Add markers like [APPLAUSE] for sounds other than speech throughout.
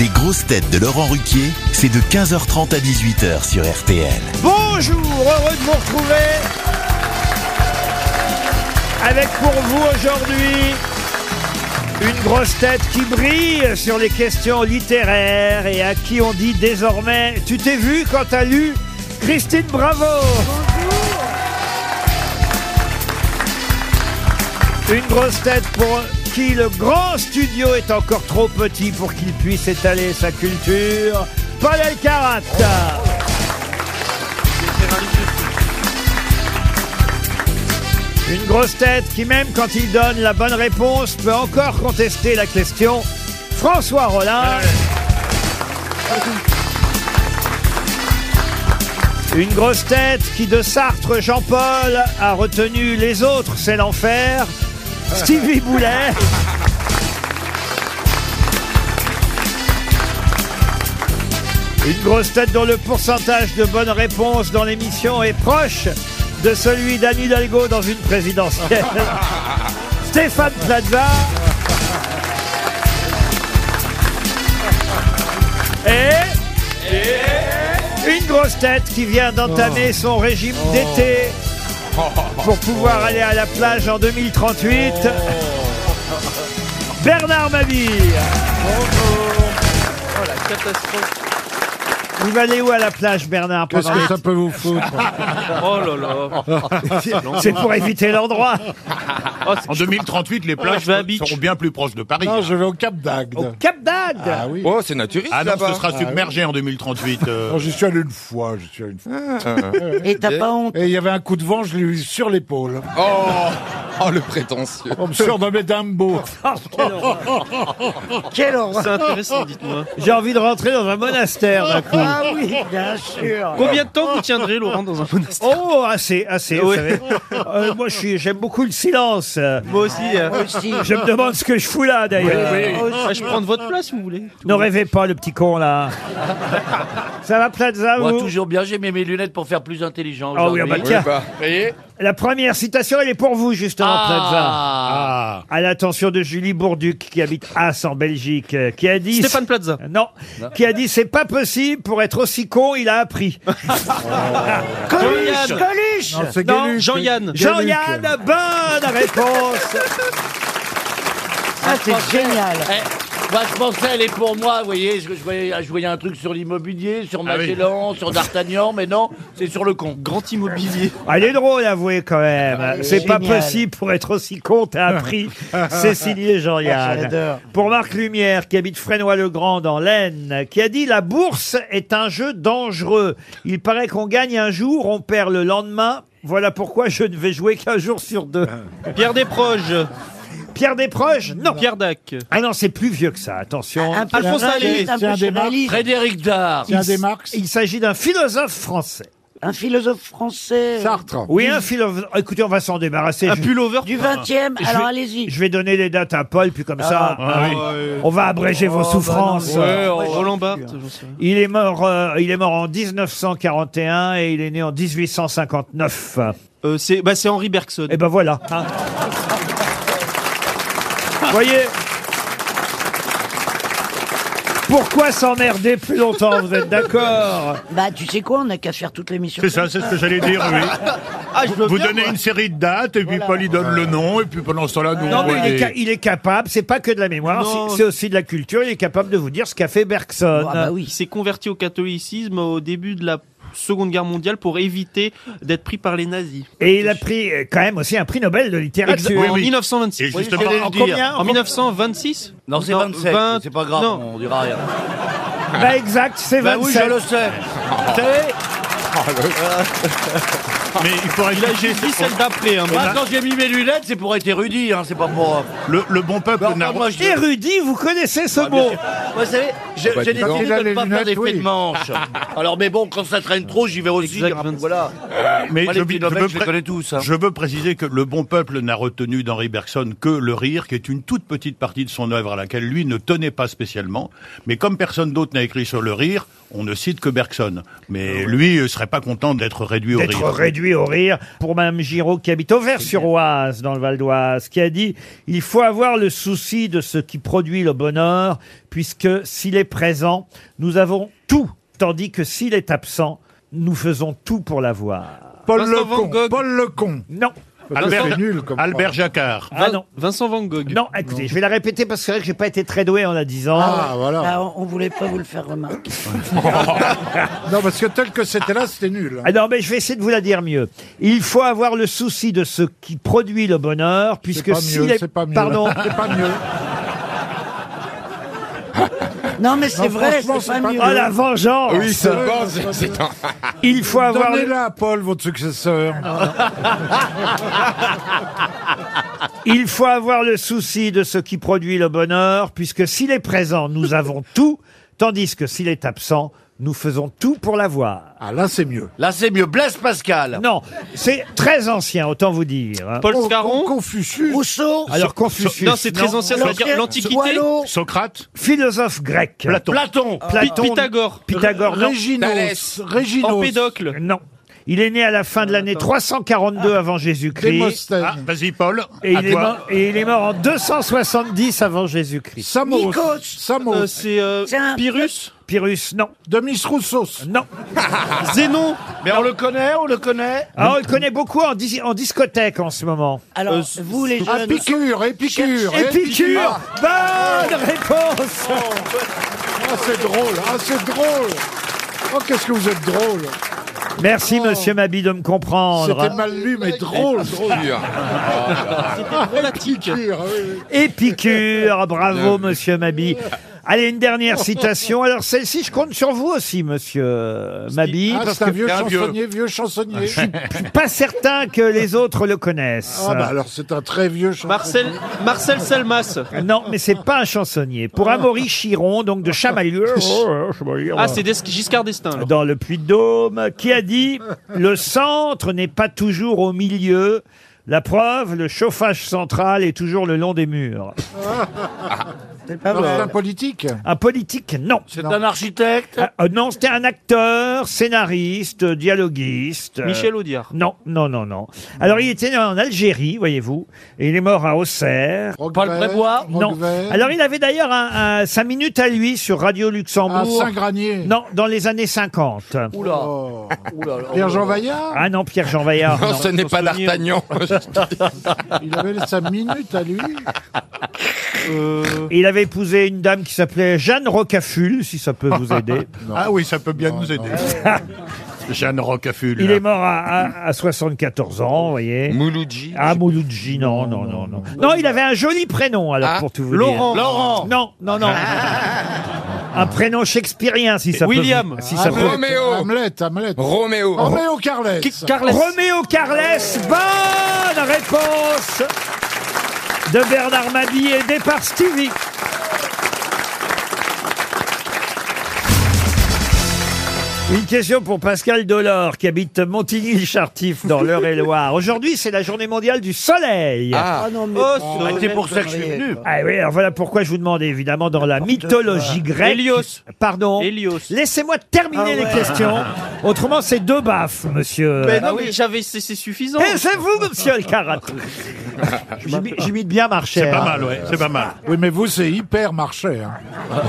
Les grosses têtes de Laurent Ruquier, c'est de 15h30 à 18h sur RTL. [LAUGHS] Bonjour, heureux de vous retrouver avec pour vous aujourd'hui une grosse tête qui brille sur les questions littéraires et à qui on dit désormais Tu t'es vu quand t'as lu Christine Bravo Une grosse tête pour qui le grand studio est encore trop petit pour qu'il puisse étaler sa culture, Paul Elkarat Une grosse tête qui, même quand il donne la bonne réponse, peut encore contester la question. François Rollin. Une grosse tête qui, de Sartre, Jean-Paul a retenu Les autres, c'est l'enfer. Stevie Boulet. Une grosse tête dont le pourcentage de bonnes réponses dans l'émission est proche de celui d'Anne Hidalgo dans [LAUGHS] une présidentielle. Stéphane Plaza. Et... Une grosse tête qui vient d'entamer Oh. son régime d'été pour pouvoir aller à la plage en 2038. Bernard Mabille. Oh, Vous allez où à la plage, Bernard pendant Qu'est-ce que l'été ça peut vous foutre Oh là là C'est pour éviter l'endroit. [LAUGHS] En 2038, les plages je vais à Beach. seront bien plus proches de Paris. hein. Non, je vais au Cap d'Agde. Au Cap d'Agde. Ah oui. hein. Oh, c'est naturiste Ah non, là-bas. ce sera submergé en 2038. euh. Non, j'y suis allé une fois, j'y suis allé une fois. Ah. Et t'as pas honte Et il y avait un coup de vent, je l'ai eu sur l'épaule. Oh, [LAUGHS] oh, le prétentieux. On me surnommait Dumbo. Quelle horreur C'est intéressant, dites-moi. J'ai envie de rentrer dans un monastère d'un coup. Ah oui, bien sûr Combien de temps vous tiendrez, Laurent, dans un monastère Oh, assez, assez, vous Oui. savez. Euh, moi, je suis- j'aime beaucoup le silence. Euh, [LAUGHS] Moi aussi. euh. Aussi, Je me demande ce que je fous là, d'ailleurs. Ah, je prends de votre place, si vous voulez. Ne rêvez pas, le petit con, là. Ça va, Plaza, Moi, vous toujours bien, j'ai mis mes lunettes pour faire plus intelligent. Ah oui, aujourd'hui. Oui, ah bah Tiens. bah, voyez La première citation, elle est pour vous, justement, Plaza. Ah, Ah, À l'attention de Julie Bourduc, qui habite Asse, en Belgique, euh, qui a dit... Euh, Stéphane Plaza. Non, qui a dit c'est pas possible pour être aussi con, il [LAUGHS] a appris. Oh. Jean-Yann. Coluche Non, c'est Non, Gueluc. Jean-Yann. Jean-Yann, bonne réponse. Ah, c'est génial eh, moi, je pensais, elle est pour moi, vous voyez. Je, je voyais, ah, je voyais un truc sur l'immobilier, sur Ah oui. Magellan, sur D'Artagnan, mais non, c'est sur le con. Grand immobilier. Ah, Elle est drôle, avouez quand même. C'est pas géniale. possible pour être aussi con, t'as [LAUGHS] appris. C'est signé Ah, Jean-Yann. j'adore. Pour Marc Lumière, qui habite Frénois-le-Grand dans l'Aisne, qui a dit La bourse est un jeu dangereux. Il paraît qu'on gagne un jour, on perd le lendemain. Voilà pourquoi je ne vais jouer qu'un jour sur deux. [LAUGHS] Pierre Desproges. Pierre Desproges Non. Pierre Dac. Ah non, c'est plus vieux que ça, attention. Un peu Alphonse journaliste, Allais, un c'est peu un débat. journaliste, Frédéric Dard. Tiens, des Marx. Il s'agit d'un philosophe français. un philosophe français euh, Sartre. Oui, un philosophe. Écoutez, on va s'en débarrasser. Un Je- pullover. du 20e, Je alors vais- allez-y Ah, Je vais donner les dates à Paul, puis comme ça, hein, on va abréger Oh, Oh, bah vos bah souffrances. Ouais, Roland Barthes. j'en sais rien. Il est mort, euh, il est mort en 1941 et il est né en 1859. Euh, c'est bah, c'est Henri Bergson. Ah. Et ben voilà. hein. Vous voyez. Pourquoi s'emmerder plus longtemps Vous êtes d'accord Bah tu sais quoi, on n'a qu'à faire toute l'émission c'est ça, c'est ce que j'allais dire, [LAUGHS] oui. Ah, je veux Vous bien, donnez moi. une série de dates, et puis Paul, il donne le nom, et puis pendant ce temps-là, nous, Non, on mais voit il est, des- ca- il est capable. C'est pas que de la mémoire, Non. c'est- c'est aussi de la culture. Il est capable de vous dire ce qu'a fait Bergson. Ah bah Il oui s'est converti au catholicisme au début de la Seconde Guerre mondiale pour éviter d'être pris par les nazis. Et il a pris euh, quand même aussi un prix Nobel de littérature. Exactement. En oui. Et 1926. justement, j'allais le en dire. combien En 1926 Non, c'est 27, vingt- c'est pas grave, Non. on dira rien. Bah exact, c'est Bah 27. oui, je le sais. C'est- Ah, [LAUGHS] mais il faudrait Il a juger juste dit celle d'après. hein, Moi, bah. quand j'ai mis mes lunettes, c'est pour être érudit, hein, c'est pas pour... le, le bon peuple Bah, n'a- moi, je Ah, dis- Érudit, vous connaissez ce mot Moi, vous savez, je- Bah, j'ai dis donc. décidé Il a de les ne pas faire lunettes, des oui. faits de manche. Alors, mais bon, quand ça traîne trop, j'y vais aussi. Exact, hein, 26. voilà. mais Moi, je, les veux- petits je veux Nobel, je les pré- connais tous. hein. je veux préciser que le bon peuple n'a retenu d'Henri Bergson que le rire, qui est une toute petite partie de son œuvre à laquelle lui ne tenait pas spécialement. Mais comme personne d'autre n'a écrit sur le rire, on ne cite que Bergson. Mais lui ne serait pas content d'être réduit au rire. Ah D'être réduit au rire pour Mme Giraud qui habite Auvers-sur-Oise dans le Val d'Oise, qui a dit Il faut avoir le souci de ce qui produit le bonheur, puisque s'il est est présent, nous avons tout, tandis que s'il est absent, nous faisons tout pour l'avoir. Paul Vincent Van Lecon. Gogh. Paul Lecon. Non, Albert, C'est nul comme Albert Jacquard. ah non. Vincent Van Gogh. Non, écoutez, je vais la répéter parce que c'est vrai que j'ai pas été très doué en la disant. Ah, voilà. Ah, on, on voulait pas vous le faire remarquer. [LAUGHS] Non, parce que tel que c'était là, c'était nul. hein. Ah non, mais je vais essayer de vous la dire mieux. Il faut avoir le souci de ce qui produit le bonheur, puisque pas s'il mieux, est... c'est pas mieux. Pardon. [LAUGHS] C'est pas mieux. Non, mais c'est Non, vrai, franchement, c'est pas c'est pas mieux. Oh la vengeance Oui, ça vrai, va, c'est- [LAUGHS] c'est- c'est un... Il faut avoir... le- Donnez-la à Paul, votre successeur. Ah, Il faut avoir le souci de ce qui produit le bonheur, puisque s'il est [LAUGHS] présent, nous avons tout, tandis que s'il est absent, nous faisons tout pour l'avoir. Ah, là, c'est mieux. Là, c'est mieux. Blaise Pascal. Non, c'est très ancien, autant vous dire. hein. Paul Con- Scaron. Confucius. Rousseau, Alors Confucius, Non, c'est très ancien, ça veut dire l'Antiquité. Boileau, Socrate. philosophe grec. Platon. Platon. Platon- Pythagore. Pythagore, non. Réginos. Réginos. Empédocle. Ah, Non. Il est né à la fin de l'année 342 avant Jésus-Christ. Démosthène. Ah, vas-y, Paul. Et à il, est toi. mort, et il est mort en 270 avant Jésus-Christ. Samos. Nikos. Samos. Euh, c'est euh, C'est un- Pyrrhus. Pyrrhus, non. Demis Roussos. [LAUGHS] Non. Zénon. Mais on le connaît, on le connaît. Ah, on le connaît beaucoup en, dis- en discothèque en ce moment. Euh, alors Euh, vous les Ah, jeunes, Épicure, Épicure. Ah, Épicure Bonne réponse Ah, c'est drôle. Ah, c'est drôle. Oh, qu'est-ce que vous êtes drôle. Merci, monsieur Mabi, de me Oh. C'était comprendre. mal lu, mais drôle. drôle. Épicure, oui, oui. Épicure Bravo, monsieur Mabi. Allez, une dernière citation. Alors, celle-ci, je compte sur vous aussi, monsieur euh, Mabi, Ah, parce c'est un que vieux c'est un vieux. chansonnier, vieux [LAUGHS] chansonnier. je suis pas certain que les autres le connaissent. Ah, bah alors, c'est un très vieux chansonnier. Marcel, Marcel Selmas. Non, mais c'est pas un chansonnier. Pour Ah. Amaury Chiron, donc de Chamalieu, [LAUGHS] Oh, Ah, c'est Des- Giscard d'Estaing. alors. dans le Puy-de-Dôme, qui a dit « Le centre n'est pas toujours au milieu. La preuve, le chauffage central est toujours le long des murs. c'est pas Non, C'est vrai. un politique. » Un politique, non. Ah bah. C'est un architecte. Ah, euh, non, c'était un acteur, scénariste, dialoguiste. euh, Michel Audiard. Non, non, non, non. Alors, il était né en Algérie, voyez-vous, et il est mort à Auxerre. Paul Brébois. Non. Alors, il avait d'ailleurs un, un- cinq minutes à lui sur Radio à Luxembourg. Saint-Granier. Non, dans les années 50. Oula. Oh. Oula. oula. Pierre-Jean Vaillard, Ah non, Pierre-Jean Vaillard. Non, non. ce n'est pas d'Artagnan. [LAUGHS] il avait sa minute à lui. Et Euh, il avait épousé une dame qui s'appelait Jeanne Rocaful, si ça [LAUGHS] peut vous aider. Ah oui, ça peut bien nous [LAUGHS] aider. Jeanne Rocaful. Il est mort à, à- à 74 ans, vous voyez. Mouloudji. Ah, Mouloudji, non, non, non, non. Non, il avait un joli prénom, alors, Ah, pour tout vous Laurent. dire. Laurent. Non, non, Ah, non. Ah, Un prénom shakespearien, si ça peut William. vous- Si ça peut... Ah, Roméo. Hamlet, Hamlet. Roméo. Roméo Carles. Carles. Roméo Carles, bonne réponse de Bernard Mabie, aidé par Stevie. Une question pour Pascal Dolor qui habite [LAUGHS] Montigny-le-Chartif dans l'Eure-et-Loire. Aujourd'hui, c'est la journée mondiale du soleil. Ah, Ah non, mais Oh, vous c'est- arrêtez c'est pour ça que je suis de venu. Ah oui, alors voilà pourquoi je vous demande évidemment dans la mythologie grecque. Hélios. Pardon. Hélios. Laissez-moi terminer Ah les ouais. questions. Autrement, c'est deux baffes, monsieur. Mais non, mais j'avais, c'est c'est suffisant. Euh, ah Eh, c'est vous, monsieur [LAUGHS] le carat. J'imite- J'imite bien hein. marché. C'est pas mal, ouais, c'est pas mal. Oui, mais vous, c'est hyper marché. hein.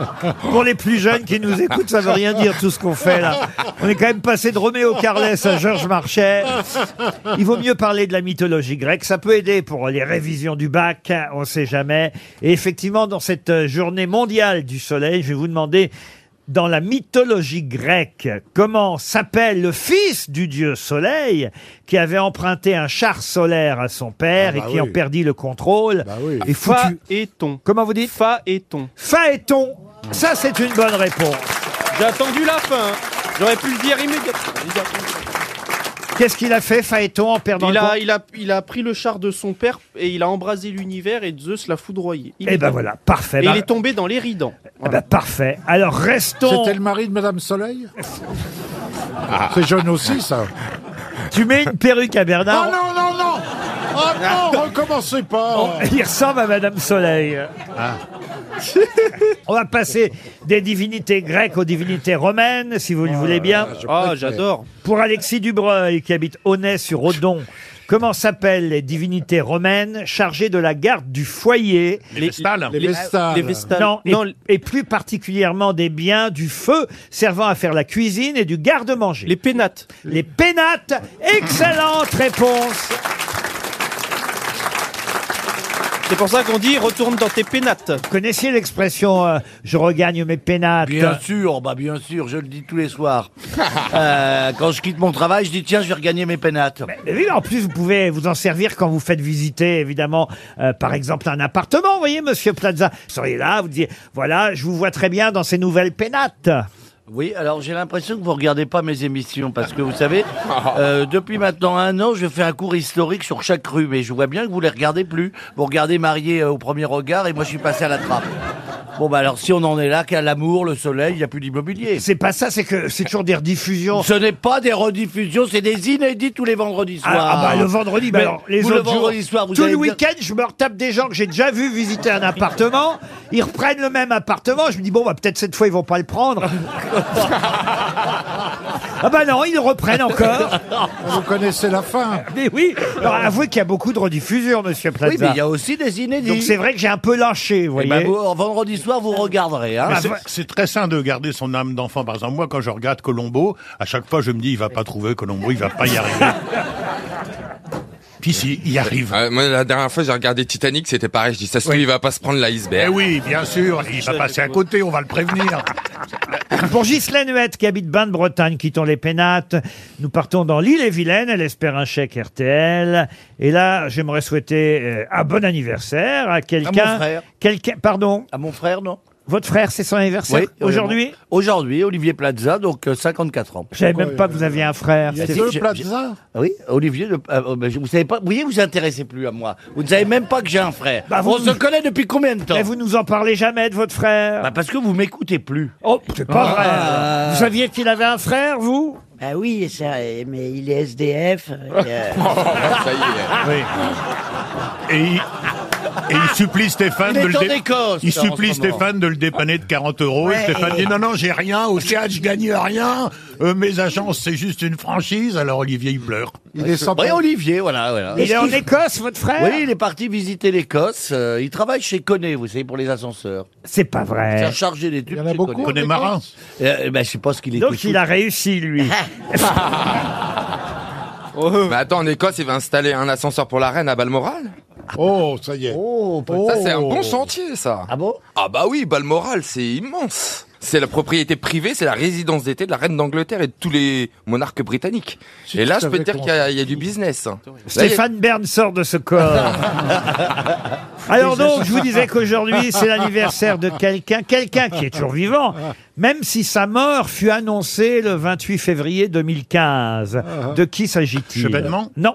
[LAUGHS] Pour les plus jeunes qui nous écoutent, ça veut rien dire tout ce qu'on fait là. On est quand même passé de Roméo Carles à Georges Marchais. Il vaut mieux parler de la mythologie grecque. Ça peut aider pour les révisions du bac. hein, On sait jamais. Et effectivement, dans cette euh, journée mondiale du soleil, je vais vous demander dans la mythologie grecque, comment s'appelle le fils du dieu soleil qui avait emprunté un char solaire à son père Ah bah et qui en oui. perdit le contrôle Bah oui. et Fa foutu- et ton. Comment vous dites Fa et ton. Phaéton. Ça, c'est une bonne réponse. J'ai attendu la fin. hein. J'aurais pu le dire immédiatement. Qu'est-ce qu'il a fait, Phaéton, en perdant Il le a, contrôle il, a, il a pris le char de son père et il a embrasé l'univers et Zeus l'a foudroyé. Il Eh ben voilà, parfait. Et Bah- il est tombé dans les ridans. eh ben, parfait. Alors, restons... C'était le mari de Madame Soleil Ah. C'est jeune aussi, ça. Tu mets une perruque à Oh Bernard. non, non, non Oh non, recommencez pas Ah. Il ressemble à Madame Soleil. On va passer des divinités grecques aux divinités romaines, si vous le voulez bien. Ah, j'adore. Pour Alexis Dubreuil, qui habite Aunay sur Odon, Comment s'appellent les divinités romaines chargées de la garde du foyer Les Vestales. Les Vestales. Les Vestales. non, et, Non, et plus particulièrement des biens du feu servant à faire la cuisine et du garde-manger. les pénates. Les pénates, excellente réponse. C'est pour ça qu'on dit retourne dans tes pénates. Vous connaissiez l'expression euh, je regagne mes pénates [LAUGHS] Euh, Bien sûr, bah bien sûr, je le dis tous les soirs. Euh, quand je quitte mon travail, je dis tiens, je vais regagner mes pénates. Mais oui, en plus, vous pouvez vous en servir quand vous faites visiter, évidemment, euh, par exemple, un appartement. Vous voyez, monsieur Plaza, vous seriez là, vous dites, voilà, je vous vois très bien dans ces nouvelles pénates. Oui, alors j'ai l'impression que vous regardez pas mes émissions parce que vous savez, euh, depuis maintenant un an, je fais un cours historique sur chaque rue, mais je vois bien que vous les regardez plus. Vous regardez marié euh, au premier regard et moi je suis passé à la trappe. Bon bah alors si on en est là qu'à l'amour, le soleil, il n'y a plus d'immobilier. C'est pas ça, c'est que c'est toujours des rediffusions. Ce n'est pas des rediffusions, c'est des inédits tous les vendredis Ah, soirs. ah bah le vendredi, bah Mais alors, les vous, autres le vendredi jours, soir, vous tout avez le bien- week-end, je me retape des gens que j'ai déjà vus visiter un appartement. Ils reprennent le même appartement. Je me dis bon, bah peut-être cette fois ils vont pas [LAUGHS] le prendre. ah bah non, ils le reprennent encore. Vous connaissez la fin. Mais oui. Alors avouez qu'il y a beaucoup de rediffusions, Monsieur Plaza. Oui, mais il y a aussi des inédits. Donc c'est vrai que j'ai un peu lâché, vous Eh voyez. ben, vous, en vendredi soir, vous regarderez. Hein. Mais c'est- C'est très sain de garder son âme d'enfant. Par exemple, moi, quand je regarde Colombo, à chaque fois, je me dis, il va pas trouver Colombo, il va pas y arriver. Puis si, il y arrive. Ouais, Euh, moi, la dernière fois, j'ai regardé Titanic, c'était pareil. Je dis, ça se trouve, Oui. il va pas se prendre Eh l'iceberg. oui, bien [LAUGHS] sûr, il va passer à côté, on va le prévenir. [COUGHS] Pour Ghislaine Huette, qui habite Bain-de-Bretagne, quittons les Pénates, nous partons dans l'île et Vilaine, elle espère un chèque RTL. Et là, j'aimerais souhaiter euh, un bon anniversaire à quelqu'un. frère. Quelqu'un, pardon, À mon frère, non votre frère, c'est son anniversaire euh, aujourd'hui bon. Aujourd'hui, Olivier Plaza, donc euh, 54 ans. Je savais même pas que vous aviez un Ah, frère. Il y a C'était- deux j'ai- plazas. Ah Oui, Olivier, le- ah, oh, ben, je- vous savez pas, vous voyez, vous vous intéressez plus à moi. Vous ne savez même pas que j'ai un frère. Bah, vous- On se connaît depuis combien de temps Mais vous nous en parlez jamais de votre frère Bah, Parce que vous m'écoutez plus. Oh, c'est pas vrai. Ah. Vous saviez qu'il avait un frère, vous Bah oui, ça, euh, mais il est SDF. euh, [LAUGHS] Ah, ça y est. Et il, et il supplie Stéphane Il est de le en dé- Écosse, Il là, en supplie ce moment. Stéphane de le dépanner de 40 euros. et Ouais, Stéphane et- dit non, non, j'ai rien. Au théâtre, je gagne rien. Euh, mes agences, c'est juste une franchise. Alors Olivier, il pleure. Il est sans Oui, Olivier, voilà. voilà. Il est en Écosse, votre frère Oui, il est parti visiter l'Écosse. euh, il travaille chez Coné, vous savez, pour les ascenseurs. C'est pas vrai. C'est chargé des Il tubes. y en a chez beaucoup. Coné. Connaît Marin. Euh, ben, je sais pas ce qu'il est. Donc il a [LAUGHS] réussi, lui. Oh. Mais attends, en Écosse, il va installer un ascenseur pour la reine à Balmoral Oh, ça y est. Oh, peut- Ça, c'est un bon chantier, ça. Ah bon Ah bah oui, Balmoral, c'est immense. C'est la propriété privée, c'est la résidence d'été de la reine d'Angleterre et de tous les monarques britanniques. Si Et tu là, je peux savais te dire comment qu'il y, a- il y a du business. hein. Là, il y a- Stéphane Bern sort de ce corps. [LAUGHS] Alors donc, je vous disais qu'aujourd'hui, c'est l'anniversaire de quelqu'un, quelqu'un qui est toujours vivant, même si sa mort fut annoncée le 28 février 2015. De qui s'agit-il Chevènement Non,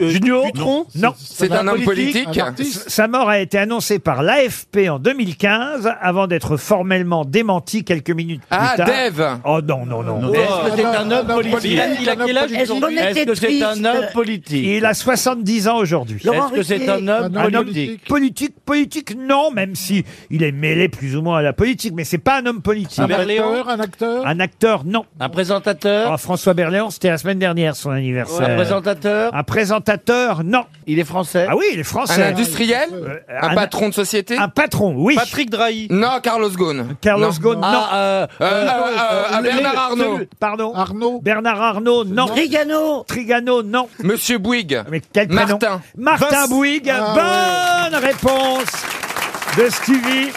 Junior Tron non. C'est un homme politique. Un artiste. Sa mort a été annoncée par l'AFP en 2015, avant d'être formellement démentie quelques minutes plus Ah, tard. Dev Oh non, non, non. Est-ce que c'est Un un homme homme politique Il a, il a quel âge Est-ce qu'on aujourd'hui était Est-ce que c'est un triste homme politique Il a 70 ans aujourd'hui. Laurent Est-ce que c'est Ruquier. un homme Un homme politique Politique, politique, non, même si il est mêlé plus ou moins à la politique, mais c'est pas un homme politique. Ah, Berléand. acteur, un acteur. Un acteur, non. Un présentateur Ah, François Berléand, c'était la semaine dernière son anniversaire. Un présentateur Un présentateur, non. Il est français Ah oui, il est Un français. industriel Euh, Un patron de société Un patron, oui. Patrick Drahi. Non, Carlos Ghosn. Carlos Non. Ghosn, non. Ah, euh, Euh, euh, euh, euh, Bernard Arnault. Pardon. Arnaud. Bernard Arnault, non. Trigano Trigano, non. Monsieur Bouygues. Mais quel prénom Martin. Martin Bouygues, Ah, bonne réponse de Stevie.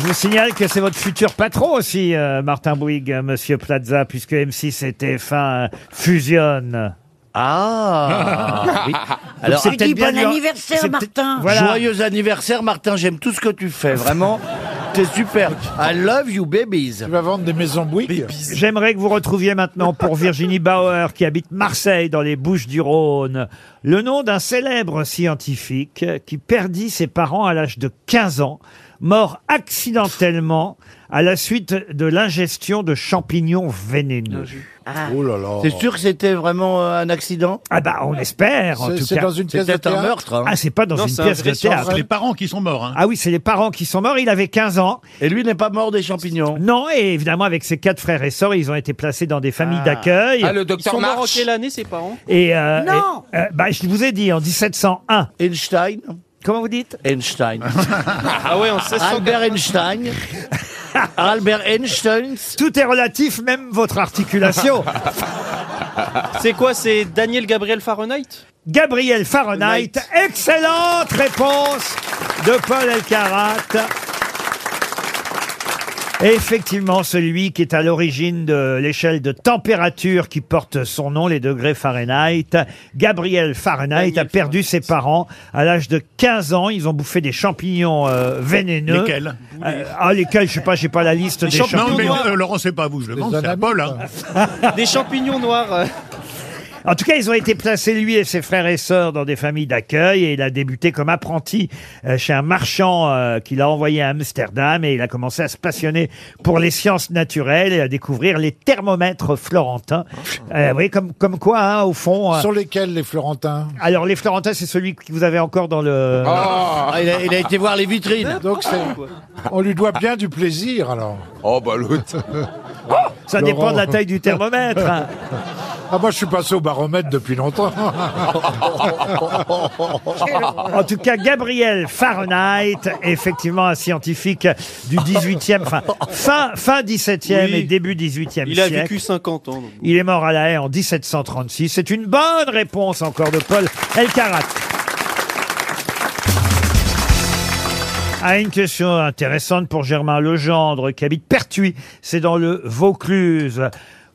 Je vous signale que c'est votre futur patron aussi, euh, Martin Bouygues, euh, monsieur Plaza, puisque M6 et TF1 euh, fusionnent. Ah oui. [LAUGHS] Alors, c'est Tu peut-être dis bien bon lui- anniversaire, c'est peut-être- Martin. Voilà. joyeux anniversaire, Martin. J'aime tout ce que tu fais, vraiment. T'es super. I love you, babies. Tu vas vendre des maisons Bouygues. J'aimerais que vous retrouviez maintenant pour Virginie Bauer, qui habite Marseille, dans les Bouches du Rhône, le nom d'un célèbre scientifique qui perdit ses parents à l'âge de 15 ans, mort accidentellement à la suite de l'ingestion de champignons vénéneux. Oh là là. C'est sûr que c'était vraiment euh, un accident Ah bah on espère en C'est- tout C'est dans cas. une pièce de C'était un théâtre meurtre. hein. Ah c'est pas dans Non, une c'est un pièce de vrai théâtre. C'est les parents qui sont morts. hein. Ah oui, c'est les parents qui sont morts. Il avait 15 ans. Et lui n'est pas mort des champignons. Non, et évidemment, avec ses quatre frères et sœurs, ils ont été placés dans des familles d'accueil. Ah, le Ils docteur sont morts en March. quelle année, ses parents Et, euh, Non. et, euh, bah, je vous ai dit, en 1701. Einstein Comment vous dites Einstein. Ah ouais, en 1600. Albert [LAUGHS] Einstein. Albert Einstein. Tout est relatif, même [LAUGHS] votre articulation. C'est quoi C'est Daniel Gabriel Fahrenheit Gabriel Fahrenheit, Knight. excellente réponse de Paul Elkarat. Et Effectivement, celui qui est à l'origine de l'échelle de température qui porte son nom, les degrés Fahrenheit, Gabriel Fahrenheit Daniel a perdu ses parents à l'âge de 15 ans. Ils ont bouffé des champignons euh, vénéneux. Lesquels Euh, Ah, lesquels Je sais pas, j'ai pas la liste des champignons. Non, mais noirs. euh, Laurent, c'est pas à vous, je le demande, c'est à ananas, Paul. hein. [LAUGHS] Des champignons noirs. euh. En tout cas, ils ont été placés, lui et ses frères et sœurs, dans des familles d'accueil. Et il a débuté comme apprenti euh, chez un marchand euh, qu'il a envoyé à Amsterdam. Et il a commencé à se passionner pour les sciences naturelles et à découvrir les thermomètres florentins. Euh, vous voyez, comme, comme quoi, hein, au fond. euh, Sur lesquels les Florentins alors, les florentins, c'est celui que vous avez encore dans le... Ah, Ah, il, a, il a été voir les vitrines. Ah, Donc c'est. On lui doit bien du plaisir alors. Oh, oh bah l'autre. Ça Laurent. dépend de la taille du thermomètre. hein. [LAUGHS] Ah moi je suis passé au baromètre depuis longtemps. En tout cas, Gabriel Fahrenheit, effectivement un scientifique du 18e, enfin, fin, fin 17e Oui. et début 18e Il a siècle. vécu 50 ans. donc. Il est mort à La Haye en 1736. C'est une bonne réponse encore de Paul Elkarat. À Ah, une question intéressante pour Germain Legendre, qui habite Pertuis, c'est dans le Vaucluse.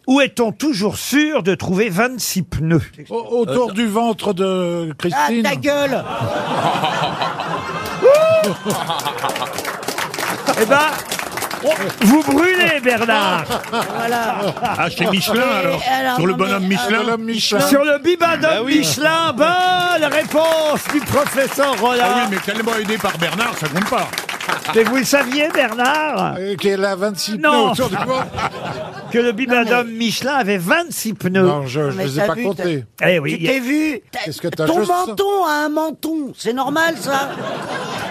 Où est-on toujours sûr de trouver 26 pneus Au- autour du ventre de Ah, Christine. ta [LAUGHS] gueule Eh ben, vous brûlez, Bernard Voilà. Ah, chez Michelin, alors. alors, Sur le non, bonhomme mais- Michelin. Madame Ah, Michelin. Sur le bibadon Bah oui. Michelin, bonne réponse du professeur Rollin. Ah hein. oui, mais tellement aidé par Bernard, ça compte pas. mais vous le saviez, Bernard Euh, Qui est là 26 Non. pneus autour du ventre. [LAUGHS] que le bibadum Michelin avait 26 pneus. Non, je ne mais les ai t'as pas vu, comptés. Eh oui, Tu il y a- t'es vu T'as- Qu'est-ce que t'as Ton juste- menton a un menton. C'est normal, ça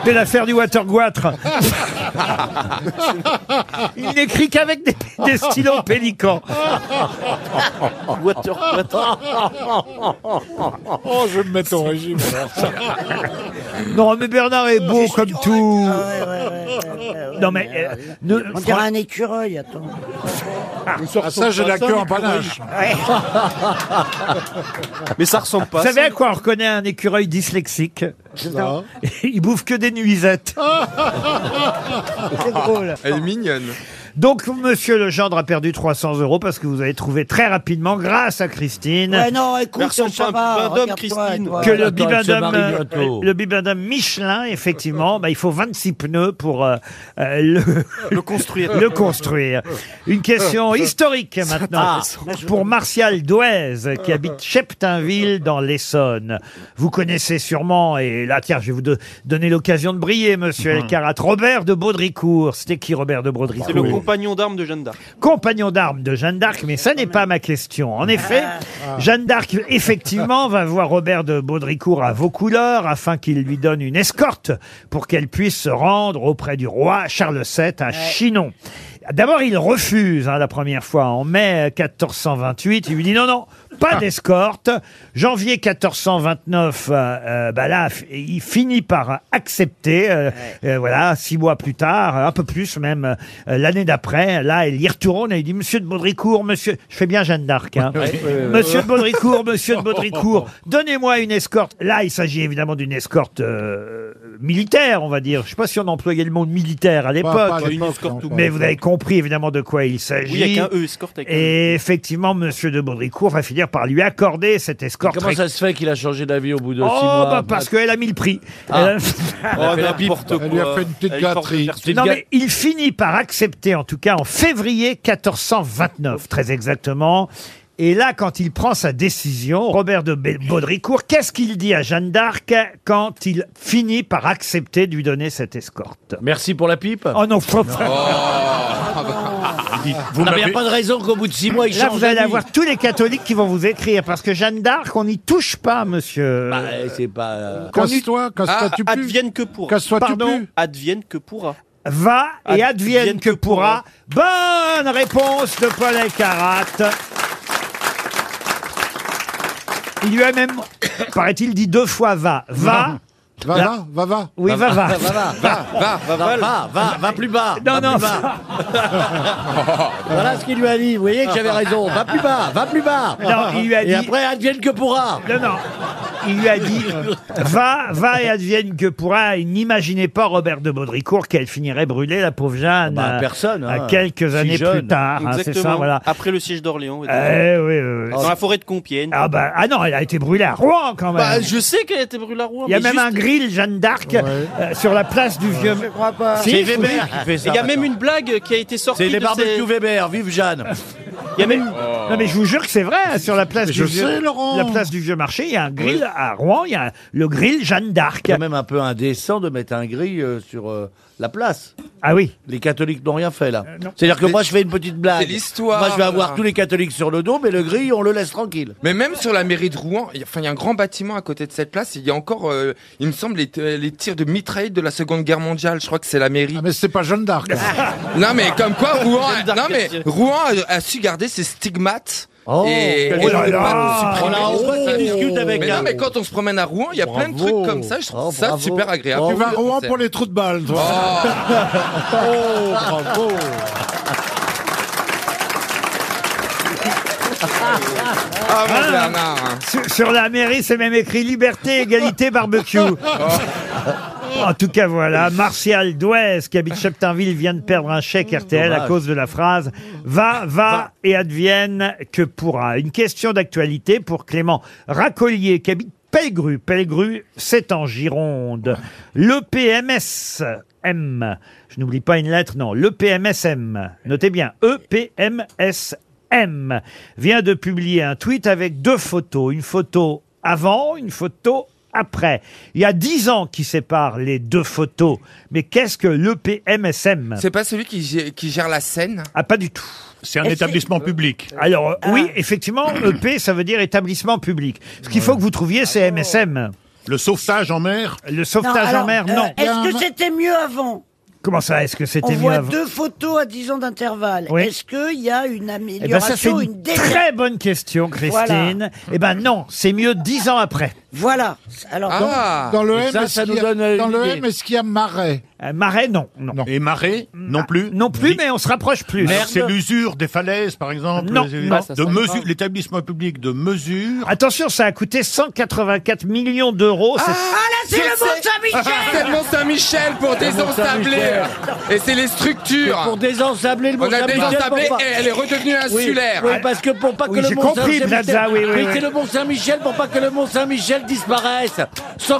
c'est l'affaire [LAUGHS] du Watergoitre. [LAUGHS] il n'écrit qu'avec des, des stylos pélicans. Water, water. Oh, je vais me mettre au régime. alors. Non, mais Bernard Oh, est beau comme tout. Ah ouais, ouais, ouais, ouais, ouais, Non, mais... ouais, ouais. euh, ne- On dirait un écureuil, attends. Ah, ça, j'ai la queue en panache. Mais ça ressemble pas. vous [LAUGHS] savez à quoi on reconnaît un écureuil dyslexique Non. [LAUGHS] Il bouffe que [LAUGHS] des nuisettes. Ah. Elle est mignonne. Donc, monsieur Legendre a perdu 300 euros parce que vous avez trouvé très rapidement, grâce à Christine, Ouais, non, écoute, Personne ça prend va. un bibendum, regarde-toi, Christine. toi. que Attends, elle le se bibendum, marie euh, bientôt. le bibendum Michelin, effectivement, bah, il faut 26 pneus pour euh, euh, le, Le construire. le construire. [LAUGHS] Une question historique maintenant pour Martial Douez qui habite Cheptainville dans l'Essonne. Vous connaissez sûrement, et là tiens, je vais vous do- donner l'occasion de briller, monsieur Elkarat, Robert de Baudricourt. C'était qui Robert de Baudricourt Mhm. C'est le compagnon d'armes de Jeanne d'Arc. compagnon d'armes de Jeanne d'Arc, mais ça n'est pas ma question. En effet, Ah. Jeanne d'Arc, effectivement, va voir Robert de Baudricourt à Vaucouleurs afin qu'il lui donne une escorte pour qu'elle puisse se rendre auprès du roi Charles VII à Chinon. D'abord, il refuse hein, la première fois en mai 1428. Il lui dit non, non, pas d'escorte. Janvier 1429, euh, euh, bah là, f- il finit par accepter. euh, euh, voilà, six mois plus tard, euh, un peu plus même, euh, l'année d'après, là, il y retourne et il dit Monsieur de Baudricourt, monsieur. Je fais bien Jeanne d'Arc, hein. Monsieur [LAUGHS] de Baudricourt, monsieur de Baudricourt, donnez-moi une escorte. Là, il s'agit évidemment d'une escorte euh, militaire, on va dire. Je sais pas si on employait le mot militaire Pas- pas à à l'époque. l'époque, escorte non, ou- pas à Mais l'époque. vous avez compris évidemment de quoi il s'agit. Oui, avec un E, escorte avec un E. Et effectivement, Monsieur de Baudricourt va finir par lui accorder cette escorte. Comment ça se fait qu'il a changé d'avis au bout de six Oh, mois Ah. bah parce qu'elle a mis le prix. [LAUGHS] Elle a- Oh, n'importe quoi. Elle lui a fait une petite Elle porte gâterie. vers- Petite non, ga- mais il finit par accepter, en tout cas en février 1429, très exactement. Et là, quand il prend sa décision, Robert de Be- Baudricourt, qu'est-ce qu'il dit à Jeanne d'Arc quand il finit par accepter de lui donner cette escorte Merci pour la pipe. Oh non, [LAUGHS] Ah, bah. vous n'avez pas de raison qu'au bout de six mois, il là change vous allez d'avis. avoir tous les catholiques qui vont vous écrire parce que Jeanne d'Arc, on n'y touche pas, monsieur. Bah, euh, c'est pas. euh, Casse-toi, casse-toi, Ah, tu Ah, pues. Advienne que pourra. Casse-toi, tu Pardon, pues. advienne que pourra. Va et advienne, Advienne que que pourra. Bonne réponse de Paul Elkarat. Il lui a même, [COUGHS] paraît-il, dit deux fois va. Va. Va, va, va, va. Oui, va, va. Va, va, va, Va, va, va, va, va, va plus bas. Non, va non, plus bas. [LAUGHS] Voilà ce qu'il lui a dit. Vous voyez que j'avais raison. Va plus bas, va plus bas. Non, il lui a Et dit- après, advienne que pourra. Non, non. Il lui a dit va, va et advienne que pourra. Il n'imaginait pas Robert de Baudricourt qu'elle finirait brûlée, la pauvre Oh, Jeanne. Bah, à- personne, à hein. quelques Si années jeune. plus tard. hein, c'est Exactement. Ah, ça, voilà. Après le siège d'Orléans. et tout. Eh, oui, oui, oui. Dans la forêt de Compiègne. Ah, bah, ah non, elle a été brûlée à Rouen quand même. Bah, je sais qu'elle était brûlée à Rouen. Il y a Oh, mais même juste- un grill Jeanne d'Arc euh, sur la place du vieux. Je crois pas. Si, C'est je vous Weber dis. qui fait Et ça. Il y a même maintenant. une blague qui a été sortie. C'est les de ces- barbecues Weber. Vive Jeanne. Il y a même. Oh. Non mais je vous jure que c'est vrai hein, sur la place je du vieux. sais, Laurent. La place du vieux marché, il y a un grill à Rouen, il y a le grill Jeanne d'Arc. C'est quand même un peu indécent de mettre un grille euh, sur euh, la place. Ah oui. Euh, Les catholiques n'ont rien fait là. C'est-à-dire que moi je fais une petite blague. C'est l'histoire, Moi je vais avoir là. tous les catholiques sur le dos, mais le grille on le laisse tranquille. Mais même sur la mairie de Rouen, il y a- enfin, il y a un grand bâtiment à côté de cette place. Il y a encore, euh, il me semble, les, t- les tirs de mitraillettes de la Seconde Guerre mondiale. Je crois que c'est la mairie. Ah, mais c'est pas Jeanne d'Arc. hein. [LAUGHS] Non mais comme quoi Rouen, a, non mais d'arc- Rouen a, a su garder ses stigmates. Oh, et, quel et là on peut là. pas Oh supprimer. là, on discute avec Mais un- non mais quand on se promène à Rouen, il y a plein de Bravo. trucs comme ça. Je trouve Oh, ça bravo. super agréable. Oh, Tu vas à Rouen pour les trous de balle, toi. Oh, [LAUGHS] bravo. Ah mon Bernard. hein. Sur, sur la mairie, c'est même écrit liberté, [LAUGHS] égalité, barbecue. [LAUGHS] En tout cas, voilà, Martial Douez, qui habite Cheptainville, vient de perdre un chèque RTL à Dommage. cause de la phrase « Va, va et advienne que pourra ». Une question d'actualité pour Clément Racolier, qui habite Pellegru. Pellegru, c'est en Gironde. Le PMSM, je n'oublie pas une lettre, non, le PMSM, notez bien, E EPMSM, vient de publier un tweet avec deux photos, une photo avant, une photo après. Il y a dix ans qui séparent les deux photos. Mais qu'est-ce que l'EPMSM C'est pas celui qui gère, qui gère la scène. Ah, pas du tout. C'est un Est-ce établissement public. Alors, euh, oui, Ah. effectivement, EP, ça veut dire établissement public. Ce qu'il faut que vous trouviez, c'est Ah MSM. Le sauvetage en mer Le Non, sauvetage alors, en mer, euh, non. Est-ce que c'était mieux avant Comment ça, est-ce que On c'était mieux voit avant deux photos à 10 ans d'intervalle. Oui. Est-ce qu'il y a une Eh ben, ça, c'est amélioration, une une dégradation très bonne question, Christine. Eh ben, non, c'est mieux dix ans après. Voilà. Alors, Ah. Dans le Et M, ça, est-ce ça nous qu'il y a- donne, euh, dans une le idée. M, est-ce qu'il y a marais Euh, marais, non, non. Non. et marée Non plus Non plus, mais on se rapproche plus. Alors, C'est l'usure des falaises, par exemple. Non, les- Bah, Ah, non. De mesure, l'établissement public de mesure. Attention, ça a coûté 184 millions d'euros. C'est- Ah là, c'est Je le sais. [LAUGHS] Mont-Saint-Michel C'est le Mont Saint-Michel pour désensabler. Et c'est les Pour structures. désensabler le On a Mont-Saint-Michel, désensablé pour et pas- elle est redevenue Oui, insulaire. oui, parce que pour pas Oui, que j'ai le compris, Plaza, oui, oui, Mais oui. c'est le Mont Saint-Michel pour pas que le Mont Saint-Michel disparaisse.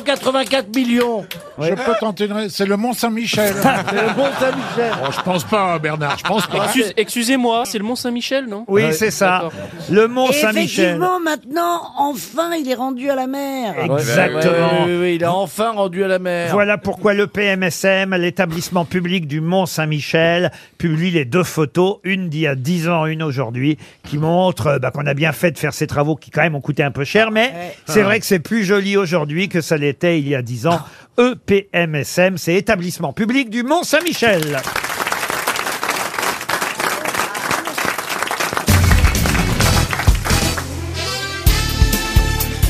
184 millions. Je peux tenter une... ré- C'est le Mont Saint-Michel. C'est le Mont Saint-Michel. Oh, je pense pas, Bernard, je pense pas. Excuse- Excusez-moi, c'est le Mont Saint-Michel, non Oui, c'est ça. D'accord. Le Mont Et Saint-Michel. effectivement, maintenant, enfin, il est rendu à la mer. Ah Ouais, Exactement. ouais, ouais, ouais, il est enfin rendu à la mer. Voilà pourquoi le PMSM, l'établissement public du Mont-Saint-Michel, publie les deux photos, une d'il y a 10 ans, une aujourd'hui, qui montrent euh, bah, qu'on a bien fait de faire ces travaux qui quand même ont coûté un peu cher, mais c'est vrai que c'est plus joli aujourd'hui que ça l'était il y a 10 ans. E EPMSM, c'est établissement public du Mont-Saint-Michel.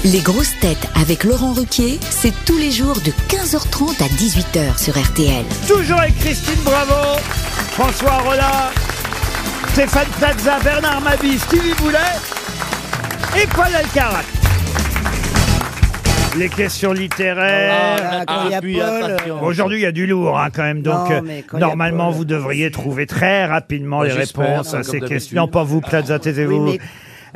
Les grosses têtes avec Laurent Ruquier, c'est tous les jours de 15h30 à 18h sur RTL. Toujours avec Christine Bravo, François Rolla, Stéphane Plaza, Bernard Mabie, Stevie Boulet et Paul Alcarat. Les questions littéraires. Oh Voilà, quand il y a Puis, Paul, attention. Aujourd'hui, il y a du lourd hein, quand même, donc Ah, Non, euh, mais quand il y a normalement, Paul- vous devriez trouver très rapidement Ouais, les j'espère, réponses hein, à comme ces d'habitude. questions. Pas vous, Plaza, taisez-vous. Oui, mais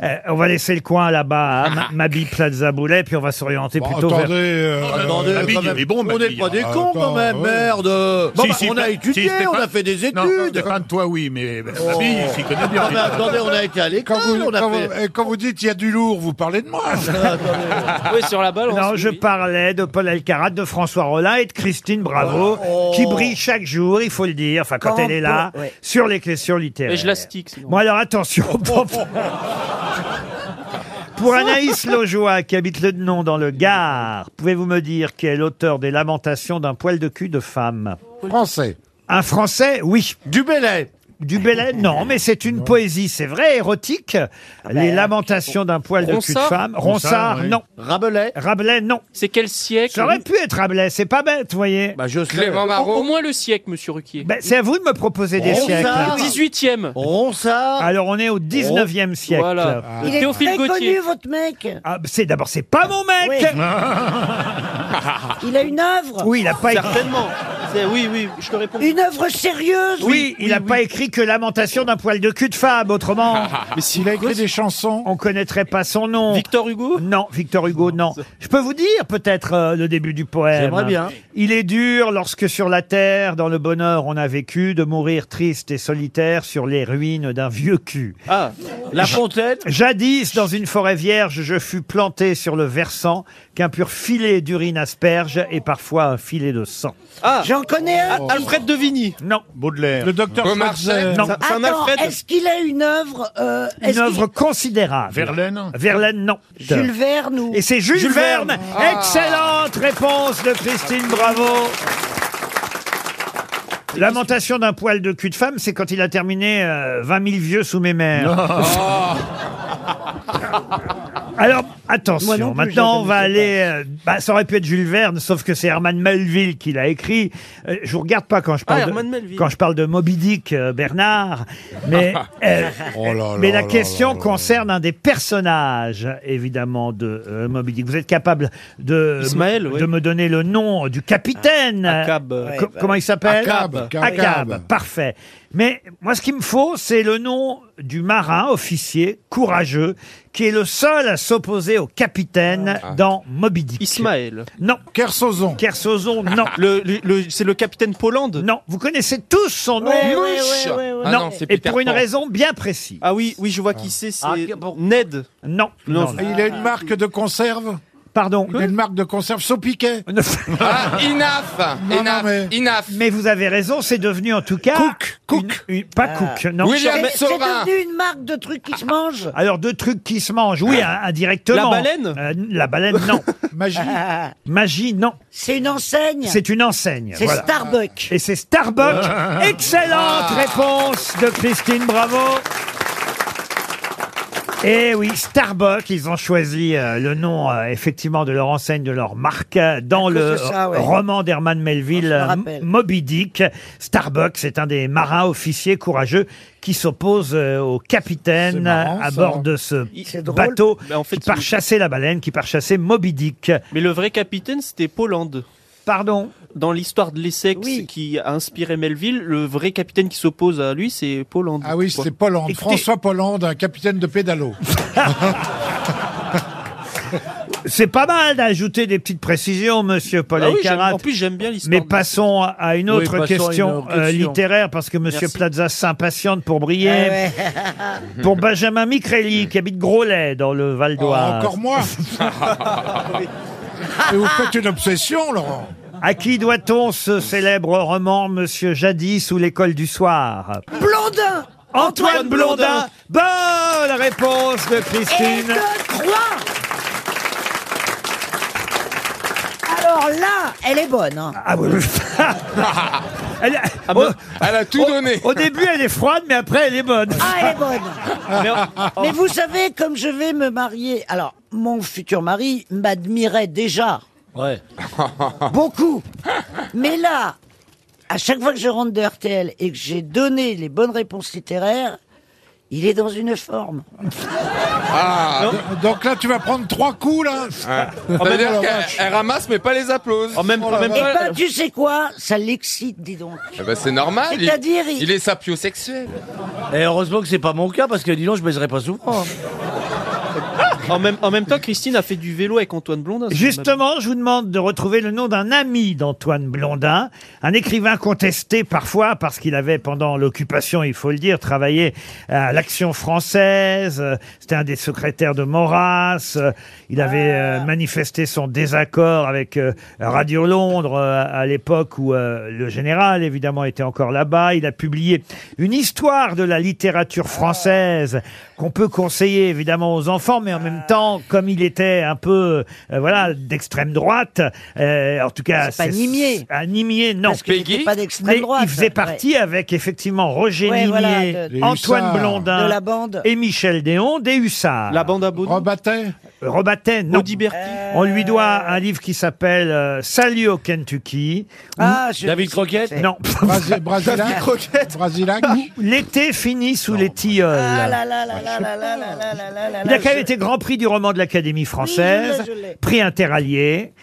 Euh, on va laisser le coin là-bas Ah, à Ma- Mabi Plaza Boulet, puis on va s'orienter Bon, plutôt attendez. vers... euh, Oh, Attendez, Mabille, quand même, il est bon, on n'est Mabille. pas des Ah, cons quand attends, même, ouais. merde Bon, bah, on a étudié, on a fait des études Oh. toi, oui, mais Mabille, il s'y connaît bien. Non, mais Ah, bah, attendez, on a été à quand, l'école, vous, hein, on a quand fait... vous- eh, quand vous dites il y a du lourd, vous parlez de Ah, moi. Oui, sur la balle. Non, je parlais de Paul Alcarat, de François Rollin et de Christine Bravo, Oh. qui brille chaque jour, il faut le dire, enfin quand, Quand elle est là, on- ouais. sur les questions littéraires. Mais je la stick, sinon. Bon alors attention. [LAUGHS] Pour Anaïs Lojoie, qui habite le nom dans le Gard, pouvez-vous me dire qui est l'auteur des lamentations d'un poil de cul de femme Français. Un Français, oui. Du Bellay Du Belen, non, mais c'est une poésie, c'est vrai, érotique. Les lamentations d'un poil de cul de Ah ben, Ronsard femme. Ronsard, Ronsard, oui. non. Rabelais Rabelais, non. C'est quel siècle Ça aurait pu être Rabelais, c'est pas bête, vous voyez. Bah, Jocelyn Clément Au- Au Marot. moins le siècle, monsieur Ruquier. Ben, c'est à vous de me proposer des Ronsard. siècles. Ah oui. 18e. Ronsard Ah. Alors, on est au 19e siècle. Voilà. Il est Théophile très Gautier. connu, votre mec. Ah, c'est d'abord, c'est pas mon mec. Il a une œuvre. Oui, il a pas écrit. Certainement. C'est- Oui, oui, je te réponds. Une œuvre sérieuse. Oui, il a pas écrit que lamentation d'un poil de cul de femme. Autrement, Mais si Il a écrit des chansons. on connaîtrait pas son nom. Victor Hugo Non, Victor Hugo, non. Je peux vous dire peut-être euh, le début du poème. J'aimerais bien. Il est dur lorsque sur la terre, dans le bonheur, on a vécu, de mourir triste et solitaire sur les ruines d'un vieux cul. Ah, La Fontaine Jadis, dans une forêt vierge, je fus planté sur le versant qu'un pur filet d'urine asperge et parfois un filet de sang. ah J'en connais un. qui- Oh. Euh, Alfred de Vigny. Non, Baudelaire. Le docteur Omar Schweitzer. non. C'est un Attends, Alfred. est-ce qu'il a une œuvre euh, est-ce Une qu'il- œuvre considérable. Verlaine. Verlaine, non. Jules Verne ou Et c'est Jules, Verne. Excellente réponse de Christine Bravo. Lamentation d'un poil de cul de femme, c'est quand il a terminé euh, 20 000 vieux sous mes [LAUGHS] mères. Alors, Moi non attention, plus, maintenant je on va connaissais aller... euh, bah, ça aurait pu être Jules Verne, sauf que c'est Herman Melville qui l'a écrit. Euh, je vous regarde pas Ah, quand je parle, Herman de, Melville. quand je parle de Moby Dick, euh, Bernard, [LAUGHS] mais euh, Oh là mais là la là question là là. concerne un des personnages, évidemment, de euh, Moby Dick. Vous êtes capable de, Ismaël, de oui. me donner le nom du capitaine. Akab. Euh, Ouais, co- Comment il s'appelle Akab. Akab. Akab, Parfait. Mais moi, ce qu'il me faut, c'est le nom du marin officier courageux qui est le seul à s'opposer au capitaine dans Moby Dick. Ah. Ismaël. Non. Kersozon. Kersozon, non. [LAUGHS] Le, le- le- c'est le capitaine Poland Non, vous connaissez tous son nom. Ouais, ouais, ouais, ouais, ouais. Ah non, non, c'est et Peter pour une Pan. raison bien précise. Ah oui, oui, je vois qui c'est. Ah, C'est bon. Ned. Non, Non, non, Et Il a une marque de conserve. pardon. Il a une marque de conserve. Saupiquet. Ah, Inaf. non, Inaf. mais- Inaf. Mais vous avez raison, c'est devenu en tout cas. Cook, Cook. une- une- pas Cook, non. William Ah. C'est c'est Sorin. devenu une marque de trucs qui se mangent. Alors, deux trucs qui se mangent, oui, un- indirectement. La baleine Euh, La baleine, [LAUGHS] non. Magie. Ah, [LAUGHS] Magie, non. C'est une enseigne. C'est une enseigne. C'est voilà. Starbucks. Ah. Et [LAUGHS] c'est Starbucks. Excellente réponse de Christine Bravo. Et oui, Starbucks, ils ont choisi euh, le nom euh, effectivement de leur enseigne, de leur marque euh, dans cause le de ça, ouais. roman d'Herman Melville, Je me euh, rappelle. Moby Dick. Starbucks est un des marins officiers courageux qui s'oppose euh, au C'est capitaine marrant, à ça. bord de ce C'est drôle. bateau Bah, en fait, qui part il- chasser la baleine, qui part chasser Moby Dick. Mais le vrai capitaine, c'était Poland. Pardon. Dans l'histoire de l'Essex Oui. qui a inspiré Melville, le vrai capitaine qui s'oppose à lui, c'est Poland. Ah oui, Quoi. c'est Hollande. Écoutez- François Hollande, un capitaine de pédalo. C'est pas mal d'ajouter des petites précisions, monsieur Paul Ah oui, j'aime- Elkarat. en plus, j'aime bien l'histoire. Mais de- passons à une Oui, autre passons à une question, autre euh, question. littéraire, parce que Monsieur Merci. Plaza s'impatiente pour briller. Ah ouais. Pour Benjamin Micrelli, qui habite Groslay, dans le Val Oh, Ah, d'Oise. encore moi. Et vous faites une obsession, Laurent. à qui doit-on ce célèbre roman, Monsieur Jadis ou l'école du soir Blondin. Antoine Blondin Bonne réponse de Et Christine de trois. Alors là, elle est bonne. hein. Ah oui, oui. [LAUGHS] Elle a- au, Ah Elle a tout donné. au début, elle est froide, mais après, elle est bonne. Ah, elle est bonne. Mais- Mais vous savez, comme je vais me marier, alors mon futur mari m'admirait déjà Ouais. beaucoup. Mais là, à chaque fois que je rentre de RTL et que j'ai donné les bonnes réponses littéraires, il est dans une forme. Donc là, tu vas prendre trois coups, là. C'est-à-dire qu'elle elle ramasse, mais pas les applause. en Oh même, en même Et temps, euh, ben, tu sais quoi Ça l'excite, dis donc. Eh ben, c'est normal. il- C'est-à-dire, il- il... est sapiosexuel. Et heureusement que c'est pas mon cas, parce que dis donc, je baiserais pas souvent. hein. En même, en même temps, Christine a fait du vélo avec Antoine Blondin. c'est Justement, je vous demande de retrouver le nom d'un ami d'Antoine Blondin, un écrivain contesté parfois parce qu'il avait, pendant l'occupation, il faut le dire, travaillé à l'Action française. euh, C'était un des secrétaires de Maurras. euh, Il avait Ah. euh, manifesté son désaccord avec euh, Radio Londres euh, à l'époque où euh, le général, évidemment, était encore là-bas. Il a publié une histoire de la littérature française qu'on peut conseiller évidemment aux enfants, mais en même temps, comme il était un peu, euh, voilà, d'extrême droite, euh, en tout cas, C'est pas Nimier. Ah, Nimier, non. Parce qu'il n'était pas Mais d'extrême droite. il faisait ouais. partie avec effectivement Roger Ouais, Nimier, voilà, de- Les Antoine Hussards. Blondin de la bande. et Michel Déon des Hussards. ma- La bande à Baudou, Rebattait Robatet, non. Euh, Audi Berti. On lui doit un livre qui s'appelle euh, Salut au Kentucky. Ah, je- David Croquette Non. Brasi- Brasilac [LAUGHS] Brasilac L'été finit sous les tilleuls. Ah là là là là là là là là là là là Il a là, quand même je- été grand prix du roman de l'Académie française, Oui, je l'ai, je l'ai. prix interallié.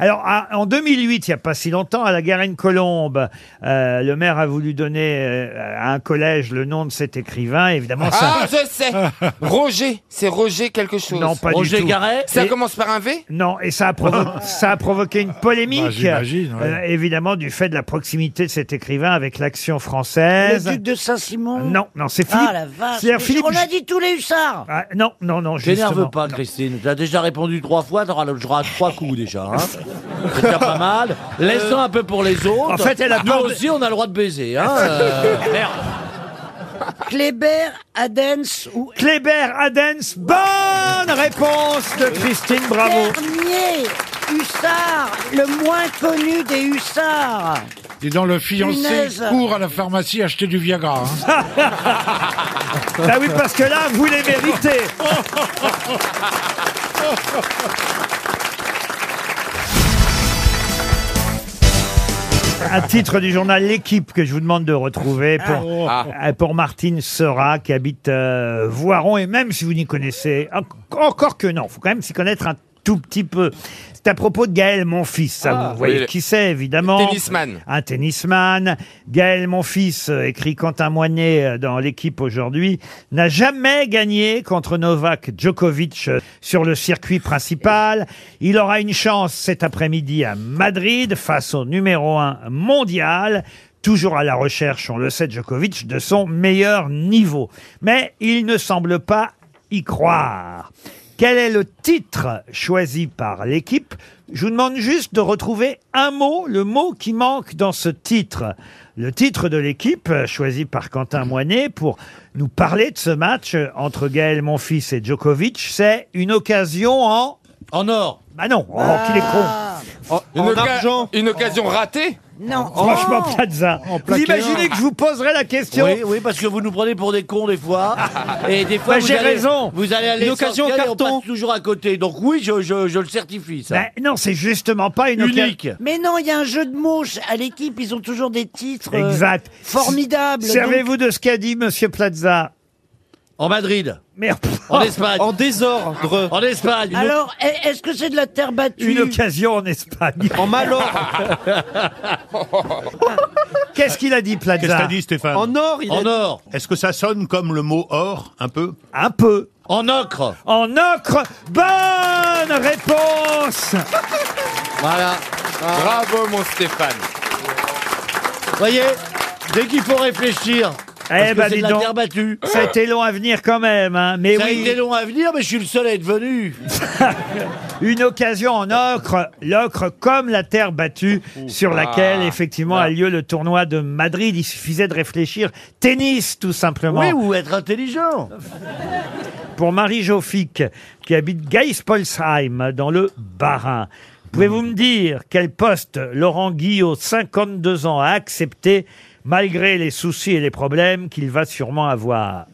Alors, à- en 2008, il n'y a pas si longtemps, à la Garenne-Colombe, euh, le maire a voulu donner euh, à un collège le nom de cet écrivain. Évidemment, ça... Ah, je sais [LAUGHS] Roger, c'est Roger quelque chose. non, pas du Roger tout. Garret Ça Et- commence par un V Non, et ça [LAUGHS] a, provo- ça a provoqué une Bah, polémique, j'imagine, ouais. euh, évidemment, du fait de la proximité de cet écrivain avec l'action Le française. duc de Saint-Simon. Non, non, c'est Philippe. Ah la vache. C'est-à-dire mais Philippe- On a dit tous les hussards. Ah, non, non, non, justement. T'énerve pas, Christine. T'as déjà répondu trois fois, t'auras le- j'aurai trois coups déjà. Hein. C'est déjà pas mal. Laisse-en un peu pour les autres. Euh, en fait, elle a Nous peur de- aussi, on a le droit de baiser. [LAUGHS] Hein. euh, merde. Kléber, Adens ou Kléber Adens, bonne réponse de Christine, bravo. dernier hussard, le moins connu des hussards. Dis donc, le fiancé Punaise. court à la pharmacie acheter du Viagra. hein. [LAUGHS] [LAUGHS] Bah oui, parce que là, vous les [LAUGHS] méritez. Un titre du journal L'équipe que je vous demande de retrouver Ah. pour, euh, pour Martine Sera qui habite euh, Voiron. Et même si vous n'y connaissez, en- encore que non, faut quand même s'y connaître un tout petit peu. C'est à propos de Gaël, mon fils. Ça, vous voyez oui. qui c'est, évidemment. Tennisman. Un tennisman. Gaël, mon fils, euh, écrit Quentin Moinet euh, dans l'équipe aujourd'hui, n'a jamais gagné contre Novak Djokovic euh, sur le circuit principal. Il aura une chance cet après-midi à Madrid face au numéro 1 mondial. Toujours à la recherche, on le sait, Djokovic, de son meilleur niveau. Mais il ne semble pas y croire. Quel est le titre choisi par l'équipe Je vous demande juste de retrouver un mot, le mot qui manque dans ce titre. Le titre de l'équipe euh, choisi par Quentin Moinet pour nous parler de ce match euh, entre Gaël Monfils et Djokovic, c'est une occasion en... En or. Bah non, oh, qu'il est con. En, en oca- argent. Ah. une occasion ratée Non. Franchement, Plaza. Vous plaqué imaginez que je vous poserai la question Oui, oui, parce que vous nous prenez pour des cons des [LAUGHS] fois. Et des fois, Bah, vous j'ai allez- raison. Vous allez à l'essentiel occasion et on carton. passe toujours à côté. Donc oui, je, je- je le certifie, ça. Bah non, c'est justement pas une occasion. Unique. Mais non, il y a un jeu de mots ch- à l'équipe. Ils ont toujours des titres euh, Exact. formidables. donc- Servez-vous de ce qu'a dit Monsieur Plaza. En Madrid. Merde. En Espagne. En désordre. En Espagne. Alors, est- est-ce que c'est de la terre battue Une occasion en Espagne. En malheur. [LAUGHS] Qu'est-ce qu'il a dit, Qu'est-ce que Plaza t'as dit, Stéphane En or, il a En or. Est-ce que ça sonne comme le mot or, un peu Un peu. En ocre. En ocre. Bonne réponse Voilà. Bravo, mon Stéphane Voyez, dès qu'il faut réfléchir. parce Eh que ben, c'est dis de la donc. terre battue. Ça a été long à venir quand même, hein. mais Ça a oui, été long à venir, mais je suis le seul à être [LAUGHS] venu. une occasion en ocre, l'ocre comme la terre battue sur Ah. laquelle effectivement a lieu le tournoi de Madrid. Il suffisait de réfléchir tennis tout simplement. Oui, ou être intelligent. Pour Marie Joffic, qui habite Geispolsheim dans le Bas-Rhin. Pouvez-vous me dire quel poste Laurent Guillot, 52 ans, a accepté malgré les soucis et les problèmes qu'il va sûrement avoir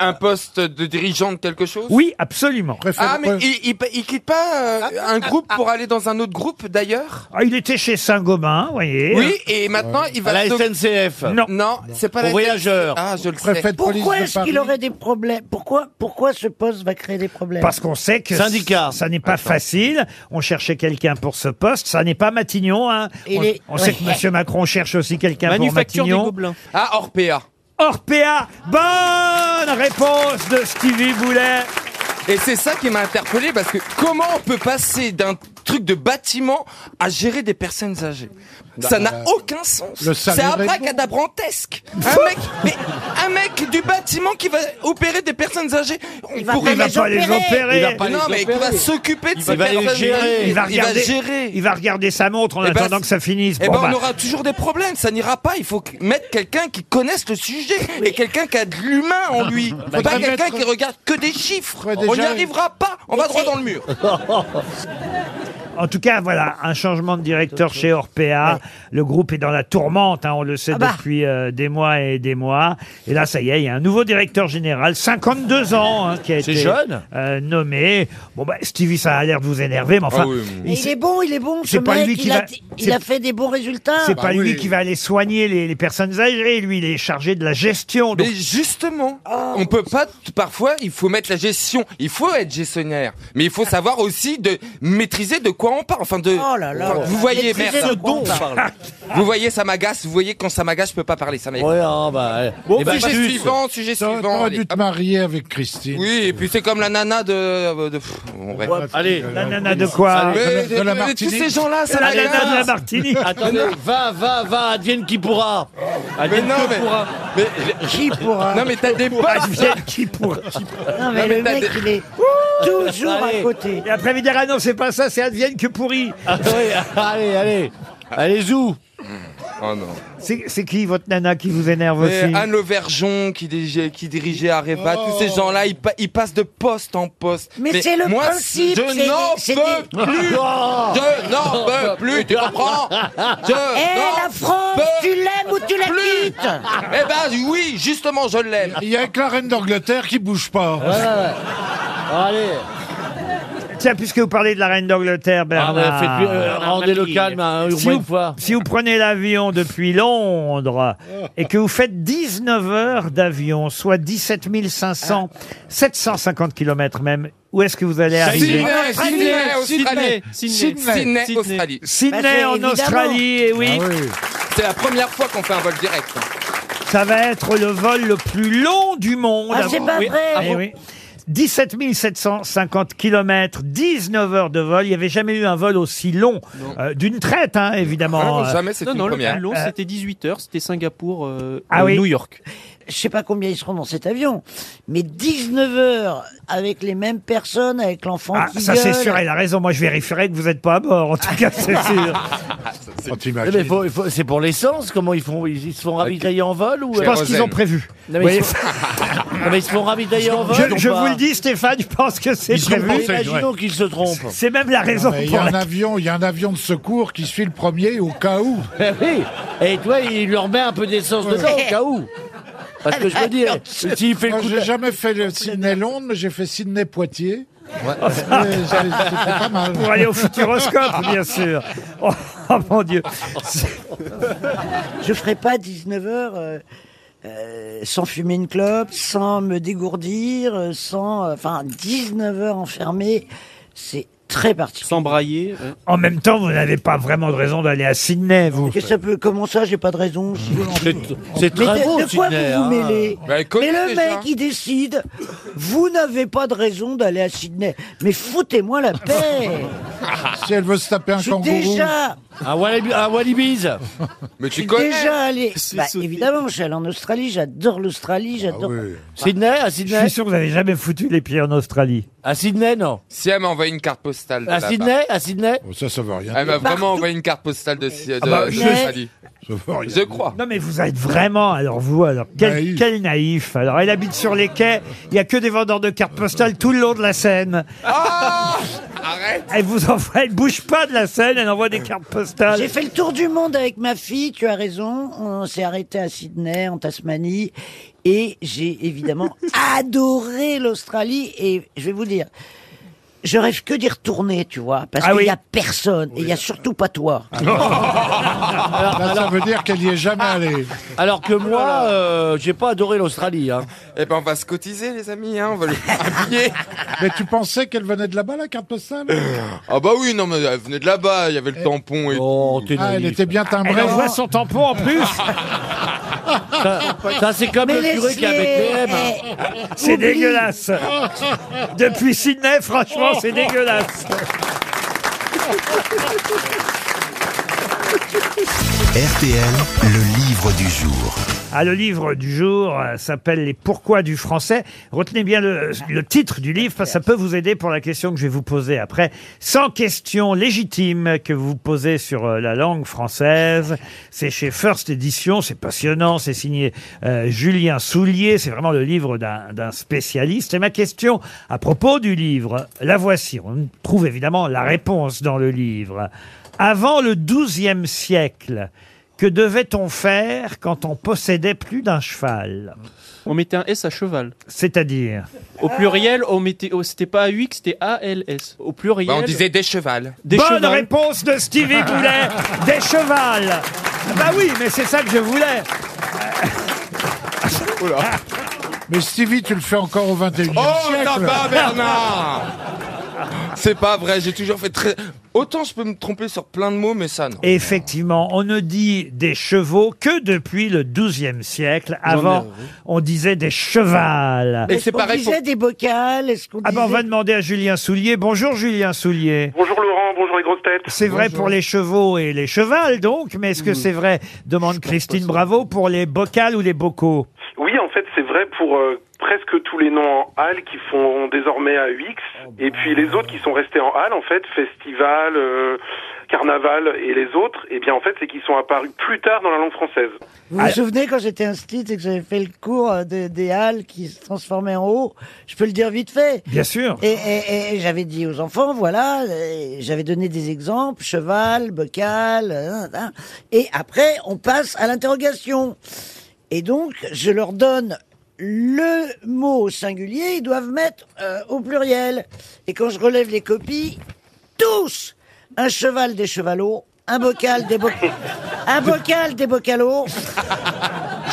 Un poste de dirigeant de quelque chose Oui, absolument. Préfère- Ah, mais il, il, il quitte pas euh, un groupe pour aller dans un autre groupe, d'ailleurs Ah, il était chez Saint-Gobain, vous voyez. Oui, et maintenant, il À va... la se- SNCF. euh, Non. Non, c'est pas Aux la... voyageurs. Ah, je le sais. préfet de police Pourquoi de est-ce qu'il Paris. aurait des problèmes pourquoi, pourquoi ce poste va créer des problèmes Parce qu'on sait que Syndicat. ça n'est pas facile. On cherchait quelqu'un pour ce poste. Ça n'est pas Matignon. hein. Il On, est- on sait que Monsieur Macron cherche aussi quelqu'un pour Manufacture des Matignon. gobelins. Ah, Orpea. Orpea, bonne réponse de Stevie Boulet. Et c'est ça qui m'a interpellé parce que comment on peut passer d'un truc de bâtiment à gérer des personnes âgées [LAUGHS] Ça Bah, n'a euh, [LAUGHS] aucun sens. le C'est salaire est abracadabrantesque. Ah Un mec, mais un mec du bâtiment qui va opérer des personnes âgées. On va pourrait- pas les pas les opérer. Il va pas non, les mais il va opérer. s'occuper de Il ces va les personnes gérer. âgées. Il va regarder. gérer. Il va regarder sa montre en Eh ben, attendant que ça finisse. Eh Bon, ben, bah, on aura toujours des problèmes, ça n'ira pas. Il faut que- mettre quelqu'un qui connaisse le sujet et quelqu'un qui a de l'humain en [LAUGHS] lui. pas faudrait quelqu'un mettre- qui regarde que des chiffres. Faudrait On n'y déjà- arrivera pas. On va droit dans le mur. [LAUGHS] En tout cas, voilà, un changement de directeur chez Orpea. Le groupe est dans la tourmente, hein, on le sait Ah bah. depuis euh, des mois et des mois. Et là, ça y est, il y a un nouveau directeur général, 52 ans, hein, qui a été jeune. euh, nommé. Bon, bah, Stevie, ça a l'air de vous énerver, mais enfin, Ah oui, oui. il- Mais il est bon, il est bon. ce c'est pas mec, lui qui il, va- a, il a c'est- fait des bons résultats. c'est bah pas lui oui. qui va aller soigner les, les personnes âgées. Lui, il est chargé de la gestion. Donc, Mais justement, Ah. on peut pas. t- Parfois, il faut mettre la gestion. Il faut être gestionnaire, mais il faut savoir aussi de maîtriser de quoi on parle. Enfin, de. Oh là là. Enfin, vous voyez, Maîtriser merde, de quoi on parle. Vous voyez, ça m'agace. Vous voyez, quand ça m'agace, je peux pas parler. Ça m'agace. Ouais, hein, ah, bah, ouais. Eh ben, sujet Fabrice, suivant, sujet T'aurais suivant. t'aurais allez. dû te marier avec Christine. Oui, et puis c'est comme la nana de. de- pff, bon, bref. Allez. la nana de quoi Allez. Mais, la- de la mais tous Martinique. ces gens-là, ça La m'agace. nana de la Martinique. [LAUGHS] Attendez, va, va, va, advienne qui pourra. Advienne non, que mais- pourra. Mais, Qui pourra non, mais t'as Ah, [LAUGHS] des potes. Vienne qui pourra. Non, mais le mec, il est toujours à Allez. côté. Et après, il va dire, ah non, c'est pas ça, c'est advienne que pourri. Ah oui, allez, allez. Allez, où [LAUGHS] Oh non. C'est c'est qui votre nana qui vous énerve Mais aussi Anne Le Vergeon qui dirigeait, qui dirigeait Areva, tous Oh. ces gens-là, ils, pa- ils passent de poste en poste. Mais c'est le moi, principe, c'est Je n'en des- c'est peux des- plus. Je n'en peux plus. Tu comprends Je Eh, la France, tu l'aimes ou tu la plus. quittes Eh ben oui, justement, je l'aime. Il y a que la reine d'Angleterre qui bouge pas. Allez. Tiens, puisque vous parlez de la reine d'Angleterre, Ah, Bernard. bah, faites- euh, Bernard rendez le Mabille. calme, hein, au Si moins vous- une fois. Si vous prenez l'avion [LAUGHS] depuis Londres et que vous faites 19 heures d'avion, soit 17 500, 750 kilomètres même, où est-ce que vous allez arriver Ah. Sydney, Sydney, Australie. Sydney, Sydney, Sydney, Sydney. Australie. Sydney Bah, c'est en évidemment. Australie, et oui, Ah C'est la première fois qu'on fait un vol direct. ça va être le vol le plus long du monde. Ah, c'est pas Oui. vrai. Eh oui. 17 750 kilomètres, 19 heures de vol. Il n'y avait jamais eu un vol aussi long euh, d'une traite, hein, évidemment. Ah non, jamais, c'est Non, une non, le première. plus long, Euh, c'était 18 heures, c'était Singapour, euh, Ah euh, oui. New York. Je sais pas combien ils seront dans cet avion, mais 19 heures avec les mêmes personnes, avec l'enfant Ah, qui ça c'est gueule. sûr, elle a raison. [LAUGHS] Moi, je vérifierai que vous n'êtes pas à bord. En tout cas, c'est sûr. Oh, Eh, t'imagines. mais faut- faut- c'est pour l'essence, comment ils font Ils, ils se font ravitailler en vol ou euh, Je pense qu'ils ont prévu. Non, mais Oui. ils se font- non, mais ils se font ravitailler en vol Je, ou je pas vous le dis, Stéphane, je pense que c'est Ils y ont prévu. pensé. Imaginons qu'ils se trompent. C'est même la raison Mais Il y pour a un laquelle. avion, il y a un avion de secours qui suit le premier au cas où. Eh oui. Et toi, il leur met un peu d'essence dedans, au cas où. Parce que je veux dire, s'il fait le Moi, coup de... j'ai jamais fait le Sydney Londres, mais j'ai fait Sydney Poitiers. [LAUGHS] C'était pas mal. Pour aller au futuroscope, bien sûr. Oh, oh, mon Dieu. Je ferai pas 19 heures euh, euh, sans fumer une clope, sans me dégourdir, euh, sans... euh, Enfin, 19 heures enfermé, c'est très particulier. Sans brailler. ouais. En même temps, vous n'avez pas vraiment de raison d'aller à Sydney, vous. Qu'est-ce que ça peut... Comment ça, j'ai pas de raison si- C'est- C'est Mais très de, beau, de quoi Sydney, vous vous hein. mêlez Bah, elle connaît Mais le déjà. mec, il décide, vous n'avez pas de raison d'aller à Sydney. Mais foutez-moi la paix Si elle veut se taper un Je suis kangourou, déjà, Un walibi- un Walibiz. [LAUGHS] Mais je suis tu connais. déjà allé... C'est Bah, sauté. évidemment, je suis allé en Australie, j'adore l'Australie, j'adore... Ah Sydney, à Je Sydney suis sûr que vous n'avez jamais foutu les pieds en Australie. À Sydney, non. Si elle m'a envoyé une carte postale. de À là-bas. Sydney À Sydney Oh, ça, ça veut rien. Ah Elle m'a Partout. vraiment envoyé une carte postale de, si- de, bah, de je- l'Australie. dire. Ça veut rien Je dire. crois. Non mais vous êtes vraiment, alors vous, alors quel Naïf. quel naïf. Alors elle habite sur les quais, il n'y a que des vendeurs de cartes postales tout le long de la Seine. Ah Arrête Elle vous envoie, elle bouge pas de la Seine, elle envoie des cartes postales. J'ai fait le tour du monde avec ma fille, tu as raison. On s'est arrêté à Sydney, en Tasmanie. Et j'ai [LAUGHS] évidemment adoré l'Australie. Et je vais vous dire, je rêve que d'y retourner, tu vois. Parce Ah qu'il oui. Ah n'y a personne. Et il n'y a surtout pas toi. [LAUGHS] alors, Là, ça alors- veut dire qu'elle y est jamais allée. alors que moi, euh, j'ai pas adoré l'Australie. Hein. Eh ben on va se cotiser les amis, hein, on va le habiller. [LAUGHS] Mais tu pensais qu'elle venait de là-bas, la carte postale Ah bah oui, non mais elle venait de là-bas, il y avait le tampon et Oh, t'es Eh. Ah, elle naïf. était bien Elle timbrée. envoie son tampon en plus. Ça, [LAUGHS] ça, c'est comme Mais le curé qui est avec les M. hein. laissez- C'est Oublie. dégueulasse. Depuis Sydney, Oh, franchement, [LAUGHS] c'est dégueulasse. RTL, le livre du jour. Ah, le livre du jour euh, s'appelle Les Pourquoi du français. Retenez bien le, le titre du livre, parce que ça peut vous aider pour la question que je vais vous poser après. 100 questions légitimes que vous posez sur euh, la langue française. C'est chez First Edition, c'est passionnant, c'est signé euh, Julien Soulier, c'est vraiment le livre d'un d'un spécialiste. Et ma question à propos du livre, la voici. On trouve évidemment la réponse dans le livre. Avant le XIIe siècle, que devait-on faire quand on possédait plus d'un cheval On mettait un S à cheval. C'est-à-dire Au pluriel, on mettait, oh, c'était pas AUX, c'était ALS. Au pluriel, Bah, on disait des chevals. des Bonne chevals. réponse de [LAUGHS] Stevie Boulet Des chevals Ah Bah oui, mais c'est ça que je voulais Mais Stevie, tu le fais encore au 21e Oh, t'as siècle. pas, Bernard [LAUGHS] C'est pas vrai, j'ai toujours fait très... Autant je peux me tromper sur plein de mots, mais ça, non. Et Effectivement, on ne dit des chevaux que depuis le XIIe siècle. Avant, on disait des chevals. Et Est-ce c'est qu'on pareil pour... disait des bocales Est-ce qu'on Ah ben, on va disait... demander à Julien Soulier. Bonjour Julien Soulier. Bonjour Laurent, bonjour les grosses têtes. C'est vrai pour les chevaux et les chevals donc, mais est-ce que c'est vrai, demande Christine Bravo, pour les bocales ou les bocaux Oui, en fait, c'est vrai pour euh, presque tous les noms en hall qui font désormais AUX. Et puis les autres qui sont restés en hall, en fait, festival, euh, carnaval et les autres, eh bien, en fait, c'est qu'ils sont apparus plus tard dans la langue française. Vous Ah. vous souvenez quand j'étais instite et que j'avais fait le cours euh, de- des halles qui se transformaient en haut Je peux le dire vite fait. Bien sûr. Et, et- et j'avais dit aux enfants, voilà, euh, j'avais donné des exemples, cheval, bocal, euh, hein. et après on passe à l'interrogation. Et donc je leur donne le mot au singulier, ils doivent mettre euh, au pluriel. Et quand je relève les copies, tous, un cheval des chevalots, un bocal des bo- un bocal des bocalos.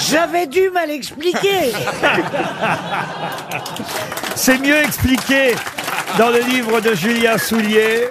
J'avais du mal expliquer. C'est mieux expliqué dans le livre de Julien Soulier.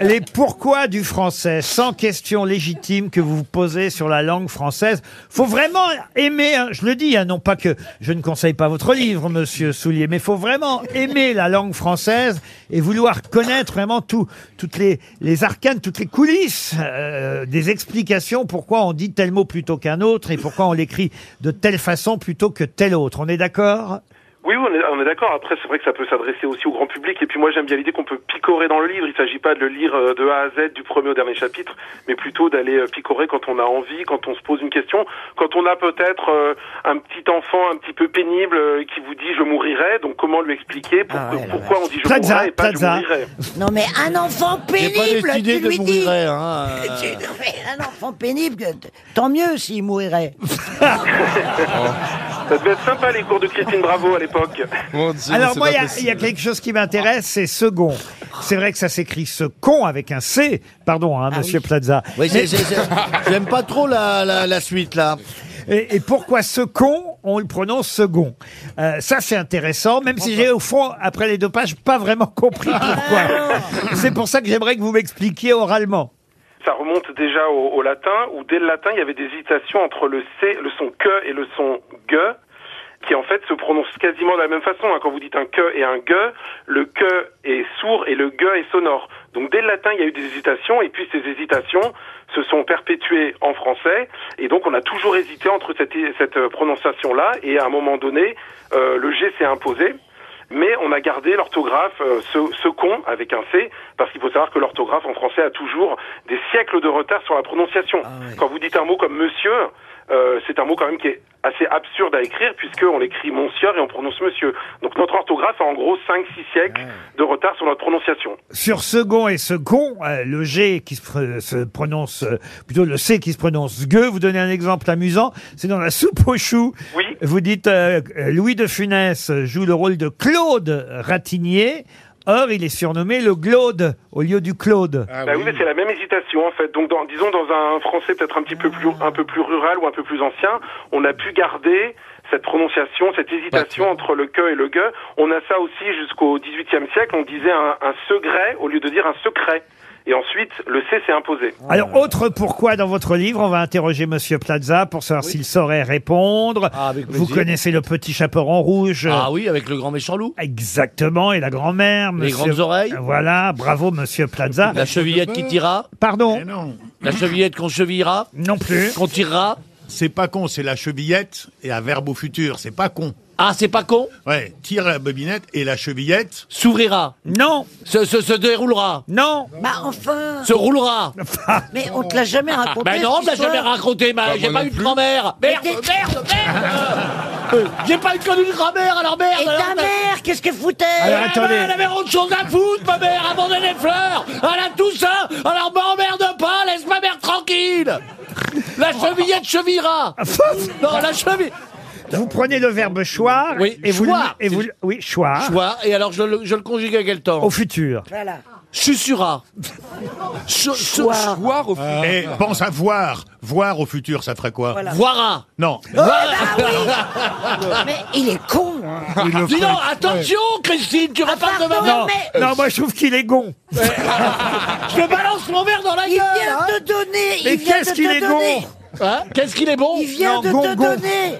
Les pourquoi du français, sans questions légitimes que vous vous posez sur la langue française. Faut vraiment aimer, hein, je le dis, hein, non pas que je ne conseille pas votre livre, monsieur Soulier, mais faut vraiment aimer la langue française et vouloir connaître vraiment tout, toutes les, les arcanes, toutes les coulisses euh, des explications, pourquoi on dit tel mot plutôt qu'un autre et pourquoi on l'écrit de telle façon plutôt que telle autre. On est d'accord Oui, oui, on est, on est d'accord. Après, c'est vrai que ça peut s'adresser aussi au grand public. Et puis moi, j'aime bien l'idée qu'on peut picorer dans le livre. Il s'agit pas de le lire euh, de A à Z, du premier au dernier chapitre, mais plutôt d'aller euh, picorer quand on a envie, quand on se pose une question, quand on a peut-être euh, un petit enfant un petit peu pénible euh, qui vous dit je mourirai. Donc comment lui expliquer pour- Ah ouais, la pourquoi on dit je Plaza, mourrai et pas Plaza. je mourirai. Non mais un enfant J'ai pas pénible, décidé tu de lui dis. mourir. Hein, euh. Tu- non, mais un enfant pénible, t- tant mieux s'il mourait. [LAUGHS] [LAUGHS] Ça devait être sympa les cours de Christine Bravo à l'époque. Mon Dieu, Alors c'est moi, pas il y a- il y, possible. a quelque chose qui m'intéresse, c'est second. C'est vrai que ça s'écrit second avec un C, pardon, hein, Monsieur Plaza. Ah Oui, c'est- c'est- c'est- [LAUGHS] J'aime pas trop la, la, la suite, là. Et, et pourquoi second On le prononce second. Euh, ça, c'est intéressant, même si j'ai au fond, après les deux pages, pas [LAUGHS] vraiment compris Ah pourquoi. c'est pour ça que j'aimerais que vous m'expliquiez oralement. Ça remonte déjà au, au latin, où dès le latin, il y avait des hésitations entre le C, le son que et le son ge, qui en fait se prononcent quasiment de la même façon. hein. Quand vous dites un que et un ge, le que est sourd et le ge est sonore. Donc dès le latin, il y a eu des hésitations, et puis ces hésitations se sont perpétuées en français, et donc on a toujours hésité entre cette, cette euh, prononciation-là, et à un moment donné, euh, le G s'est imposé. Mais on a gardé l'orthographe euh, ce, ce con avec un C parce qu'il faut savoir que l'orthographe en français a toujours des siècles de retard sur la prononciation. Quand vous dites un mot comme monsieur, euh, c'est un mot quand même qui est assez absurde à écrire puisqu'on l'écrit monsieur et on prononce monsieur. Donc notre orthographe a en gros 5-6 siècles de retard sur notre prononciation. Sur second et second, euh, le G qui se, pr- se prononce, euh, plutôt le C qui se prononce gueux, vous donnez un exemple amusant, c'est dans la soupe aux choux. Oui. Vous dites euh, euh, Louis de Funès joue le rôle de Claude Ratignier. Or, il est surnommé le Glaude au lieu du Claude. Ah Bah oui, oui. mais c'est la même hésitation en fait. Donc, dans, disons dans un français peut-être un petit peu plus un peu plus rural ou un peu plus ancien, on a pu garder cette prononciation, cette hésitation entre le que et le gue. On a ça aussi jusqu'au XVIIIe siècle. On disait un, un secret au lieu de dire un secret. et ensuite le C s'est imposé. Ah. Alors, autre pourquoi dans votre livre, on va interroger Monsieur Plaza pour savoir s'il saurait répondre. Vous Ah, plaisir. connaissez le petit chaperon rouge. Ah oui, avec le grand méchant loup. Exactement, et la grand-mère. Les monsieur- grandes oreilles. Voilà, bravo Monsieur Plaza. La chevillette qui tira. Pardon La [LAUGHS] chevillette qu'on chevillera. Non plus. Qu'on tirera. C'est pas con, c'est la chevillette et un verbe au futur, c'est pas con. Ah, c'est pas con Ouais, tire la bobinette et la chevillette. S'ouvrira. Non Se, se, se déroulera. Non Bah enfin Se [LAUGHS] roulera. Mais on te l'a jamais raconté. Mais Bah non, on me l'a cette histoire. jamais raconté, ma- j'ai pas eu de grand-mère. Merde, merde, [LAUGHS] merde Euh, J'ai pas eu connu de grand-mère, alors merde Et ta alors, mère, qu'est-ce qu'elle foutait Alors, Ah, attendez. bah, Elle avait autre chose à foutre, ma mère, abandonne les fleurs Elle a tout ça Alors m'emmerde pas, laisse ma mère tranquille La chevillette chevillera Non, la cheville Vous prenez le verbe choir Oui, et vous le- choir. et vous le- oui choir, Tu vois, et alors je le, je le conjugue à quel temps au futur. Voilà. Chussura Ch- ch- Choir. Voir au fond. Et Eh, pense à voir. Voir au futur, ça ferait quoi Voilà. Voira [LAUGHS] Non. Mais il est con hein. Ah, Dis donc, attention, Christine, tu repars de ma pardon, main Non, mais- non, moi je trouve qu'il est gon. Je te balance mon verre dans la Il gueule vient hein. de donner Mais Il vient de qu'est-ce qu'il est te donner gon Hein Qu'est-ce qu'il est bon Il vient Non, de gon, te gon. donner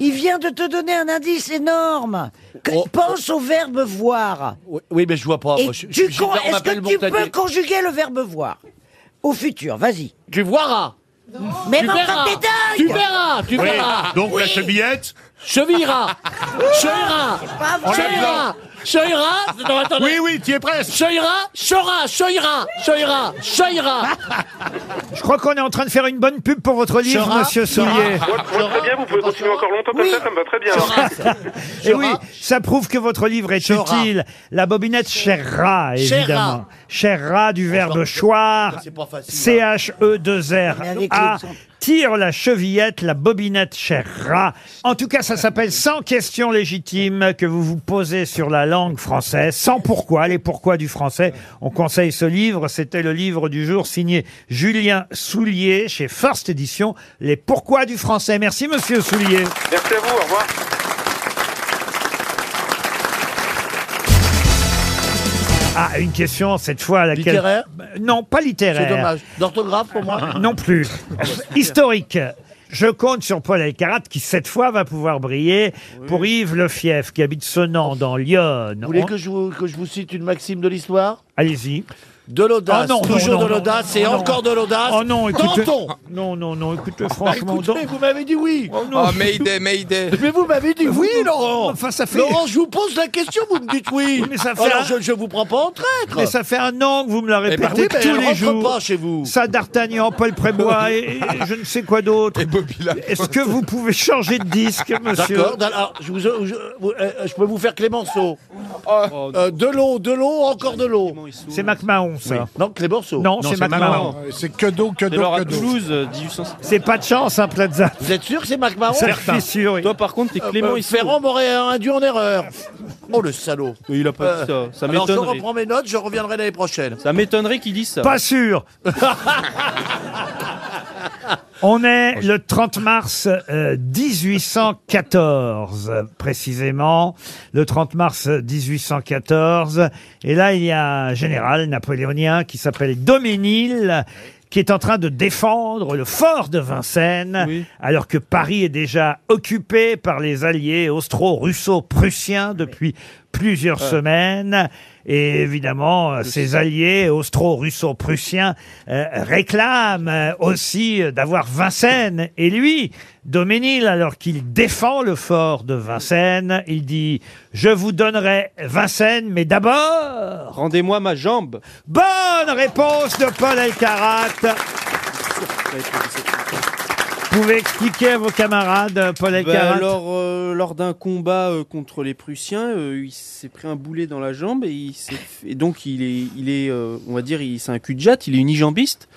Il vient de te donner un indice énorme Que- Oh. Pense au verbe voir. Oui, oui, mais je vois pas. Et moi, je- je- tu je- con- on est-ce m'appelle que tu Montagnier. peux conjuguer le verbe voir Au futur, vas-y. Tu voiras. Mais Tu non, verras. t'es Tu dingue verras. Tu Oui, verras. donc la chevillette. Chevillera. Chevillera. Pas vrai. Chevillera. Chevillera. Non, attendez. Oui, oui, tu es presque. Chevillera. Chera. Chevillera. Chevillera. Chevillera. Je crois qu'on est en train de faire une bonne pub pour votre livre, Sera, Monsieur Soulier. Moi, moi, très bien, vous pouvez continuer encore longtemps comme ça, ça me va très bien. Et oui, ça prouve que votre livre est Sera. utile. La bobinette chérera, Chérera. évidemment. Chérera du verbe choir. c'est pas facile, hein. Mais C-H-E-2-R. avec A. l'accent. Tire la chevillette, la bobinette chérera. En tout cas, ça s'appelle 100 questions légitimes que vous vous posez sur la langue française. Sans pourquoi, les pourquoi du français. On conseille ce livre. C'était le livre du jour signé Julien Soulier chez First Edition. Les pourquoi du français. Merci, monsieur Soulier. Merci à vous, au revoir. Ah, une question cette fois à laquelle. Bah, Littéraire Non, pas littéraire. C'est dommage. D'orthographe pour moi. Non plus. Historique. Je compte sur Paul Elkarat qui cette fois va pouvoir briller pour Yves Lefief qui habite Senan dans Lyon. Oh. Vous voulez On- que je vous, que je vous cite une maxime de l'histoire Allez-y. De l'audace. Oh non, non, toujours non, de l'audace non, et non. encore de l'audace. Oh non, écoutez. Danton. Non, non, non, écoutez, Bah, franchement. écoutez, vous m'avez dit oui. Oh, Mayday, Mayday. Mais vous m'avez dit oui, Laurent. Enfin, ça fait- Laurent, je vous pose la question, vous me dites oui. Oui, mais ça fait un- Alors, je, je vous prends pas en traître. Mais ça fait un an que vous me la Eh ben répétez oui, mais tous elle les rentre jours. pas chez vous. Ça, D'Artagnan, Paul [LAUGHS] Prébois et, et je ne sais quoi d'autre. Et Bobby Lafont. Est-ce que vous pouvez changer de disque, [LAUGHS] monsieur D'accord. Alors, je, vous- je- vous- euh, je peux vous faire Clémenceau. Oh. Euh, de l'eau, de l'eau, encore de l'eau. C'est MacMahon, ça. Non, Clémenceau. Non, Non, c'est c'est MacMahon. MacMahon. Ouais, C'est que d'eau, que Taylor d'eau, que à d'eau. Toulouse, euh, 1800. C'est pas de chance, hein, Plaza. Vous êtes sûr que c'est Mac Marron Ça, je suis sûr. oui. Toi, par contre, t'es Clément Euh, ici. Ferrand m'aurait euh, induit en erreur. Oh, le salaud. Euh, Il a pas dit ça. Ça Alors, je m'étonnerait. reprends mes notes, je reviendrai l'année prochaine. Ça m'étonnerait qu'il dise ça. [LAUGHS] [LAUGHS] Pas sûr. On est le 30 mars euh, 1814, euh, précisément. Le 30 mars 1814. Et là, il y a un général napoléonien qui s'appelle Doménil, qui est en train de défendre le fort de Vincennes, Oui. alors que Paris est déjà occupé par les alliés austro-russo-prussiens depuis plusieurs semaines. Et évidemment, euh, ces alliés austro-russo-prussiens euh, réclament euh, aussi euh, d'avoir Vincennes. Et lui, Doménil, alors qu'il défend le fort de Vincennes, il dit « Je vous donnerai Vincennes, mais d'abord... Rendez-moi ma jambe. » Bonne réponse de Paul Elkarat Vous pouvez expliquer à vos camarades, euh, Paul Bah, Elkarat alors, euh, lors d'un combat euh, contre les Prussiens, euh, il s'est pris un boulet dans la jambe et, il s'est fait- et donc il est, il est euh, on va dire, il- c'est un cul de jatte, il est unijambiste.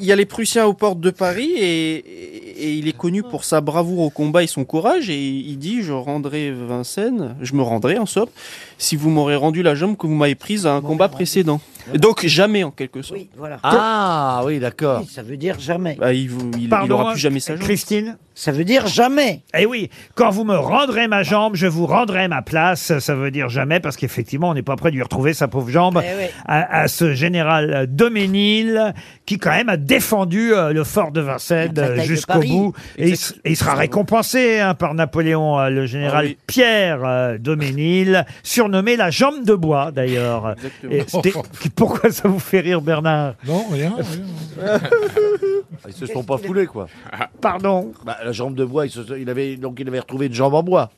Il y a les Prussiens aux portes de Paris et, et il est connu pour sa bravoure au combat et son courage. Et il dit Je rendrai Vincennes, je me rendrai en somme, si vous m'aurez rendu la jambe que vous m'avez prise à un combat précédent. Et donc jamais en quelque sorte. Voilà. Ah oui, d'accord. Ça veut dire jamais. Bah, il vous- il- il Pardon, aura plus jamais sa jambe. Christine Ça veut dire jamais. Eh oui, quand vous me rendrez ma jambe, je vous rendrai ma place. Ça veut dire jamais, parce qu'effectivement, on n'est pas prêt de lui retrouver sa pauvre jambe Eh oui. à, à ce général Doménil, qui quand même a défendu euh, le fort de Vincennes La euh, bataille de jusqu'au Paris. bout. Et il, s- et il sera récompensé hein, par Napoléon, euh, le général Ah oui. Pierre euh, Doménil, surnommé la jambe de bois d'ailleurs. Exactement. Et c'était- [LAUGHS] Pourquoi ça vous fait rire, Bernard Non, rien. rien. Ils se sont pas foulés, quoi. Pardon. Bah, la jambe de bois, il, se- il avait, donc il avait retrouvé une jambe en bois.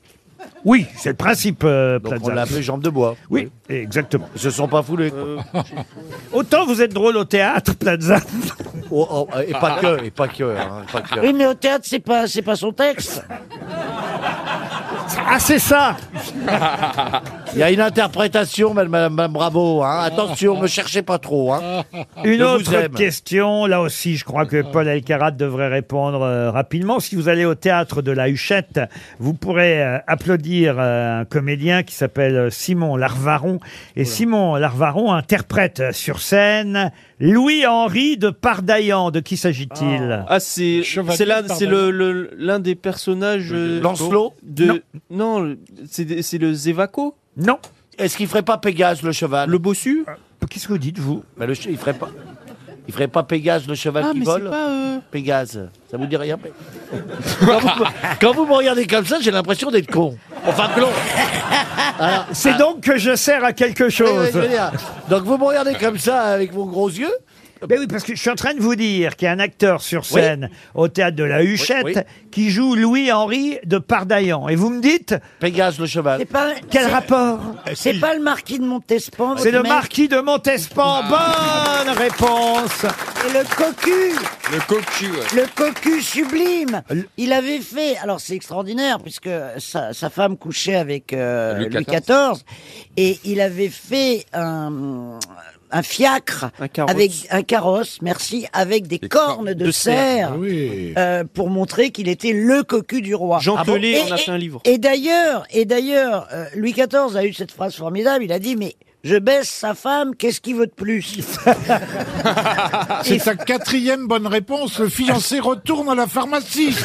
Oui, c'est le principe, euh, Donc on Plaza. l'a appelée jambe de bois. Oui, exactement. Euh. Ils se sont pas foulés. [LAUGHS] Autant vous êtes drôle au théâtre, Plaza. Oh, oh, et pas que, et pas que, hein, pas que. Oui, mais au théâtre, c'est pas, c'est pas son texte. Ah, c'est ça Il y a une interprétation, madame, madame- madame Bravo. Hein. Attention, [LAUGHS] ne me cherchez pas trop. Hein. Une Je vous autre aime. question, là aussi, je crois que Paul Elkarat devrait répondre euh, rapidement. Si vous allez au théâtre de la Huchette, vous pourrez euh, applaudir euh, un comédien qui s'appelle euh, Simon Larvaron. Et Simon Larvaron interprète euh, sur scène Louis-Henri de Pardaillan. De qui s'agit-il Ah, c'est Chevalier c'est là, de c'est le- le- l'un des personnages. euh, Lancelot de Non, le- c'est des- c'est le Zévaco Non. Est-ce qu'il ferait pas Pégase, le cheval Le Bossu Euh, Qu'est-ce que vous dites, vous Bah, le che- Il ferait pas... Il ferait pas Pégase, le cheval Ah, qui mais c'est vole pas. euh, Pégase, ça vous dit rien mais- quand, vous, me- quand vous me regardez comme ça, j'ai l'impression d'être con. Enfin, con. Ah. C'est donc que je sers à quelque chose. Donc vous me regardez comme ça avec vos gros yeux. Ben oui, parce que je suis en train de vous dire qu'il y a un acteur sur scène au théâtre de la Huchette oui. qui joue Louis-Henri de Pardaillan. Et vous me dites, Pégase, le cheval. C'est pas, quel c'est- rapport C'est pas le marquis de Montespan. C'est le mec. marquis de Montespan. Bonne réponse. Et le cocu. Le cocu, ouais. Le cocu sublime Il avait fait, alors c'est extraordinaire, puisque sa, sa femme couchait avec Ah, euh, Louis Louis XIV. XIV, et il avait fait un, un fiacre, Un carrosse. avec un carrosse, merci, avec des, cornes, de, cerf, Ah Oui. euh, pour montrer qu'il était le cocu du roi. Ah Jean Telet Et- en a et- fait un livre. Et d'ailleurs, et d'ailleurs, euh, Louis XIV a eu cette phrase formidable, il a dit, mais... Je baisse sa femme, qu'est-ce qu'il veut de [LAUGHS] plus C'est ta quatrième bonne réponse. Le fiancé retourne à la pharmacie.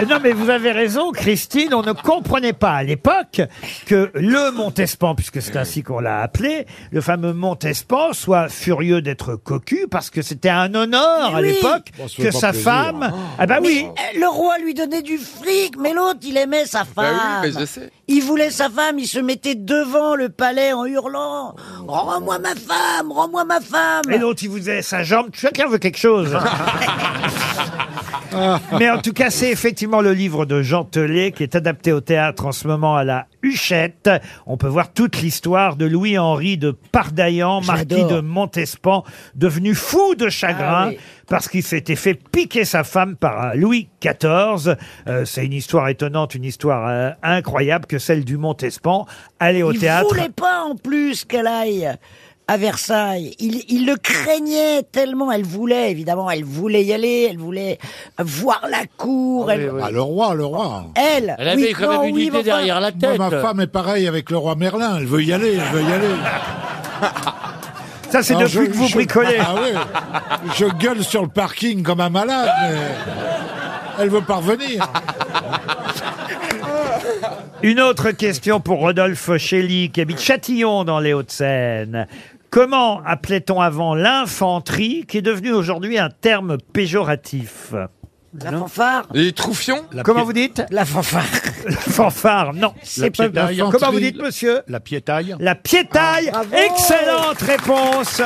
Eh Non, mais vous avez raison, Christine. On ne comprenait pas à l'époque que le Montespan, puisque c'est ainsi qu'on l'a appelé, le fameux Montespan, soit furieux d'être cocu parce que c'était un honneur Mais à oui. l'époque Bon, ça fait que pas sa plaisir. Oh. femme. Ah bah oui. Euh, Le roi lui donnait du fric, mais l'autre, il aimait sa Bah femme. oui, mais je sais. Il voulait sa femme, il se mettait devant le palais en hurlant Oh. « Rends-moi ma femme Rends-moi ma femme Et l'autre, il vous disait sa jambe. Chacun veut quelque chose. [LAUGHS] Mais en tout cas, c'est effectivement le livre de Jean Telet qui est adapté au théâtre en ce moment à la Huchette. On peut voir toute l'histoire de Louis-Henri de Pardaillan, marquis de Montespan, devenu fou de chagrin Ah oui. parce qu'il s'était fait piquer sa femme par euh, Louis XIV. Euh, c'est une histoire étonnante, une histoire euh, incroyable que celle du Montespan. Allez au Il théâtre. voulait pas en plus qu'elle aille à Versailles. Il, il le craignait tellement. Elle voulait, évidemment, elle voulait y aller, elle voulait voir la cour. elle, Ah, le roi, le roi. elle, Elle avait oui, quand non, même une oui, mais idée enfin, derrière la Moi, tête. ma femme est pareille avec le roi Merlin. Elle veut y aller, elle veut y aller. Ça, c'est Alors, depuis je- que vous je- bricolez. Ah oui. Je gueule sur le parking comme un malade. Mais... Elle veut pas revenir. Une autre question pour Rodolphe Chély, qui habite Châtillon dans les Hauts-de-Seine. Comment appelait-on avant l'infanterie, qui est devenu aujourd'hui un terme péjoratif La fanfare Les troufions Comment vous dites La fanfare Fanfare, non. C'est pas... piétaille. Comment vous dites, monsieur La piétaille La piétaille. Ah, bravo Excellente réponse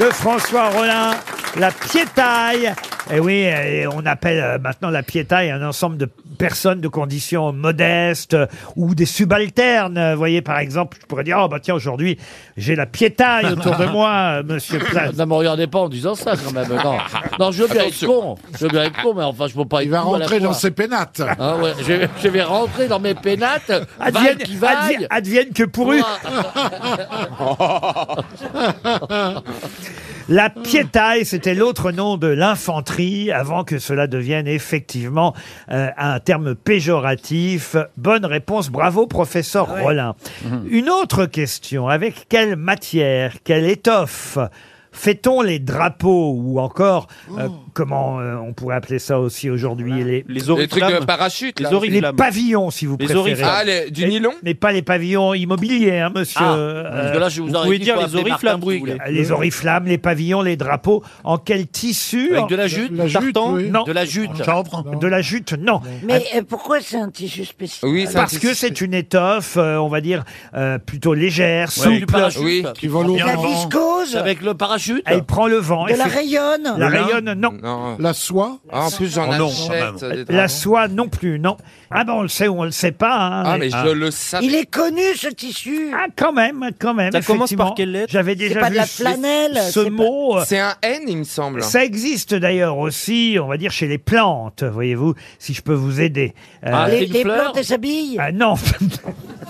de François Rollin. La piétaille. Et oui, et on appelle euh, maintenant la piétaille un ensemble de personnes de conditions modestes euh, ou des subalternes. Euh, Vous voyez, par exemple, je pourrais dire, oh bah tiens, aujourd'hui, j'ai la piétaille autour [LAUGHS] de moi, euh, monsieur Plaza. Ne me regardez pas en disant ça quand même. [LAUGHS] Non, non je veux bien être con. Je veux bien être con, mais enfin, je peux pas Il être va con à la rentrer dans fois. ses pénates. Ah ouais, je, vais- je vais rentrer dans mes pénates. Vaille Advienne, qui vaille. advienne- advienne que pourru. Ouah. La piétaille, c'était l'autre nom de l'infanterie avant que cela devienne effectivement euh, un terme péjoratif. Bonne réponse, bravo professeur Rollin. Une autre question, avec quelle matière, quelle étoffe fait-on les drapeaux ou encore euh, comment euh, on pourrait appeler ça aussi aujourd'hui les, Les oriflammes. trucs de parachute, là. Les oriflammes. Les pavillons si vous Les préférez. oriflammes. Ah, les- du Mais- nylon Mais pas les pavillons immobiliers, hein, monsieur. Ah, euh, parce que là, je vous Vous aurais pouvez dit, dire faut les appeler oriflammes, Martin si vous Bouygues. voulez. Les oriflammes, les pavillons, les drapeaux. En quel tissu Avec de la jute, La jute, tartan oui. Non. De la jute. Chanvre De la jute, non. Mais euh, pourquoi c'est un tissu spécial parce que c'est une étoffe, euh, on va dire, euh, plutôt légère, Ouais, du souple. parachute. Oui. Qui vole au La vent. viscose. Avec le parachute. Elle prend le vent. De la effectivement. rayonne. La Le lin. rayonne, non. La soie Ah, en plus, j'en Oh non, achète, quand même. des La drapeaux. soie, non plus, non. Ah ben, on le sait ou on le sait pas. hein, Ah, mais je le savais. Il est connu ce tissu. Ah quand même, quand même. Ça commence par quelle lettre J'avais C'est déjà pas vu de la ce- flanelle, Ce c'est pas- mot. euh, C'est un N, il me semble. Ça existe d'ailleurs aussi, on va dire, chez les plantes, voyez-vous, si je peux vous aider. Euh, Ah, les, les plantes, elles s'habillent. Ah non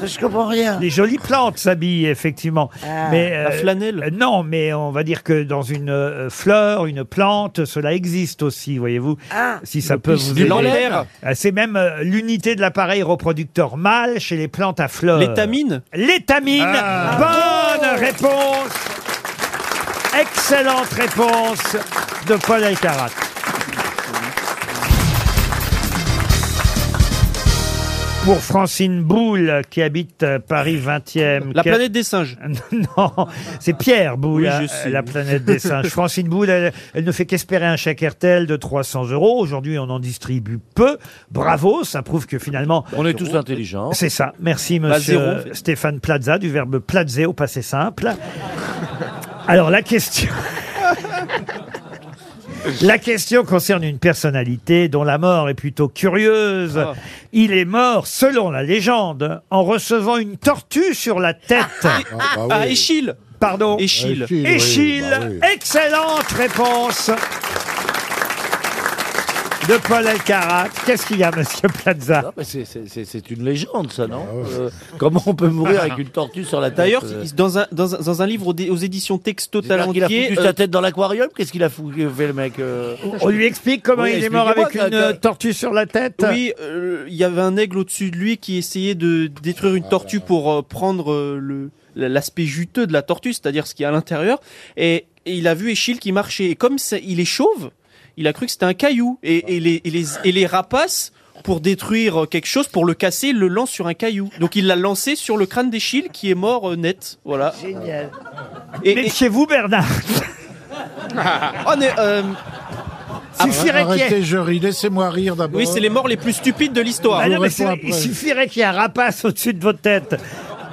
Je comprends rien. Les jolies plantes s'habillent, effectivement. Ah. mais, La flanelle Non, mais on va dire que dans une euh, fleur, une plante, cela existe aussi, voyez-vous. Ah. si ça Le peut pistil. vous aider. L'enlève. Ah, C'est même euh, l'unité de l'appareil reproducteur mâle chez les plantes à fleurs. L'étamine L'étamine Ah. Bonne réponse Excellente réponse de Paul Alcarat. Pour Francine Boule, qui habite euh, Paris 20e. La qui a- planète des singes. [LAUGHS] non, c'est Pierre Boulle, Oui, je euh, sais. la planète des singes. Francine Boulle, elle, elle ne fait qu'espérer un chèque RTL de 300 euros. Aujourd'hui, on en distribue peu. Bravo, ça prouve que finalement... On est tous intelligents. C'est ça. Merci, Bah, monsieur zéro, en fait. Stéphane Plaza, du verbe plazer au passé simple. [LAUGHS] [LAUGHS] Alors, la question... La question concerne une personnalité dont la mort est plutôt curieuse. Ah. Il est mort, selon la légende, en recevant une tortue sur la tête. bah oui. Ah, Échille. Pardon Échille. Échille, oui, Échille. bah oui. Excellente réponse de Paul Elkarat. Qu'est-ce qu'il y a, monsieur Plaza Non, mais c'est- c'est c'est- c'est une légende, ça, non Euh, Comment on peut mourir avec une tortue sur la tête D'ailleurs, euh il- dans un, dans, un, dans un livre aux, dé- aux éditions Texto euh, C'est-à-dire qu'il a Talentier, foutu sa tête dans l'aquarium Qu'est-ce qu'il a foutu, fait, le mec euh On lui explique comment Oui, il est mort avec expliquez-moi, une ça, euh, tortue sur la tête Oui, euh, il y avait un aigle au-dessus de lui qui essayait de détruire une tortue pour euh, prendre euh, le l'aspect juteux de la tortue, c'est-à-dire ce qui est à l'intérieur. Et, et il a vu Échille qui marchait. Et comme c'est- il est chauve, il a cru que c'était un caillou. Et, et les, et les, et les rapaces, pour détruire euh, quelque chose, pour le casser, le lancent sur un caillou. Donc il l'a lancé sur le crâne d'Échille qui est mort euh, net. Voilà. Génial. Et, Mais chez vous, [LAUGHS] Bernard On est, euh, Ah, Suffirait qu'il y Oh, ait- Arrêtez, je ris, laissez-moi rire d'abord. Oui, c'est les morts les plus stupides de l'histoire. Ah non, mais c'est- réponds il après. suffirait qu'il y ait un rapace au-dessus de votre tête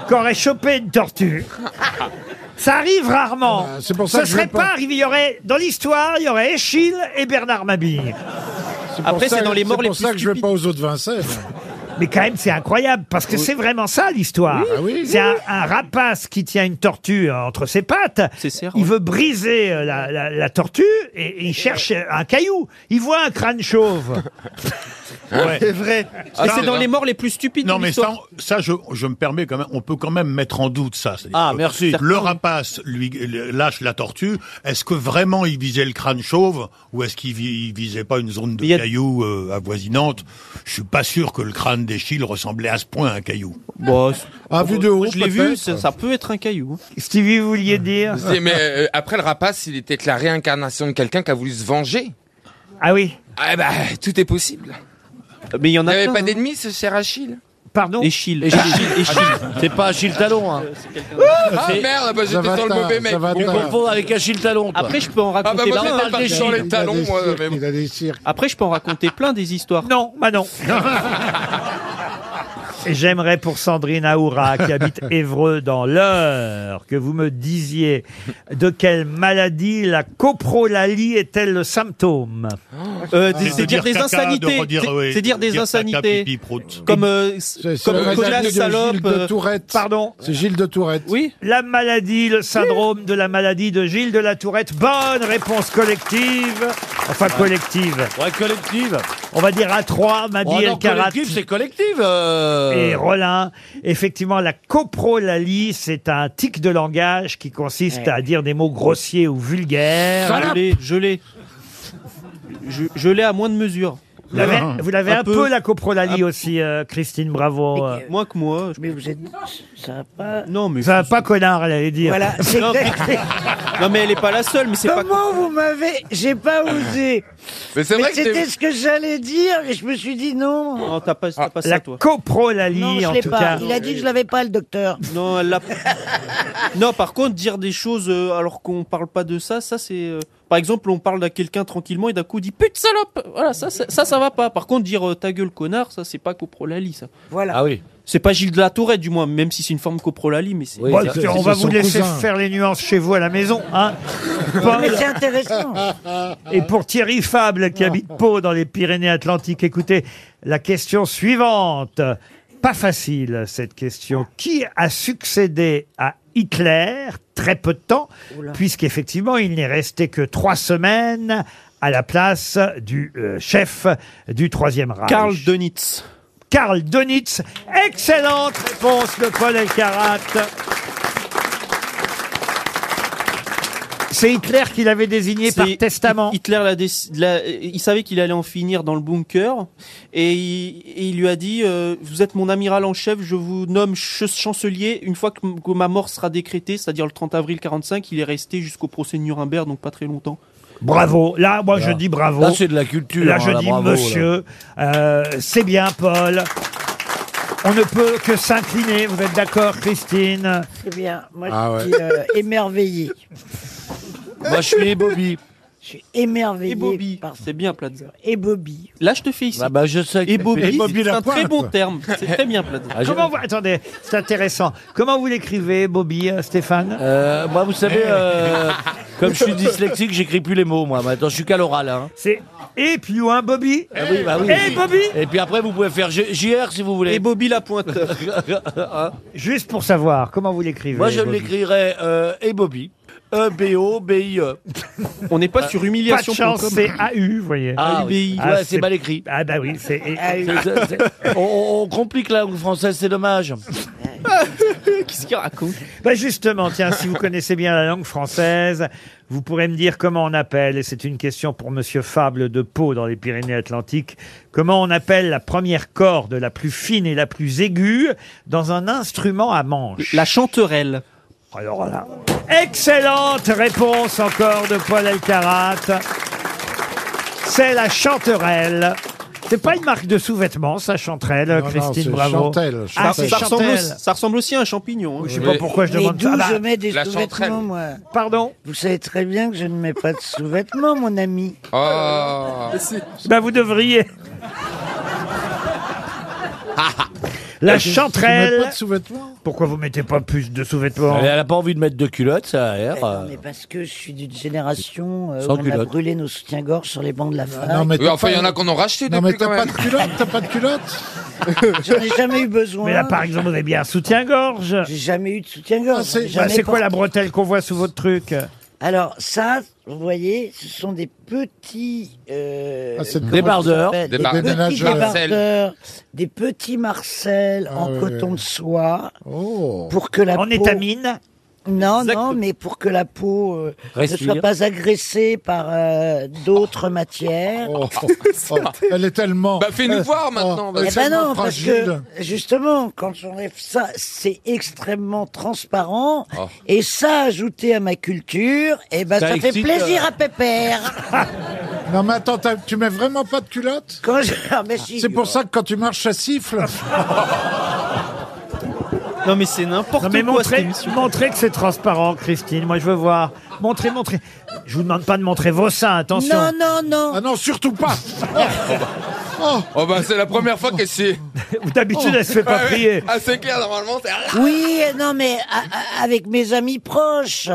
qu'aurait chopé une tortue. [LAUGHS] Ça arrive rarement. Ah, c'est pour ça Ce que je serait veux pas- pas arrivé. Il y aurait, dans l'histoire, il y aurait Échille et Bernard Mabille. C'est pour Après, ça- c'est dans les morts les C'est plus pour ça que je vais stupides. pas aux autres Vincennes. Mais quand même, c'est incroyable, parce que c'est vraiment ça l'histoire. Ah oui. C'est un, un rapace qui tient une tortue euh, entre ses pattes. C'est serre, Il ouais. veut briser euh, la, la- la tortue et, et il cherche euh, un caillou. Il voit un [LAUGHS] crâne chauve. Hein C'est vrai. Ah, Et c'est c'est dans vrai. les morts les plus stupides Non, de mais ça, l'histoire. on- ça je, je me permets quand même, on peut quand même mettre en doute ça. C'est-à-dire Ah, que merci. Le rapace lui lâche la tortue. Est-ce que vraiment il visait le crâne chauve ou est-ce qu'il vi- il visait pas une zone de Il y a- cailloux euh, avoisinante Je suis pas sûr que le crâne d'Échille ressemblait à ce point à un caillou. Bon, c'est- Ah, vu de haut, Bah, je l'ai vu, peut-être. ça, ça peut être un caillou. hein. Stevie, vous vouliez dire C'est- Mais euh, après, le rapace, il était que la réincarnation de quelqu'un qui a voulu se venger. Ah oui, Ah bah, tout est possible. Mais il y en Il a n'avait plein, pas hein. d'ennemis, ce cher Achille pardon Échille. Échille. Échille. Échille. Ah, C'est pas Achille Talon, hein. Ah merde, bah, j'étais sur le Zavatar, mauvais mec. Tu Zavatar. confonds avec Achille Talon, toi. Après, je peux en Ah bah, raconter moi, plein. hein, j'étais parti sur les Il a talons, des moi, cirques, mais bon. Il a des cirques. Après, je peux en raconter plein des histoires. Non, bah non. Et J'aimerais pour Sandrine Aoura, qui habite Évreux dans l'heure, que vous me disiez de quelle maladie la coprolalie est-elle le symptôme Euh, des- c'est de dire des caca, de insanités. redire, C'est- oui, C'est dire des caca, insanités. pipi, prout. Comme euh, s- C'est- c'est comme la maladie Colas, de salope. Gilles de euh, Tourette. Pardon C'est Gilles de Tourette. Oui. La maladie, le syndrome de la maladie de Gilles de la Tourette. Bonne réponse collective Enfin, collective. Ouais, collective. On va dire à trois, Madi Oh El non, Karat. collective, c'est collective. euh. Et Rollin, effectivement, la coprolalie, c'est un tic de langage qui consiste Ouais. à dire des mots grossiers ou vulgaires. Je l'ai, je l'ai. Je, je l'ai à moins de mesure. Vous l'avez- vous l'avez un, peu. la coprolalie aussi, euh, Christine Bravo. euh. Moins que moi. Mais vous êtes. Ça va pas. Non, mais. Ça va pas connard, elle allait dire. [LAUGHS] [LAUGHS] Voilà, c'est Non, exact- Non, mais elle est pas la seule, mais c'est pas. Comment vous m'avez. J'ai pas osé. Mais c'est vrai que c'était t'es- ce que j'allais dire et je me suis dit non. Non, t'as pas, t'as pas Ah, la ça, toi. coprolalie, Non, je en l'ai tout pas. cas. Il a dit que je l'avais pas, le docteur. Non, elle l'a. non, par contre, dire des choses euh, alors qu'on parle pas de ça, ça c'est. euh, Par exemple, on parle à quelqu'un tranquillement et d'un coup on dit pute salope. Voilà, ça, ça, ça, ça va pas. Par contre, dire euh, ta gueule connard, ça c'est pas coprolalie, ça. Voilà. Ah oui. C'est pas Gilles de la Tourette, du moins, même si c'est une forme coprolalie, mais c'est. Bon, écoutez, on va vous laisser faire les nuances chez vous à la maison. Hein Paul. Mais c'est intéressant. Et pour Thierry Fable, qui habite Pau dans les Pyrénées-Atlantiques, écoutez la question suivante. Pas facile, cette question. Qui a succédé à Hitler très peu de temps, Oula. puisqu'effectivement, il n'est resté que trois semaines à la place du euh, chef du Troisième Reich. Karl Dönitz. Karl Dönitz. Excellente réponse de Paul Elkarat. C'est Hitler qui l'avait désigné par testament. Hitler l'a dé- l'a- il savait qu'il allait en finir dans le bunker et il, et il lui a dit euh, vous êtes mon amiral en chef, je vous nomme ch- chancelier une fois que, m- que ma mort sera décrétée, c'est-à-dire le 30 avril 45, il est resté jusqu'au procès de Nuremberg donc pas très longtemps. Bravo. Là, moi, Voilà. je dis bravo. Là, c'est de la culture, Là, hein, je là, dis bravo, monsieur. euh, c'est bien, Paul. On ne peut que s'incliner. Vous êtes d'accord, Christine C'est bien. Moi, Ah ouais. je suis euh, émerveillé. Moi je suis Bobby. Je suis émerveillé. Et Bobby, c'est bien Plaza. Et Bobby. Là je te fais ici. Ah bah, je sais que- Et Bobby, Ah, Et Bobby c'est un Lapointe. très bon terme. C'est très bien Plaza. Ah, Comment vous... Attendez, c'est intéressant. Comment vous l'écrivez, Bobby, euh, Stéphane Moi, vous savez, Eh. [LAUGHS] euh, comme je suis dyslexique, j'écris plus les mots, moi. Maintenant, je suis qu'à l'oral. Hein. C'est et puis ou un Bobby. Eh oui, bah oui. Et Bobby. Et puis après, vous pouvez faire J- JR si vous voulez. Et Bobby Hein [LAUGHS] la pointe. Juste pour savoir, comment vous l'écrivez moi, je Bobby l'écrirais euh, et Bobby. E B O B I E. On n'est pas Ah. sur humiliation. Pas de chance, c'est AU, vous voyez. Ah, oui. Ouais, c'est mal écrit. Ah bah oui, c'est. C'est- c'est- on, on complique la langue française, c'est dommage. Qu'est-ce qu'il raconte Bah justement, tiens, si vous connaissez bien la langue française, vous pourrez me dire comment on appelle, et c'est une question pour Monsieur Fable de Pau dans les Pyrénées-Atlantiques, comment on appelle la première corde la plus fine et la plus aiguë dans un instrument à manche La chanterelle. Alors voilà. Excellente réponse encore de Paul Elkarat. C'est la chanterelle. C'est pas une marque de sous-vêtements, ça, chanterelle, non, Christine c'est Bravo. Chantelle, Ah, Ça, c'est ça ressemble, Chantelle. aussi- ça ressemble aussi à un champignon. hein. Je sais pas pourquoi je Mais demande d'où ça. Ah bah, je mets des la chanterelle. sous-vêtements, moi Pardon Vous savez très bien que je ne mets pas de sous-vêtements, mon ami. Oh. Ah. Bah, vous devriez. Ah, [LAUGHS] La Tu mets chanterelle. pas de sous-vêtements Pourquoi vous mettez pas plus de sous-vêtements Elle n'a pas envie de mettre de culotte, ça a l'air. Eh Euh, Euh, Non, mais parce que je suis d'une génération euh, Sans où on a culotte. brûlé nos soutiens-gorge sur les bancs de la fac. non, mais Oui, enfin, il y en a qu'on a racheté Non, mais depuis quand t'as pas même. de culotte, t'as pas de [LAUGHS] culotte J'en ai jamais eu besoin. Mais là, par exemple, vous avez bien un soutien-gorge. J'ai jamais eu de soutien-gorge. Ah, c'est- J'ai jamais bah, c'est quoi porté. la bretelle qu'on voit sous votre truc Alors ça, vous voyez, ce sont des petits... Euh, Ah, c'est comment débardeurs. ça s'appelle Des Des, bar- petits déménageurs. débardeurs, des petits marcelles en oui, coton oui. de soie pour que la En peau... étamine Non, non, mais pour que la peau euh, ne Respire. soit pas agressée par euh, d'autres matières. [LAUGHS] Oh, Elle est tellement. euh, Bah, fais-nous voir maintenant, Eh vas-y. ben non, Tellement parce que fragile. justement, quand j'enlève ça, c'est extrêmement transparent. Oh. Et ça, ajouté à ma culture, eh ben Ça ça, fait excite, plaisir euh. à Pépère. Non, mais attends, t'as- tu mets vraiment pas de culotte Quand je... Ah, mais si. C'est pour ça que quand tu marches, [LAUGHS] ça siffle. Non mais c'est n'importe quoi Non mais cette montrez, émission. montrez que c'est transparent, Christine. Moi, je veux voir. Montrez, montrez. Je vous demande pas de montrer vos seins, attention. Non, non, non. Ah non, [LAUGHS] surtout pas. Oh bah c'est la première fois que c'est. [LAUGHS] D'habitude, elle se fait pas Ah ouais. prier. Ah c'est clair normalement c'est. Oui, non, mais a- a- avec mes amis proches.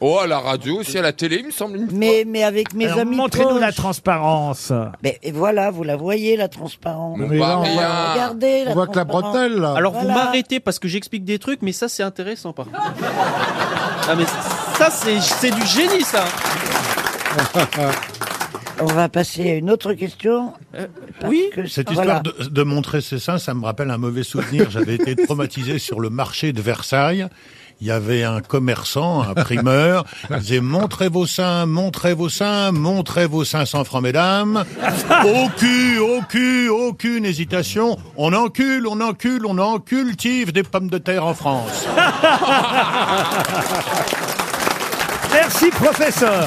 Oh à la radio aussi à la télé il me semble. une- Mais, mais avec mes Alors, amis Montrez-nous proches. la transparence. Mais et voilà, vous la voyez, la transparence. Mais là, on voit- Regardez, la on voit que la transparence. bretelle, là. Alors vous Voilà. m'arrêtez parce que j'explique des trucs, mais ça c'est intéressant par contre. Ah mais ça c'est c'est du génie ça. On va passer à une autre question. Euh, oui, Cette histoire de, de montrer ses seins, ça me rappelle un mauvais souvenir. J'avais été traumatisé sur le marché de Versailles. Il y avait un commerçant, un primeur, il disait montrez vos seins, montrez vos seins, montrez vos 500 francs, mesdames. Aucune, aucune, aucune hésitation. On encule, on encule, on en cultive des pommes de terre en France. Merci, professeur.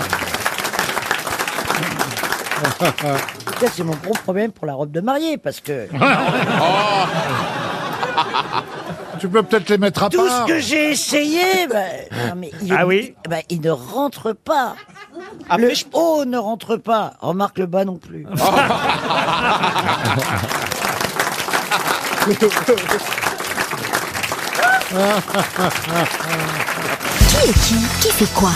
Ça, c'est mon gros problème pour la robe de mariée, parce que... [LAUGHS] Tu peux peut-être les mettre à Tout ce part. que j'ai essayé, bah, non, mais il, Ah oui bah, il ne rentre pas. Ah, le haut ne rentre pas. Remarque le bas [LAUGHS] non plus. Qui est qui Qui fait quoi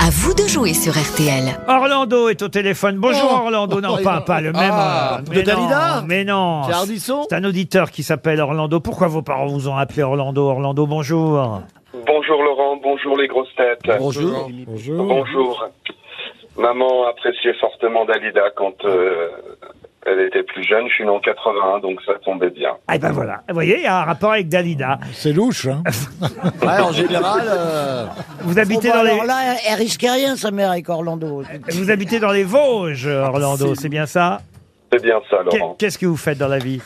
À vous de jouer sur RTL. Orlando est au téléphone. Bonjour Oh. Orlando. Non, pas, pas le même. Ah, euh, de mais non, Dalida Mais non. C'est C'est un auditeur qui s'appelle Orlando. Pourquoi vos parents vous ont appelé Orlando Orlando, bonjour. Bonjour Laurent, bonjour les grosses têtes. Bonjour. Bonjour. Maman appréciait fortement Dalida quand euh, elle était plus jeune. Je suis né en 81, donc ça tombait bien. Ah ben voilà. Vous voyez, il y a un rapport avec Dalida. C'est louche, [LAUGHS] hein en général, euh, euh, Vous habitez Bon, dans les... Alors là, elle risque rien, sa mère, avec Orlando. Vous habitez dans les Vosges, Ah, Orlando, C'est- c'est bien ça C'est bien ça, Qu'est- Laurent. Qu'est-ce que vous faites dans la vie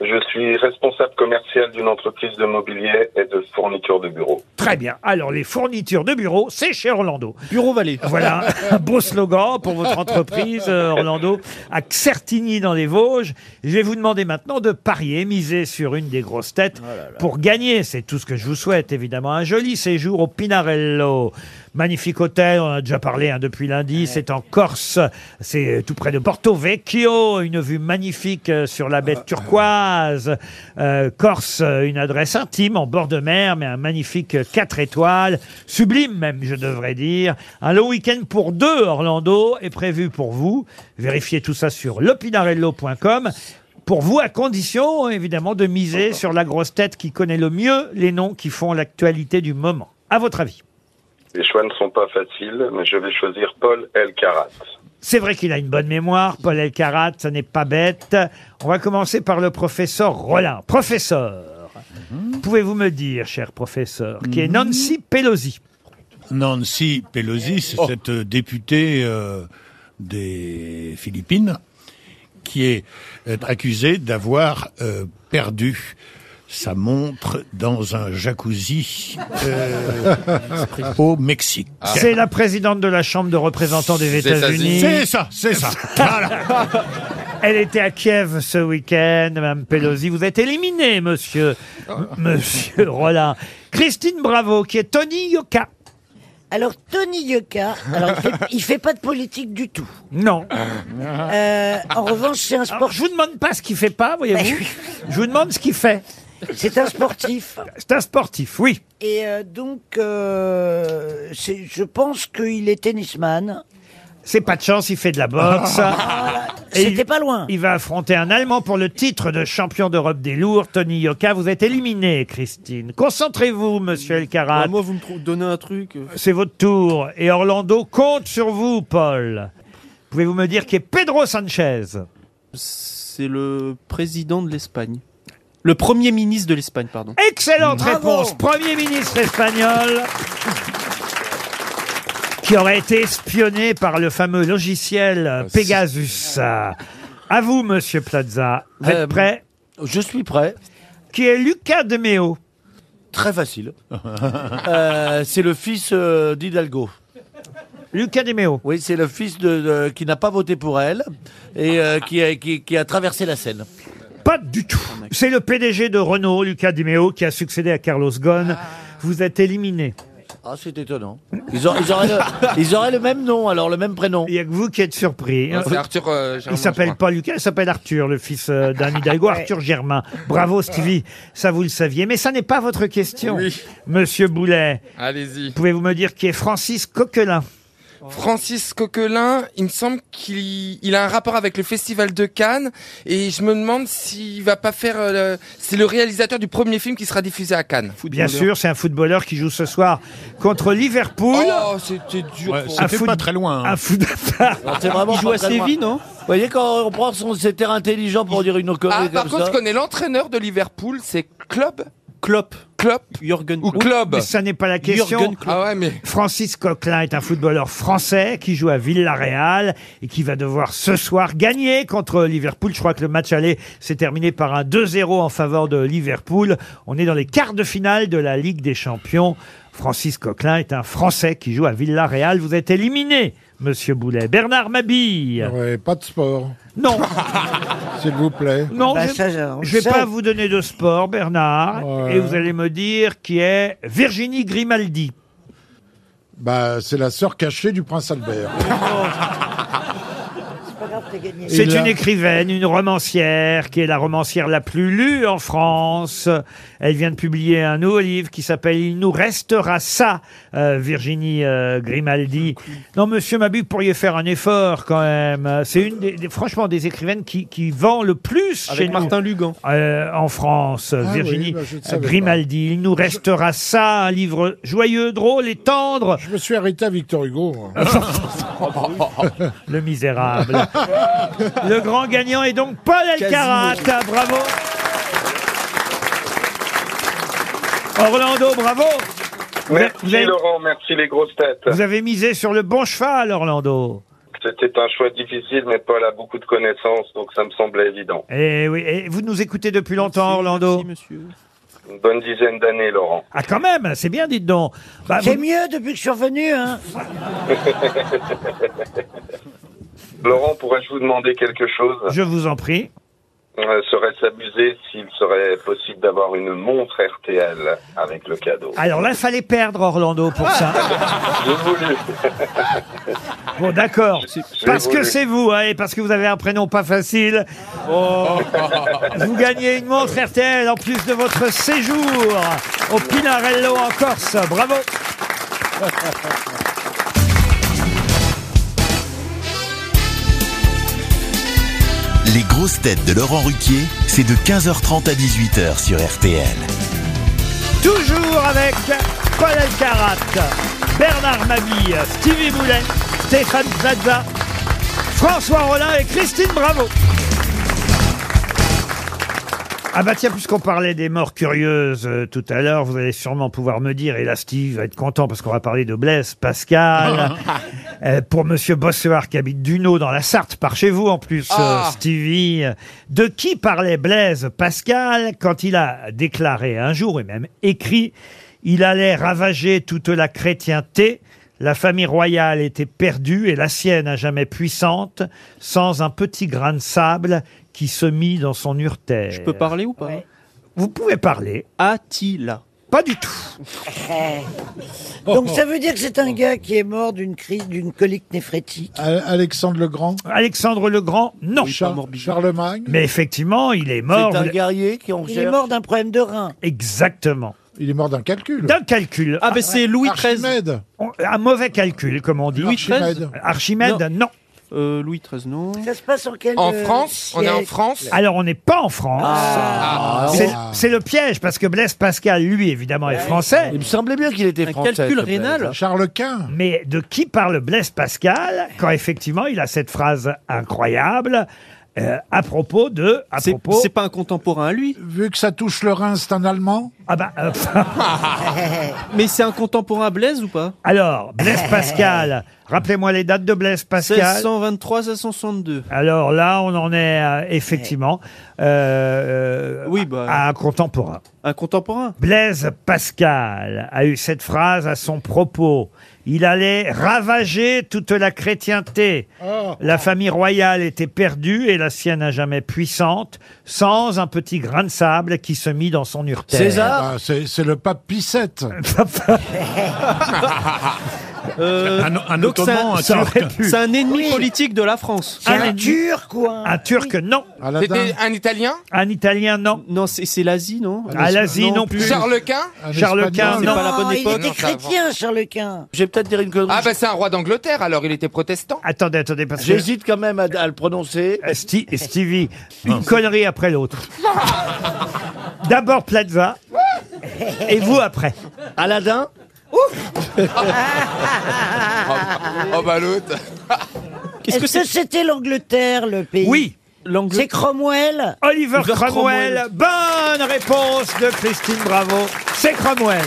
Je suis responsable commercial d'une entreprise de mobilier et de fourniture de bureaux. Très bien. Alors, les fournitures de bureaux, c'est chez Orlando. Bureau Vallée. Voilà, un beau slogan pour votre entreprise, euh, Orlando, à Certigny dans les Vosges. Je vais vous demander maintenant de parier, miser sur une des grosses têtes pour gagner. C'est tout ce que je vous souhaite, évidemment. Un joli séjour au Pinarello. Magnifique hôtel, on en a déjà parlé hein, depuis lundi, c'est en Corse, c'est tout près de Porto Vecchio, une vue magnifique euh, sur la baie de turquoise, Euh, Corse, euh, une adresse intime en bord de mer, mais un magnifique 4 étoiles, sublime même, je devrais dire. Un long week-end pour deux, Orlando, est prévu pour vous. Vérifiez tout ça sur lopinarello.com. Pour vous, à condition, évidemment, de miser sur la grosse tête qui connaît le mieux les noms qui font l'actualité du moment. À votre avis Les choix ne sont pas faciles, mais je vais choisir Paul Elkarat. C'est vrai qu'il a une bonne mémoire, Paul Elkarat, ça n'est pas bête. On va commencer par le professeur Rollin. Professeur, Mhm. pouvez-vous me dire, cher professeur, qui est Nancy Pelosi Oh. Nancy Pelosi, c'est cette députée euh, des Philippines qui est euh, accusée d'avoir euh, perdu sa montre dans un jacuzzi euh, au Mexique. Ah. C'est la présidente de la Chambre de représentants des C'est ça, États-Unis. C'est ça, c'est [LAUGHS] ça. Voilà. Elle était à Kiev ce week-end, Madame Pelosi. Vous êtes éliminé, monsieur, Oh. monsieur Rollin. Christine Bravo, qui est Tony Yoka. Alors, Tony Yoka, alors, il, fait, il fait pas de politique du tout. Non. Euh, en revanche, c'est un sport. Ben Je vous demande pas ce qu'il fait pas, voyez-vous. Je vous demande ce qu'il fait. C'est un sportif. C'est un sportif, oui. Et euh, donc, euh, c'est- je pense qu'il est tennisman. C'est pas de chance, il fait de la boxe. Voilà. Ah, C'était pas loin. Il va affronter un Allemand pour le titre de champion d'Europe des lourds, Tony Yoka. Vous êtes éliminé, Christine. Concentrez-vous, monsieur Elkarat. Ah, moi, vous me trou- donnez un truc. euh. C'est votre tour. Et Orlando compte sur vous, Paul. Pouvez-vous me dire qui est Pedro Sanchez C'est le président de l'Espagne. Le premier ministre de l'Espagne, pardon. Excellente réponse. Premier ministre espagnol. Qui aurait été espionné par le fameux logiciel Ah, euh, Pegasus. À vous, monsieur Plaza. Vous êtes Euh, prêt Je suis prêt. Qui est Lucas de Meo Très facile. Euh, c'est le fils euh, d'Hidalgo. Lucas Demeo. Oui, c'est le fils de, de- qui n'a pas voté pour elle et euh, qui, a, qui- qui a traversé la Seine. Pas du tout. Ah, C'est le PDG de Renault, Lucas de Meo, qui a succédé à Carlos Ghosn. Vous êtes éliminé. Ah, c'est étonnant. Ils, ont- ils auraient le, ils auraient le même nom, alors le même prénom. Il n'y a que vous qui êtes surpris. hein. C'est Arthur. euh, Germain, Il s'appelle [LAUGHS] pas Lucas, il s'appelle Arthur, le fils [LAUGHS] euh, d'un Hidalgo, Arthur Germain. Bravo Stevie, ça vous le saviez. Mais ça n'est pas votre question, Oui. Ah monsieur Boulet. Allez-y. Pouvez-vous me dire qui est Francis Coquelin Francis Coquelin, il me semble qu'il il a un rapport avec le Festival de Cannes et je me demande s'il va pas faire. euh, le- C'est le réalisateur du premier film qui sera diffusé à Cannes. Bien sûr, c'est un footballeur qui joue ce soir contre Liverpool. Oh, c'était dur. pour- Un foot- Un foot... C'est vraiment Il joue pas à très Séville, loin. Vous voyez, quand on prend son c'est terrain intelligent pour dire une connerie Ah, par comme contre, ça. je connais l'entraîneur de Liverpool, c'est Klopp. Klopp. Klopp. Jürgen Ou Klopp. Mais ça n'est pas la question. Ah ouais, mais. Francis Coquelin est un footballeur français qui joue à Villarreal et qui va devoir ce soir gagner contre Liverpool. Je crois que le match aller s'est terminé par un 2-0 en faveur de Liverpool. On est dans les quarts de finale de la Ligue des Champions. Francis Coquelin est un Français qui joue à Villarreal. Vous êtes éliminé, Monsieur Boulet. Bernard Mabille. pas de sport. [LAUGHS] Non. S'il vous plaît. Non, Bah, je je vais pas vous donner de sport, Bernard, Ouais. et vous allez me dire qui est Virginie Grimaldi. Bah, c'est la sœur cachée du prince Albert. [LAUGHS] C'est Et là- une écrivaine, une romancière, qui est la romancière la plus lue en France. Elle vient de publier un nouveau livre qui s'appelle Il nous restera ça, euh, Virginie euh, Grimaldi. Non, monsieur Mabu, vous pourriez faire un effort quand même. C'est une des, des- franchement, des écrivaines qui, qui vend le plus Avec chez Martin Lugan. Euh, en France, Ah oui, Virginie bah, je ne savais pas. Grimaldi. Il nous restera ça, un livre joyeux, drôle et tendre. Je me suis arrêté à Victor Hugo. [LAUGHS] moi. [LAUGHS] le misérable. Le grand gagnant est donc Paul Alcarat. Bravo. Orlando, Oh, bravo. Vous avez- vous Merci avez- Laurent, merci les grosses têtes. Vous avez misé sur le bon cheval, Orlando. C'était un choix difficile, mais Paul a beaucoup de connaissances, donc ça me semblait évident. Et Eh oui, et vous nous écoutez depuis longtemps, Orlando. Une bonne dizaine d'années, Laurent. Ah, quand même, c'est bien, dites donc. Bah, C'est vous- mieux depuis que je suis revenu. [LAUGHS] Hein. Laurent, pourrais-je vous demander quelque chose [LAUGHS] Je vous en prie. Euh, Serait-ce abusé s'il serait possible d'avoir une montre RTL avec le cadeau Alors là, fallait perdre Orlando pour ça. J'ai voulu. Bon, d'accord. j'ai Parce que voulu. c'est vous, hein, et parce que vous avez un prénom pas facile. [LAUGHS] Oh. vous gagnez une montre RTL en plus de votre séjour au Pinarello en Corse. Bravo. Les grosses têtes de Laurent Ruquier, c'est de 15h30 à 18h sur RTL. Toujours avec Paul Alcarat, Bernard Mabille, Stevie Boulet, Stéphane Plaza, François Rollin et Christine Bravo. Ah bah tiens, puisqu'on parlait des morts curieuses euh, tout à l'heure, vous allez sûrement pouvoir me dire, et là Steve va être content parce qu'on va parler de Blaise [LAUGHS] Pascal, Euh, pour Monsieur Bossuard qui habite Duno dans la Sarthe, par chez vous en plus, euh, Ah. Stevie, de qui parlait Blaise Pascal quand il a déclaré un jour, et même écrit, il allait ravager toute la chrétienté, la famille royale était perdue et la sienne à jamais puissante, sans un petit grain de sable qui se mit dans son urtère. Je peux parler ou pas Vous pouvez parler. Attila. Pas du tout. [LAUGHS] Donc ça veut dire que c'est un gars qui est mort d'une crise, d'une colique néphrétique. Alexandre le Grand Alexandre le Grand, non. Charlemagne Mais effectivement, il est mort. Vous- guerrier qui Il est mort d'un problème de rein. Exactement. Il est mort d'un calcul. D'un calcul. Ah, ben c'est Louis XIII. On- Un mauvais calcul, comme on dit. Louis XIII. Archimède, Archimède, non. Euh, Louis XIII, non. Ça se passe en quel En euh, France On est en siècle France Alors, on n'est pas en France. Ah. C'est- C'est le piège, parce que Blaise Pascal, lui, évidemment, est français. Il me semblait bien qu'il était français. calcul ce Blaise. rénal. Charles Quint. Mais de qui parle Blaise Pascal quand, effectivement, il a cette phrase incroyable euh, à propos de... à propos- C'est pas un contemporain à lui. Vu que ça touche le rein, c'est un Allemand Ah bah... [LAUGHS] Mais c'est un contemporain à Blaise ou pas Alors, Blaise Pascal, rappelez-moi les dates de Blaise Pascal. 1623, 1662. Alors là, on en est euh, effectivement euh, euh, à un contemporain. Un contemporain Blaise Pascal a eu cette phrase à son propos. Il allait ravager toute la chrétienté. La famille royale était perdue et la sienne à jamais puissante, sans un petit grain de sable qui se mit dans son urtère. Ah, c'est c'est le pape Pissette. Euh, Un- un donc c'est Ottoman, un c'est Turc. [LAUGHS] C'est un ennemi Oui. politique de la France. C'est un Un Turc ou Un Turc, non. C'était un Italien Un Italien, non. Non, c'est c'est l'Asie, non Ah, l'Asie, non plus. Charles Quint Charles Quint, c'est non. pas la bonne époque. Il était chrétien, Charles Quint. J'ai peut-être dire une connerie. Ah bah c'est un roi d'Angleterre, alors il était protestant. [LAUGHS] Attendez, attendez, parce que- J'hésite quand même à, à le prononcer. Euh, Sti- Stevie, une connerie après [LAUGHS] l'autre. D'abord Plaza, et vous [LAUGHS] après. Aladdin [LAUGHS] Oh bah l'autre Est-ce que c'était l'Angleterre, le pays Oui. C'est Cromwell Oliver Cromwell, bonne réponse de Christine Bravo. C'est Cromwell.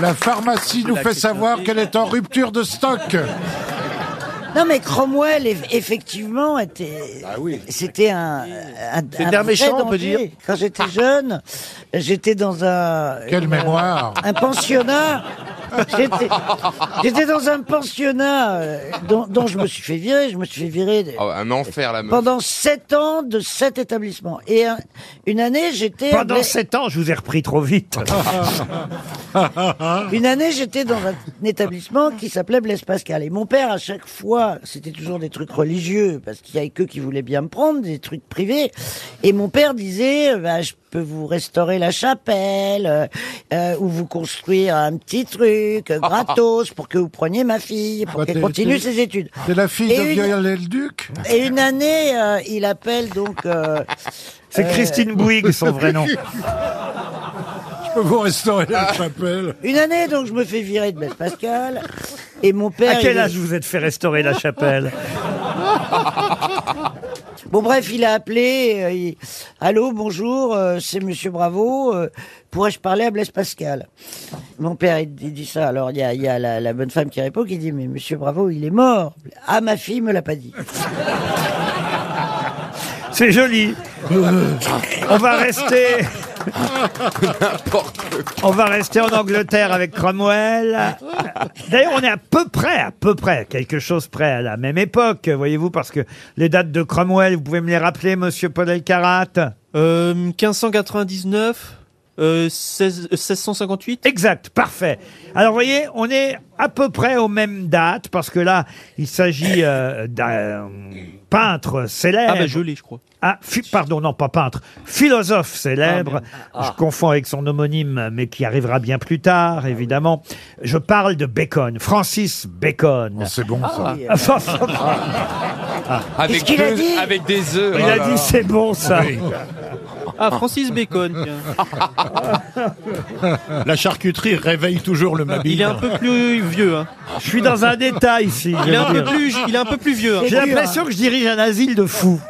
La pharmacie nous La fait question- savoir qu'elle est en rupture de stock. Non, mais Cromwell, eff- effectivement, était. Bah C'était un. un- C'était un vrai méchant, on peut danger. dire. Quand j'étais jeune, j'étais dans un. Quelle un- mémoire. Un pensionnat. J'étais- J'étais dans un pensionnat euh, dont, dont je me suis fait virer. Je me suis fait virer de- Oh, Un enfer la meuf. pendant sept ans de sept établissements. Et un- une année, j'étais. Pendant sept ans, je vous ai repris trop vite. [LAUGHS] Une année, j'étais dans un établissement qui s'appelait Blaise Pascal. Et mon père, à chaque fois, c'était toujours des trucs religieux, parce qu'il y avait que qui voulaient bien me prendre, des trucs privés. Et mon père disait, euh, bah, je peux vous restaurer la chapelle, euh, euh, ou vous construire un petit truc, euh, gratos, pour que vous preniez ma fille, pour Bah, qu'elle t'es- continue t'es- ses études. C'est la fille Et de une- Viollet-le-Duc Et une année, euh, il appelle donc... euh, C'est euh, Christine Bouygues, son [LAUGHS] vrai nom. Je peux vous restaurer la chapelle. Ah. Une année, donc je me fais virer de Blaise Pascal. Et mon À père... quel il- âge vous êtes fait restaurer la chapelle Bon bref, il a appelé. euh, il- Allô, bonjour, euh, c'est Monsieur Bravo. euh, Pourrais-je parler à Blaise Pascal Mon père, il, il dit ça. Alors il y a, il y a la, la bonne femme qui répond, qui dit mais Monsieur Bravo, il est mort. Ah, ma fille me l'a pas [LAUGHS] dit. C'est joli. On va rester. On va rester en Angleterre avec Cromwell. D'ailleurs, on est à peu près, à peu près, quelque chose près à la même époque, voyez-vous, parce que les dates de Cromwell, vous pouvez me les rappeler, monsieur Paul Elkarat Euh, 1599, euh, 16 euh, 1658. Exact, parfait. Alors, vous voyez, on est à peu près aux mêmes dates, parce que là, il s'agit euh, d'un peintre célèbre. Ah bah je l'ai, je crois. Ah, phi- pardon, non, pas peintre, philosophe Ah, célèbre. Je confonds avec son homonyme, mais qui arrivera bien plus Ah tard, évidemment. Je parle de Bacon, Francis Bacon. Oh, C'est bon, Ah ça. [LAUGHS] Avec, Qu'est-ce qu'il a deux- dit Ah. avec des œufs. Il oh a là dit là. c'est bon ça. Ah Francis Bacon. tiens. La charcuterie réveille toujours le mabille. Il est un peu plus vieux. hein. Je suis dans un état ici. je Il est veux un peu dire. plus, il est un peu plus vieux. hein. J'ai l'impression que je dirige un asile de fous.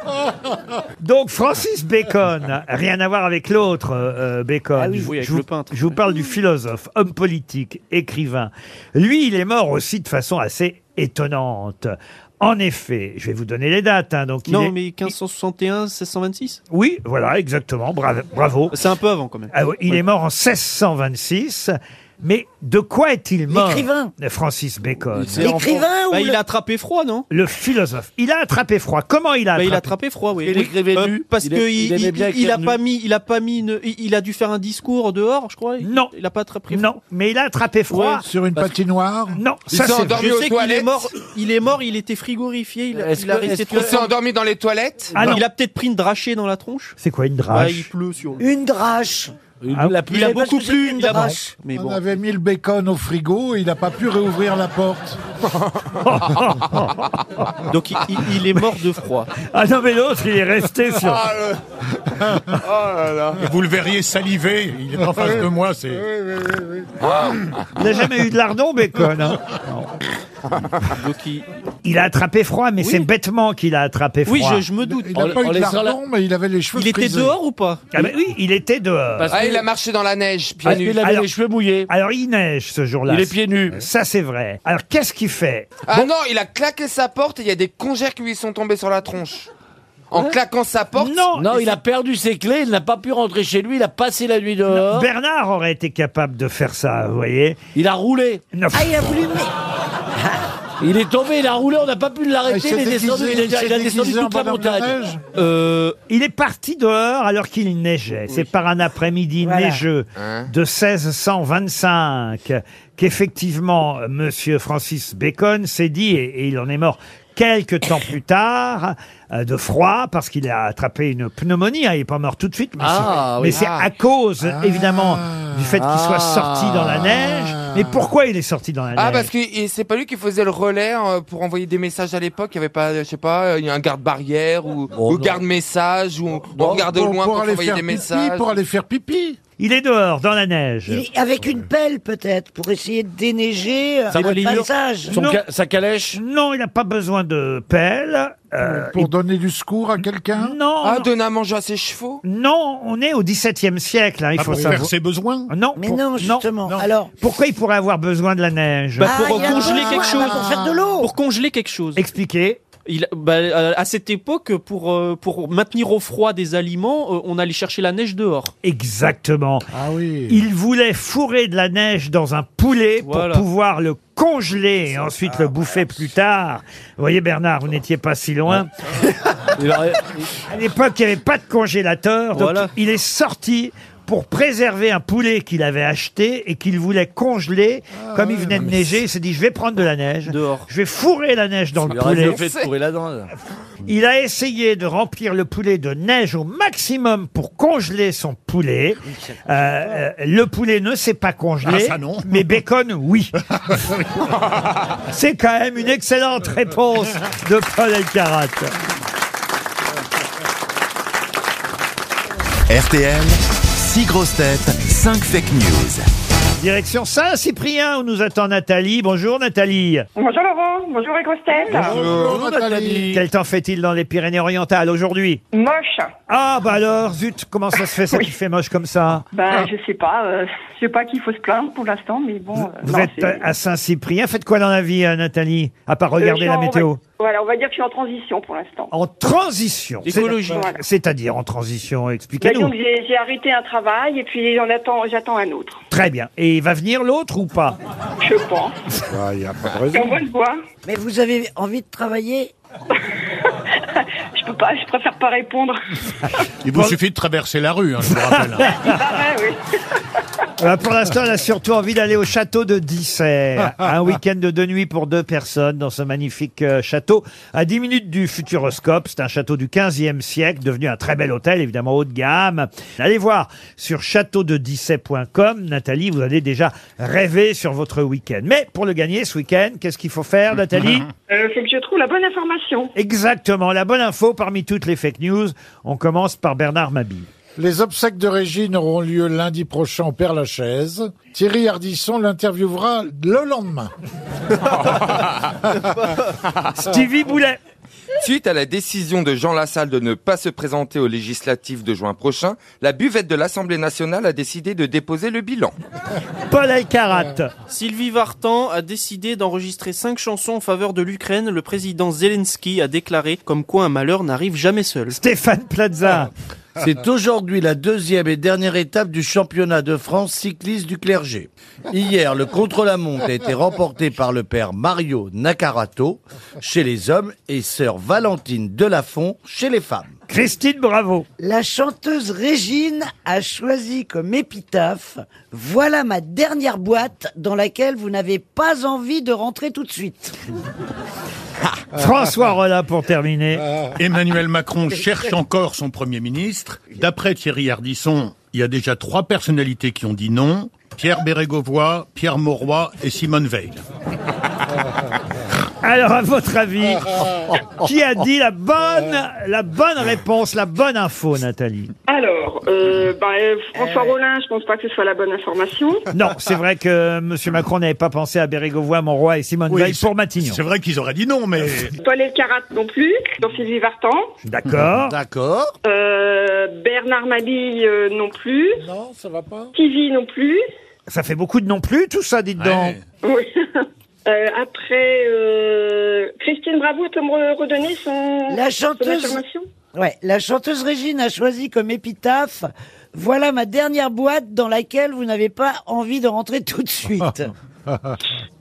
Donc Francis Bacon, rien à voir avec l'autre euh, euh, Bacon. Ah oui, je, oui, avec je vous, le peintre. je vous parle du philosophe, homme politique, écrivain. Lui, il est mort aussi de façon assez étonnante. En effet, je vais vous donner les dates. hein, donc il Non est- mais 1561, 1626. Oui, voilà, exactement. brave- bravo. C'est un peu avant quand même. Ah oui, il est mort en 1626. Mais de quoi est-il mort L'écrivain. Francis Bacon. C'est en L'écrivain France. ou Bah, le- Il a attrapé froid, non Le philosophe. Il a attrapé froid. Comment il Bah, a attrapé il a attrapé froid, oui. Il Oui. écrivait Euh, nu. Parce Il que est- il, il aimait il- bien il écrire a pas nu. mis, il a pas mis, une- il, il a dû faire un discours dehors, je crois. Il- Non. il a pas attrapé. Non, mais il a attrapé froid. Sur une patinoire Non, Il ça s'est c'est endormi vrai. Je aux sais qu'il est toilettes. [LAUGHS] mort. Il est mort. Il était frigorifié. Il, a- Est-ce il a que- resté est-ce trop. Il s'est endormi dans les toilettes Ah non. il a peut-être pris une drachée dans la tronche. C'est quoi une Ouais, il drache pleut sur lui. Une drache. Ah, Il, a savait pas beaucoup ce que plu. c'était une Il a drache. Mais On bon. avait mis le bacon au frigo, il n'a pas pu réouvrir la porte. [LAUGHS] Donc il, il- il est mort de froid. Ah non, mais l'autre, il est resté sur. Ah, le- Oh là là. Vous le verriez saliver, il est en face de moi, c'est... Il n'a jamais eu de lardon, Bacon. hein. Donc il- Il a attrapé froid, mais Oui. c'est bêtement qu'il a attrapé froid. Oui, je, je me doute. Il n'a pas en eu de laissant la- lardon, mais il avait les cheveux Il était frisés. dehors ou pas Ah ben oui, il était dehors. Parce Ah, qu'il il a marché dans la neige, pieds parce qu'il nus. avait Alors- les cheveux mouillés. Alors, il neige ce jour-là. Il est pieds nus. Ça, c'est vrai. Alors, qu'est-ce qu'il fait Ah non, il a claqué sa porte et il y a des congères qui lui sont tombés sur la tronche. En claquant sa porte Non, Hein Non, il a perdu ses clés, il n'a pas pu rentrer chez lui, il a passé la nuit Ah. dehors, Bernard aurait été capable de faire ça, vous voyez. il a roulé. [LAUGHS] Non, Ah, il a voulu. me- Il est tombé, il a roulé, on n'a pas pu Ah, l'arrêter, il, est descendu, il, est- il a descendu toute la montagne. il est parti dehors alors qu'il neigeait. C'est par un après-midi Voilà. neigeux Hein de 1625 qu'effectivement euh, Monsieur Francis Bacon s'est dit, et, et il en est mort quelques temps plus tard, euh, de froid, parce qu'il a attrapé une pneumonie. hein, il n'est pas mort tout de suite, mais Ah, c'est oui. mais c'est Ah. à cause, évidemment, du fait qu'il soit sorti dans la neige. Mais pourquoi il est sorti dans la Ah, neige parce que et c'est pas lui qui faisait le relais euh, pour envoyer des messages à l'époque. Il y avait pas, je sais pas, euh, il y a un garde-barrière ou, Oh, ou garde-message ou on- on regarde de loin pour, envoyer des messages. aller faire pipi. Il est dehors, dans la neige. Il est- avec une pelle peut-être pour essayer de déneiger euh, un passage. sa calèche Non, il n'a pas besoin de pelle. pour donner du secours à quelqu'un Non. Ah, donner à manger à ses chevaux Non, on est au XVIIe siècle, hein, il Ah, faut pour savoir. faire ses besoins Non. Mais non, justement. Alors, Pourquoi il pourrait avoir besoin de la neige Bah, Ah, pour euh, Ah, congeler quelque chose. Pour congeler quelque chose. Expliquez. Il, bah, euh, à cette époque, pour, euh, pour maintenir au froid des aliments, euh, on allait chercher la neige dehors. Exactement. Il voulait fourrer de la neige dans un poulet Voilà. pour pouvoir le congeler et ensuite le bouffer plus tard. Vous voyez Bernard, vous n'étiez pas si loin. à l'époque, il n'y avait pas de congélateur. donc il est sorti pour préserver un poulet qu'il avait acheté et qu'il voulait congeler. Comme il venait de neiger, il s'est dit, je vais prendre de la neige. Je vais fourrer la neige dans le Il aurait poulet. mieux fait de courir là-dedans. Il a essayé de remplir le poulet de neige au maximum pour congeler son poulet. Euh, euh, le poulet ne s'est pas congelé, Ah, ça non. [LAUGHS] mais Bacon, oui. [LAUGHS] C'est quand même une excellente réponse de Paul Elkarat. RTL, 6 grosses têtes, 5 fake news. Direction Saint-Cyprien où nous attend Nathalie. Bonjour Nathalie. Bonjour Laurent, bonjour les grosses têtes. Quel temps fait-il dans les Pyrénées-Orientales aujourd'hui Moche. Ah bah alors, zut, comment ça se fait ça qui fait moche comme ça Ben, je sais pas, euh, je sais pas qu'il faut se plaindre pour l'instant, mais bon. euh, Vous non, êtes c'est- euh, à Saint-Cyprien. Faites quoi dans la vie, euh, Nathalie À part Euh, je regarder suis la en- météo Voilà, on va dire que je suis en transition pour l'instant. En transition. C'est- Écologie. Voilà. C'est-à-dire en transition, Ben, expliquez-nous. donc j'ai j'ai arrêté un travail et puis j'en attends, j'attends un autre. Très bien. Et il va venir l'autre ou pas Je pense. Il n'y a pas de On va le voir. Mais vous avez envie de travailler [LAUGHS] Je peux pas, je préfère pas répondre. Il vous suffit de traverser la rue, hein, je vous rappelle. Ah oui. Euh, pour l'instant, elle a surtout envie d'aller au château de Dissert. [LAUGHS] un week-end de deux nuits pour deux personnes dans ce magnifique euh, château. À 10 minutes du Futuroscope, c'est un château du 15e siècle, devenu un très bel hôtel, évidemment haut de gamme. Allez voir sur châteaudedisset.com. Nathalie, vous allez déjà rêver sur votre week-end. Mais pour le gagner ce week-end, qu'est-ce qu'il faut faire, Nathalie Euh, faut que [LAUGHS] je trouve la bonne information. Exactement, la bonne info parmi toutes les fake news. On commence par Bernard Mabille. Les obsèques de Régine auront lieu lundi prochain au Père Lachaise. Thierry Hardisson l'interviewera le lendemain. Stevie Boulet. Suite à la décision de Jean Lassalle de ne pas se présenter aux législatives de juin prochain, la buvette de l'Assemblée nationale a décidé de déposer le bilan. Paul Alcarat. Sylvie Vartan a décidé d'enregistrer cinq chansons en faveur de l'Ukraine. Le président Zelensky a déclaré comme quoi un malheur n'arrive jamais seul. Stéphane [LAUGHS] Plaza. C'est aujourd'hui la deuxième et dernière étape du championnat de France cycliste du clergé. Hier, le contre-la-montre a été remporté par le père Mario Nakarato chez les hommes et sœur Valentine Delafont chez les femmes. Christine Bravo. La chanteuse Régine a choisi comme épitaphe Voilà ma dernière boîte dans laquelle vous n'avez pas envie de rentrer tout de suite. [LAUGHS] François Rollin pour terminer. Ah. Emmanuel Macron cherche encore son Premier ministre. D'après Thierry Ardisson, il y a déjà trois personnalités qui ont dit non. Pierre Bérégovoy, Pierre Mauroy et Simone Veil. Alors, à votre avis, qui a dit la bonne, la bonne réponse, la bonne info, Nathalie Alors, euh, ben, euh, François Rollin, je pense pas que ce soit la bonne information. Non, c'est vrai que Monsieur Macron n'avait pas pensé à Bérégovoy, Monroy et Simone Oui, Veil c'est- pour Matignon. C'est vrai qu'ils auraient dit non, mais... Paul Elkarat non plus, dans Sylvie Vartan. D'accord. D'accord. Euh, Bernard Mabille euh, non plus. Non, ça va pas. Stevie non plus. Ça fait beaucoup de non plus, tout ça, dites donc. Oui. [LAUGHS] Euh, après, euh, Christine Bravo peut me re- redonner son, La son chanteuse- information Ouais, la chanteuse Régine a choisi comme épitaphe Voilà ma dernière boîte dans laquelle vous n'avez pas envie de rentrer tout de suite. [LAUGHS]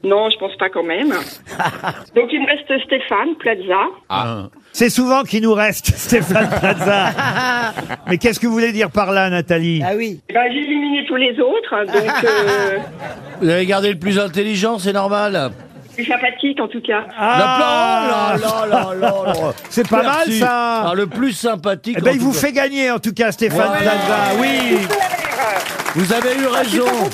Non, je pense pas quand même. Donc il me reste Stéphane Plaza. Ah. C'est souvent qu'il nous reste, [LAUGHS] Stéphane Plaza. [LAUGHS] Mais qu'est-ce que vous voulez dire par là, Nathalie Ah oui. Ben, j'ai éliminé tous les autres, hein, donc euh, Vous avez gardé le plus intelligent, c'est normal. je suis sympathique en tout cas. Ah. La plan- oh là là là là là. C'est pas mal Merci. ça Ah, le plus sympathique. Eh ben, en il tout vous cas. fait gagner en tout cas Stéphane Ouais. Plaza, oui Vous avez eu raison.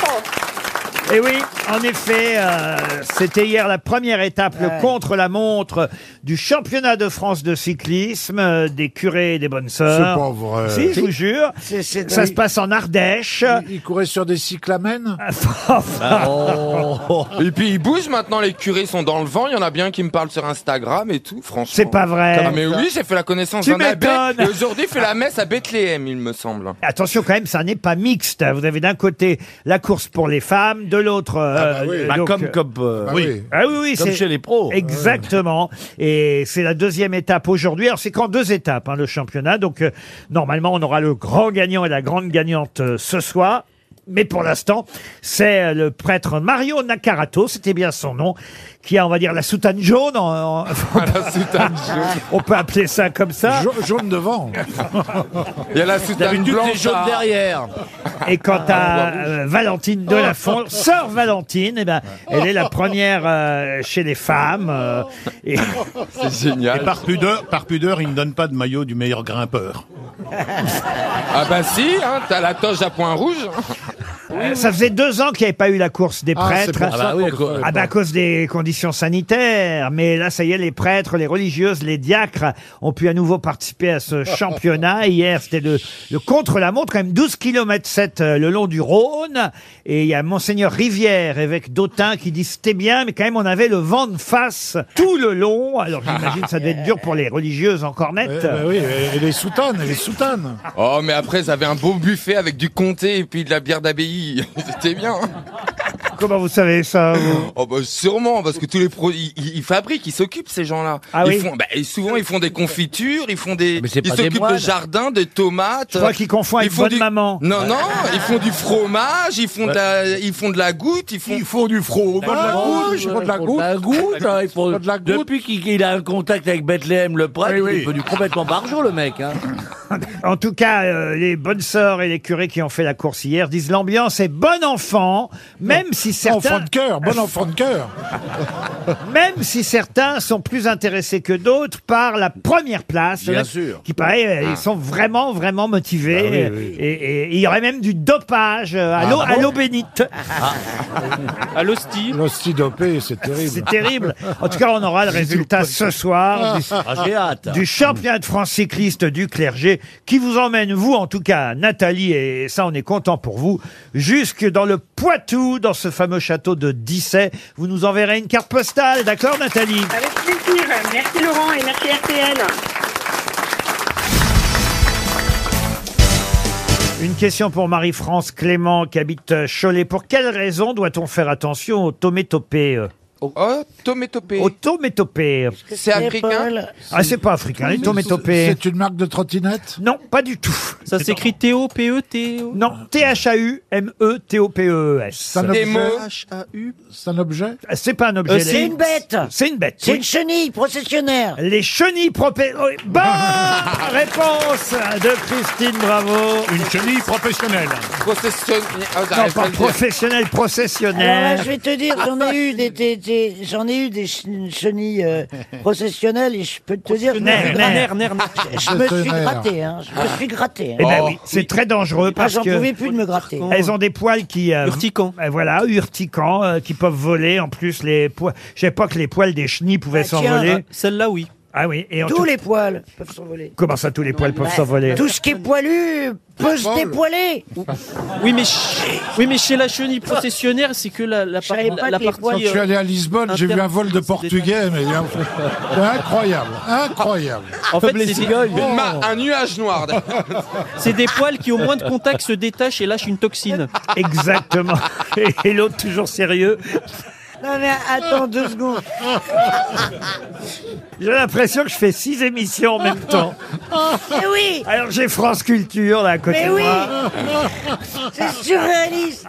Et Eh oui, en effet, euh, c'était hier la première étape, le contre-la-montre du championnat de France de cyclisme euh, des curés et des bonnes sœurs. C'est pas vrai. Si, je vous Si. jure. C'est- c'est- Ça se passe en Ardèche. Il courait sur des cyclamènes Ah. [LAUGHS] Ah, Et puis ils bougent maintenant, les curés sont dans le vent, il y en a bien qui me parlent sur Instagram et tout, franchement. C'est pas vrai. Ah, mais oui, j'ai fait la connaissance Tu d'un abbé. m'étonnes. et Aujourd'hui, il fait la messe à Bethléem, il me semble. Attention quand même, ça n'est pas mixte. hein. Vous avez d'un côté la course pour les femmes, de l'autre. euh, Ah bah oui. Bah, comme- comme, euh, Bah oui. oui. Ah oui, oui, Comme c'est- chez les pros. Ah Exactement. Et c'est la deuxième étape aujourd'hui. Alors c'est qu'en deux étapes hein, le championnat. Donc euh, normalement on aura le grand gagnant et la grande gagnante euh, ce soir. Mais pour l'instant, c'est euh, le prêtre Mario Nakarato, c'était bien son nom, qui a, on va dire, la soutane [LAUGHS] jaune. en- en- la soutane jaune. [LAUGHS] On peut appeler ça comme ça. Jaune [LAUGHS] devant. Il y a la soutane D'habitude, blanche. c'est jaune là. derrière. Et quant Ah, à euh, Valentine Oh. Delafont, sœur Valentine, eh ben, elle [LAUGHS] est la première euh, chez les femmes. euh, et- [LAUGHS] C'est génial. Et par pudeur, par pudeur, il ne donne pas de maillot du meilleur grimpeur. Ah bah si, hein, t'as la toge à point rouge. euh, ça faisait deux ans qu'il n'y avait pas eu la course des Ah, c'est prêtres. pour Ah ça bah oui, qu'on ah le fait bah, pas. à cause des conditions sanitaires. Mais là, ça y est, les prêtres, les religieuses, les diacres ont pu à nouveau participer à ce championnat. Hier, c'était le, le contre-la-montre, quand même 12 km 7 euh, le long du Rhône. Et il y a Monseigneur Rivière, évêque d'Autun, qui dit c'était bien, mais quand même, on avait le vent de face tout le long. Alors j'imagine que ça devait être dur pour les religieuses encore nettes. Eh ben oui, et les soutanes, et les soutanes. Oh mais après j'avais un beau buffet avec du comté et puis de la bière d'abbaye. [LAUGHS] C'était bien. Comment vous savez ça vous Oh bah sûrement parce que tous les pro ils, ils- ils fabriquent, ils s'occupent ces gens-là. Ah ils oui. font bah, et souvent ils font des confitures, ils font des c'est ils pas des s'occupent de moines. jardins, de tomates. Je crois qu'ils confondent avec Ils font bonne du- maman. Non non, ils font du fromage, ils font de la ils font de la goutte, ils font Ils font du Ah, fromage. Ils font de la goutte. hein, ils font- Depuis qu'il qu'il a un contact avec Bethléem, le prêtre, Oui, oui. il est devenu complètement barjot, le mec. hein. En tout cas, euh, les bonnes sœurs et les curés qui ont fait la course hier disent l'ambiance est bonne enfant, même si Enfant certains, de cœur, bon enfant de cœur. [LAUGHS] même si certains sont plus intéressés que d'autres par la première place. Bien Il y en a sûr. Qui paraît, euh, ils sont vraiment, vraiment motivés. euh, Ah oui, oui. Et et- et il y aurait même du dopage euh, à Ah l'eau, bon à l'eau bénite. À l'hostie. L'ostidopé, c'est C'est terrible. terrible. En tout cas, on aura le résultat ce soir. du- Ah, j'ai hâte. du championnat de France cycliste du clergé qui vous emmène, vous en tout cas, Nathalie, et ça on est content pour vous, jusque dans le Poitou, dans ce fameux château de Dissay. Vous nous enverrez une carte postale, d'accord Nathalie Avec plaisir. Merci Laurent et merci RTL. Une question pour Marie-France Clément qui habite euh, Cholet. Pour quelle raison doit-on faire attention aux tométopées euh Oh, tométopée. Aux tométopées C'est africain. Ah c'est pas africain, les tométopées. C'est une marque de trottinette Non, pas du tout. Ça s'écrit E T-O-P-E-T-O. Non, E T-H-A-U-M-E-T-O-P-E-S. C'est un Des objet mots. H-A-U. C'est un objet C'est pas un objet. Euh, les- C'est une bête. C'est une bête. C'est oui. une chenille processionnaire. Les chenilles propé... oh, [LAUGHS] Bonne réponse de Christine Bravo. Une chenille professionnelle. Procession... Ah, Non, j'arrive pas à par le dire. professionnel, Alors là, processionnel. je vais te dire, j'en ai eu des, des- des- j'en ai eu des chen- chenilles euh, processionnelles et je peux te dire, je me suis Nerf, gratté, nerf. je me suis Nerf. gratté, hein, je me suis gratté. hein. Eh Oh. ben oui, c'est très dangereux Ah, parce j'en que pouvais plus de me gratter. euh, elles ont des poils qui euh, Urticant. euh, voilà, urticants, euh, qui peuvent voler. En plus, les poils, je savais pas que les poils des chenilles pouvaient Ah, tiens. s'envoler. Celle-là, oui. Ah oui, et en Tous tout- les poils peuvent s'envoler. comment ça, tous les poils peuvent Bah, s'envoler Tout ce qui est poilu peut se Vol. dépoiler. Oui, mais, ch- oui, mais chez la chenille processionnaire, c'est que la, la, Je par- savais la- pas la que les partie. euh, poils- Je suis allé à Lisbonne, j'ai vu un vol de C'est portugais, mais c'est incroyable, incroyable. Oh. En fait, c'est des, Une Oh. ma- un nuage noir. d'accord. [LAUGHS] c'est des poils qui, au moins de contact, se détachent et lâchent une toxine. Exactement. Et, et l'autre toujours sérieux. [LAUGHS] Non mais attends deux secondes. J'ai l'impression que je fais six émissions [LAUGHS] en même temps. Mais oui Alors j'ai France Culture là à côté Mais de oui moi. C'est surréaliste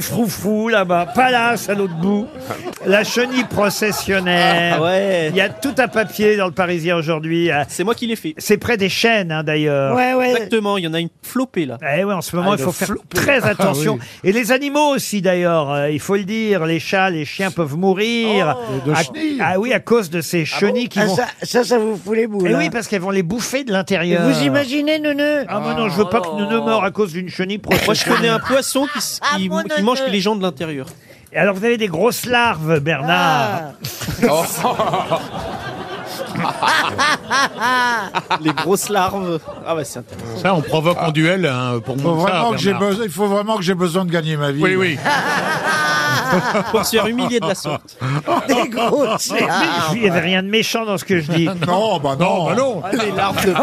[LAUGHS] Froufrou là-bas, Palace à l'autre bout, la chenille processionnaire. Ah ouais. Il y a tout à papier dans le Parisien aujourd'hui. C'est moi qui l'ai fait. C'est près des chaînes hein, d'ailleurs. Exactement, il y en a une flopée là. Ah, Eh ouais, en ce moment, il faut faire très attention. Et les animaux aussi, d'ailleurs, euh, il faut le dire, les chats, les chiens peuvent mourir. De À- chenilles. ah oui, à cause de ces chenilles qui Ah, vont... ça, ça, ça vous fout les boules. Eh hein. oui, parce qu'elles vont les bouffer de Et l'intérieur. Vous imaginez, Neuneu Ah, moi non, je veux pas que nous ne meure à cause d'une chenille Moi, je connais un poisson qui, s- qui- Ah, mon qui mange Dieu. les gens de l'intérieur. Et alors, vous avez des grosses larves, Bernard. [LAUGHS] [LAUGHS] les grosses larves. Ah ouais, c'est intéressant. Ça, on provoque en duel hein, pour Il faut, mon vraiment que j'ai Bernard. besoin- il faut vraiment que j'ai besoin de gagner ma vie. Oui, oui. [LAUGHS] Pour se faire humilier de la [LAUGHS] sorte. Des grosses Mais Il n'y avait rien de méchant dans ce que je dis. Ah, Non, bah non. non. Les larves de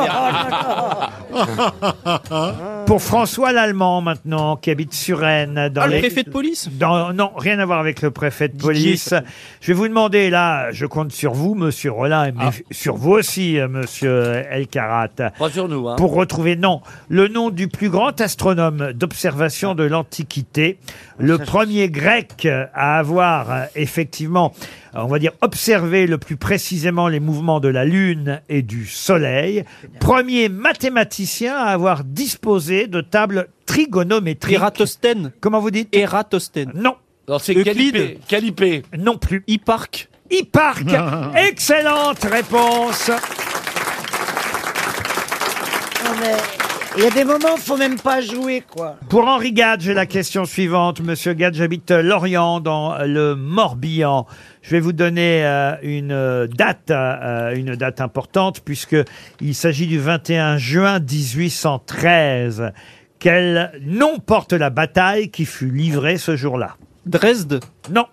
[LAUGHS] [LAUGHS] [LAUGHS] Pour François l'Allemand maintenant, qui habite Suresnes. Dans Ah, le les- préfet de police dans- Non, rien à voir avec le préfet de police. Je vais vous demander, là, je compte sur vous, monsieur Rollin, Ah. mais sur vous aussi, euh, monsieur Elkarat. Pas sur nous, hein. Pour retrouver, non, le nom du plus grand astronome d'observation de l'Antiquité, Ah, le premier grec euh, à avoir euh, effectivement, euh, on va dire, observé le plus précisément les mouvements de la Lune et du Soleil, premier mathématicien à avoir disposé de tables trigonométriques. Eratosthène. Comment vous dites Eratosthène. Non. Non, c'est Calipé. Calipé. Non plus. Hipparque. [LAUGHS] Hipparque. Excellente réponse. Non, mais Il y a des moments où faut même pas jouer, quoi. Pour Henri Gade, j'ai la question suivante. Monsieur Gade, j'habite Lorient, dans le Morbihan. Je vais vous donner euh, une euh, date, euh, une date importante, puisque il s'agit du 21 juin 1813. Quel nom porte la bataille qui fut livrée ce jour-là Dresde Non.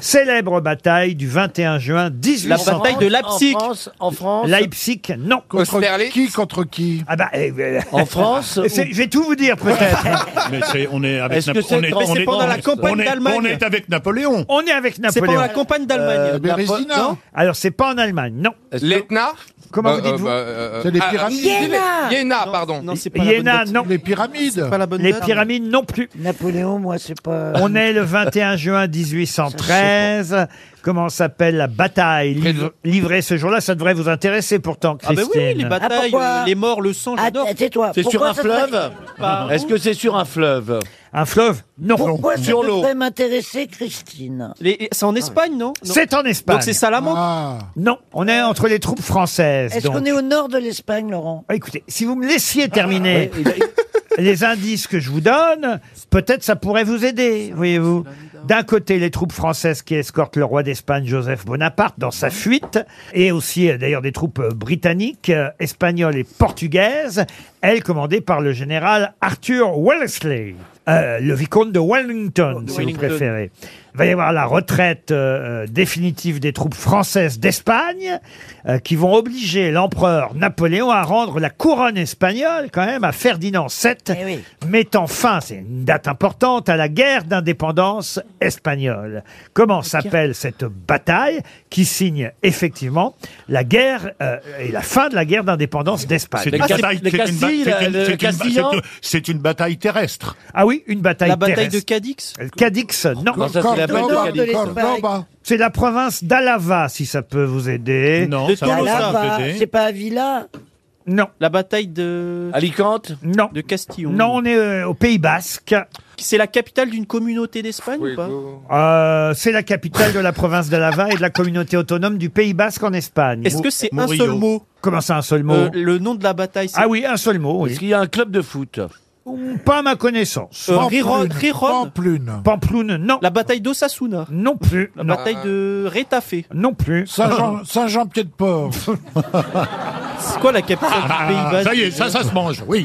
Célèbre bataille du 21 juin 1813. bataille de Leipzig. En France, en France. Leipzig, non. Contre qui Contre qui Ah bah, eh, eh, En France, [LAUGHS] C'est- ou- Je vais tout vous dire peut-être. [LAUGHS] Mais c'est- on est avec Est-ce que Nap- c'est- on est- mais on c'est est- pendant la campagne on est- d'Allemagne. On est avec Napoléon. On est avec Napoléon. pendant la campagne d'Allemagne. Euh, Bérésina. Non Alors c'est pas en Allemagne, non. L'Etna Bah, Euh, Comment vous dites-vous C'est ah, les pyramides. Iéna Yéna, pardon. Iéna, non. Les pyramides. pas la bonne Les date. pyramides non plus. Napoléon, moi, c'est pas. On est le 21 juin 1813. Comment s'appelle la bataille livre- livrée ce jour-là Ça devrait vous intéresser pourtant, Ah ben Christine. oui, oui, les batailles, euh, les morts, le sang, j'adore. Ah, tais-toi. C'est sur un fleuve Bah, Est-ce que c'est sur un fleuve Un fleuve Non. Pourquoi ça Sur l'eau. devrait m'intéresser, Christine les- C'est en Espagne, non Non. C'est en Espagne. Donc c'est Salamanque. Non, on est entre les troupes françaises. Ah. Est-ce donc. qu'on est au nord de l'Espagne, Laurent Ah, Écoutez, si vous me laissiez terminer [LAUGHS] les indices que je vous donne, peut-être ça pourrait vous aider, voyez-vous. D'un côté, les troupes françaises qui escortent le roi d'Espagne Joseph Bonaparte dans sa fuite, et aussi euh, d'ailleurs des troupes euh, britanniques, euh, espagnoles et portugaises, elles commandées par le général Arthur Wellesley, euh, le vicomte de Wellington, si vous Wellington. préférez. Il va y avoir la retraite euh, euh, définitive des troupes françaises d'Espagne, euh, qui vont obliger l'empereur Napoléon à rendre la couronne espagnole, quand même, à Ferdinand VII, Eh mettant fin, c'est une date importante, à la guerre d'indépendance espagnole. Comment s'appelle cette bataille qui signe effectivement la guerre euh, et la fin de la guerre d'indépendance d'Espagne Ah, C'est une bataille- c'est une ba- c'est une- c'est une ba- c'est une- C'est une bataille terrestre. Ah oui, une bataille La bataille terrestre. de Cadix Euh, Cadix, non. Non, ça, c'est la bataille de Cordoba, Cadix. Cordoba. C'est la province d'Alava, si ça peut vous aider. Non, De ça va pas Alava, vous aider. c'est pas Avila Non. La bataille de. Alicante Non. De Castillon Non, on est euh, au Pays Basque. C'est la capitale d'une communauté d'Espagne ou pas Euh, c'est la capitale de la province d'Alava et de la communauté autonome du Pays Basque en Espagne. Est-ce que c'est un seul mot Comment ça, un seul mot Euh, Le nom de la bataille, c'est. Ah oui, un seul mot. Est-ce qu'il y a un club de foot Pas à ma connaissance. Euh, Riron- Riron- Pamplune. Pamplune, non. La bataille d'Osasuna. Non plus. La non. bataille de Rétafé. [LAUGHS] Non plus. Saint-Jean- Saint-Jean-Pied-de-Port. C'est quoi la capitale Ah, du Pays Basque Ah, Ça y est, ça, ça se mange, oui.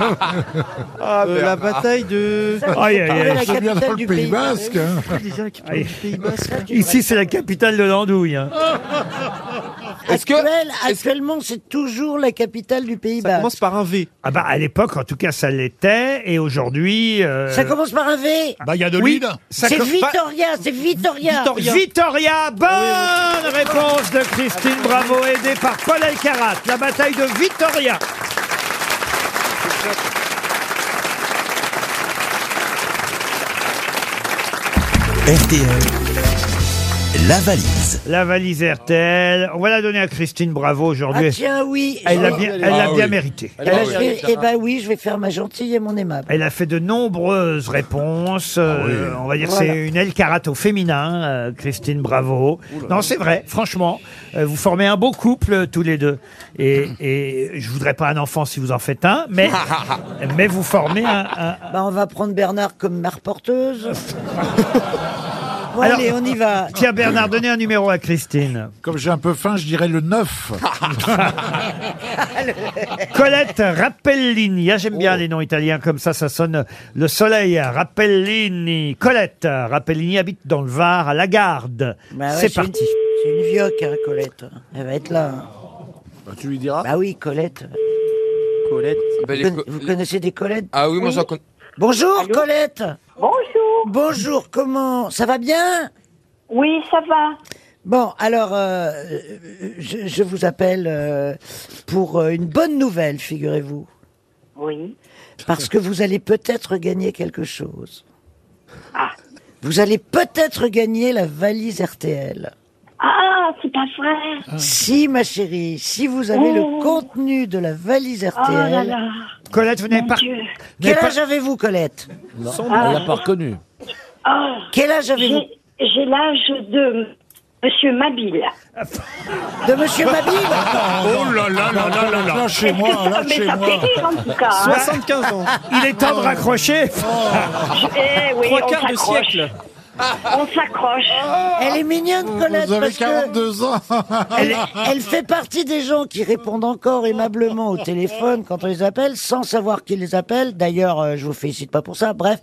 Ah, Euh, la bataille [LAUGHS] de. Ah, Aïe, aïe, aïe. C'est bien dans le Pays Basque. hein. Déjà, la capitale du Pays Basque. Ici, c'est la capitale de l'andouille. hein. Est-ce que- Actuel- actuellement, c'est toujours la capitale du Pays Bas. par un V. Ah bah à l'époque, en tout cas, ça l'était, et aujourd'hui. euh, Ça commence par un V. Bah, il y a de Oui. l'huile. Ça C'est com- Vittoria, c'est Vittoria. Ah Vittoria, bonne réponse de Christine Bravo, aidée par Paul Alcarat. La bataille de Vittoria. RTL, la valise. La valise RTL. On va la donner à Christine Bravo aujourd'hui. Ah tiens, oui. Elle je l'a vais- bien, elle Ah, l'a bien méritée. Eh ben, je vais- eh ben oui, je vais faire ma gentille et mon aimable. Elle a fait de nombreuses Ah réponses. euh, on va dire Voilà. c'est une El Carato féminin, euh, Christine Bravo. Non, c'est vrai, franchement. euh, vous formez un beau couple euh, tous les deux. Et, et je voudrais pas un enfant si vous en faites un, [LAUGHS] mais, mais vous formez un... un- Bah, on va prendre Bernard comme mère [LAUGHS] porteuse. Bon, allez, on y va. Tiens, Bernard, donnez un numéro à Christine. Comme j'ai un peu faim, je dirais le 9. [LAUGHS] Colette Rappellini. Ah, J'aime Oh. bien les noms italiens comme ça, ça sonne le soleil. Rappellini. Colette Rappellini habite dans le Var, à Lagarde. Bah ouais, c'est une- parti. C'est une vioque, hein, Colette. Elle va être là. tu lui diras Bah oui, Colette. Colette. Vous, conna- vous connaissez des Colettes Bah, Ah oui, moi, j'en connais. Bonjour, Colette. Bonjour. Bonjour, comment Ça va bien Oui, ça va. Bon, alors, euh, je, je vous appelle euh, pour euh, une bonne nouvelle, figurez-vous. Oui. Parce que vous allez peut-être gagner quelque chose. Ah. Vous allez peut-être gagner la valise RTL. Ah, c'est pas vrai. Ah. Si, ma chérie, si vous avez Oh. le contenu de la valise RTL. Oh là là. Colette, vous n'avez pas. Quel n'avez pas- âge avez-vous, Colette Ah. elle l'a pas reconnu. Ah. Quel âge avez-vous J'ai- J'ai l'âge de Monsieur Mabille. De Monsieur [LAUGHS] Mabille Oh là là là là là là. Là, chez moi, là, Mais chez ça moi. fait rire en tout [LAUGHS] cas. hein. 75 ans. Il est temps de raccrocher. Oh. Oh. [LAUGHS] Eh oui, Trois on quarts de s'accroche. Ah. siècle. On s'accroche. Oh. Elle est mignonne, Colette, Vous avez parce que 42 ans. [LAUGHS] elle, elle fait partie des gens qui répondent encore aimablement au téléphone quand on les appelle, sans savoir qui les appelle. D'ailleurs, euh, je vous félicite pas pour ça, bref.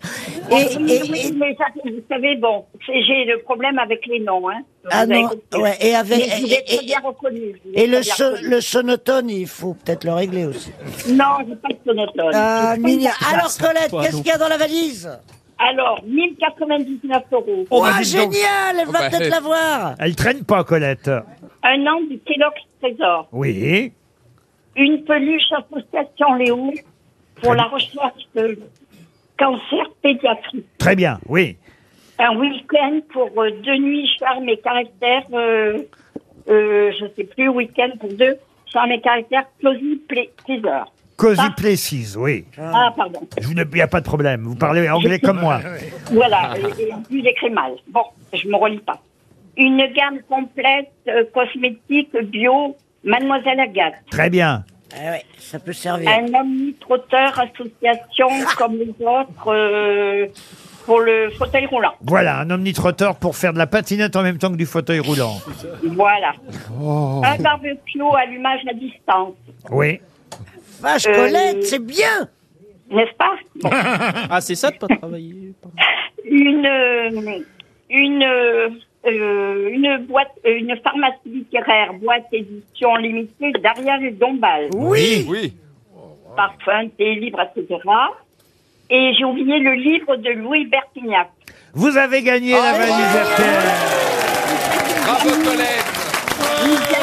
Et, Oui, et- oui, et- mais ça, vous savez, bon, c'est- j'ai le problème avec les noms. Hein. Vous Ah avez non, compris. ouais, et avec- Mais je vous ai et- très bien reconnu. je vous ai et le, très bien so- reconnu. le sonotone, il faut peut-être le régler aussi. Non, j'ai pas de sonotone. Ah, J'ai pas mignon. de- Alors, Colette, qu'est-ce qu'il y a dans la valise Alors, 1099 euros. Oh, Oh, bah, dis donc. génial Elle Oh, va bah, eh. peut-être elle- l'avoir Elle traîne pas, Colette. Un an du Télox Trésor. Oui. Une peluche association Léo pour la recherche de cancer pédiatrique. Très bien, oui. Un week-end pour euh, deux nuits, charme et caractère, euh, euh, je sais plus, week-end pour deux, charme et caractère, Cosy Pla- Plaisir. Cosy Places, oui. Ah, pardon. Je vous ne- Il n'y a pas de problème. Vous parlez anglais comme moi. Voilà, et- et en plus j'écris mal. Bon, je me relis pas. Une gamme complète, euh, cosmétique, bio, Mademoiselle Agathe. Très bien. Ah Ça peut servir. Un omnitrotteur [LAUGHS] association comme les autres euh, pour le fauteuil roulant. Voilà, un omnitrotteur pour faire de la patinette en même temps que du fauteuil roulant. Voilà. Oh. Un barbecue allumage à distance. Euh, Oui. Vache, Colette, c'est bien N'est-ce pas Ah, c'est ça de pas travailler. Une, euh, une, euh, euh, une boîte, euh, une pharmacie littéraire, boîte édition limitée d'Ariel Dombal. Oui. Oui. Parfum, thé, livres, etc. Et j'ai oublié le livre de Louis Bertignac. Vous avez gagné Oh. la valise RTL. Bravo, Colette.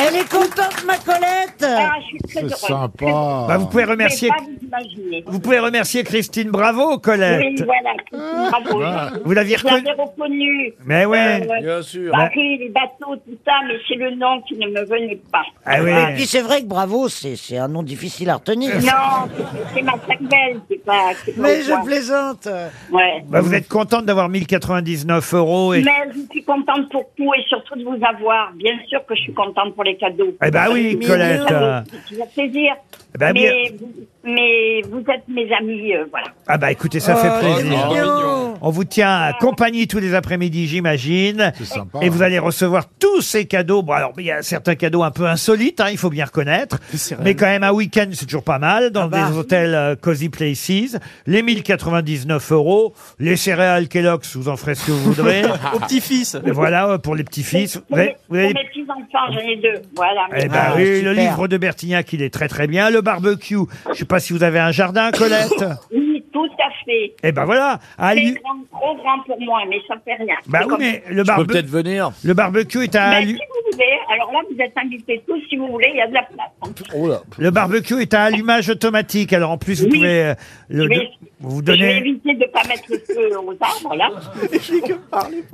Elle est contente, ma Colette Ah, je suis très heureuse. Bah, vous pouvez Je vais remercier. pas vous imaginer. Vous pouvez remercier Christine Bravo, Colette. Oui, voilà. Bravo. Vous l'aviez reconnu. Je l'avais reconnu. Euh, Mais ouais. Bien sûr. Paris, les bateaux, tout ça, mais c'est le nom qui ne me venait pas. Ah oui. Et puis c'est vrai que bravo, c'est c'est un nom difficile à retenir. Non, c'est- c'est ma cervelle, c'est pas. c'est pas Mais au point. je plaisante. Ouais. Bah, vous êtes contente d'avoir 1099 euros et. Mais je suis contente pour tout et surtout de vous avoir. Bien sûr que je suis contente pour les cadeaux. Eh ben oui, Mais Colette. ça fait toujours plaisir. Eh ben, mais, vous- mais vous êtes mes amis, euh, voilà. Ah bah écoutez, ça Oh, fait c'est plaisir. mignon. On vous tient à compagnie tous les après-midi, j'imagine. sympa, Et hein. vous allez recevoir tous ces cadeaux. Bon, alors il y a certains cadeaux un peu insolites, hein, il faut bien reconnaître. Mais quand même un week-end, c'est toujours pas mal. Ah Dans bah. des hôtels euh, cozy places, les 1099 euros, les céréales Kellogg's, vous en ferez ce que vous voudrez. [LAUGHS] Au petit-fils. Et Voilà euh, pour les petits-fils. Vous Pour, avez- mes, vous avez- pour mes petits-enfants, j'en ai deux, voilà. eh ben Ah, oui, le livre de Bertignac, il est très très bien. Le barbecue, je sais pas si vous avez un [LAUGHS] jardin, Colette. [COUGHS] Oui, tout à fait. Eh ben voilà, à C'est Lyon- grand- trop grand pour moi, mais ça fait rien. Bah C'est oui, comme- mais le ah, barbecue. venir. Le barbecue est à Ben, si allu- vous voulez, alors là, vous êtes invités tous, si vous voulez, il y a de la place. le barbecue est à allumage automatique. Alors en plus, vous Oh Oui. pouvez euh, le- je, vais, vous je vais donner. éviter de ne pas mettre le feu aux arbres, là.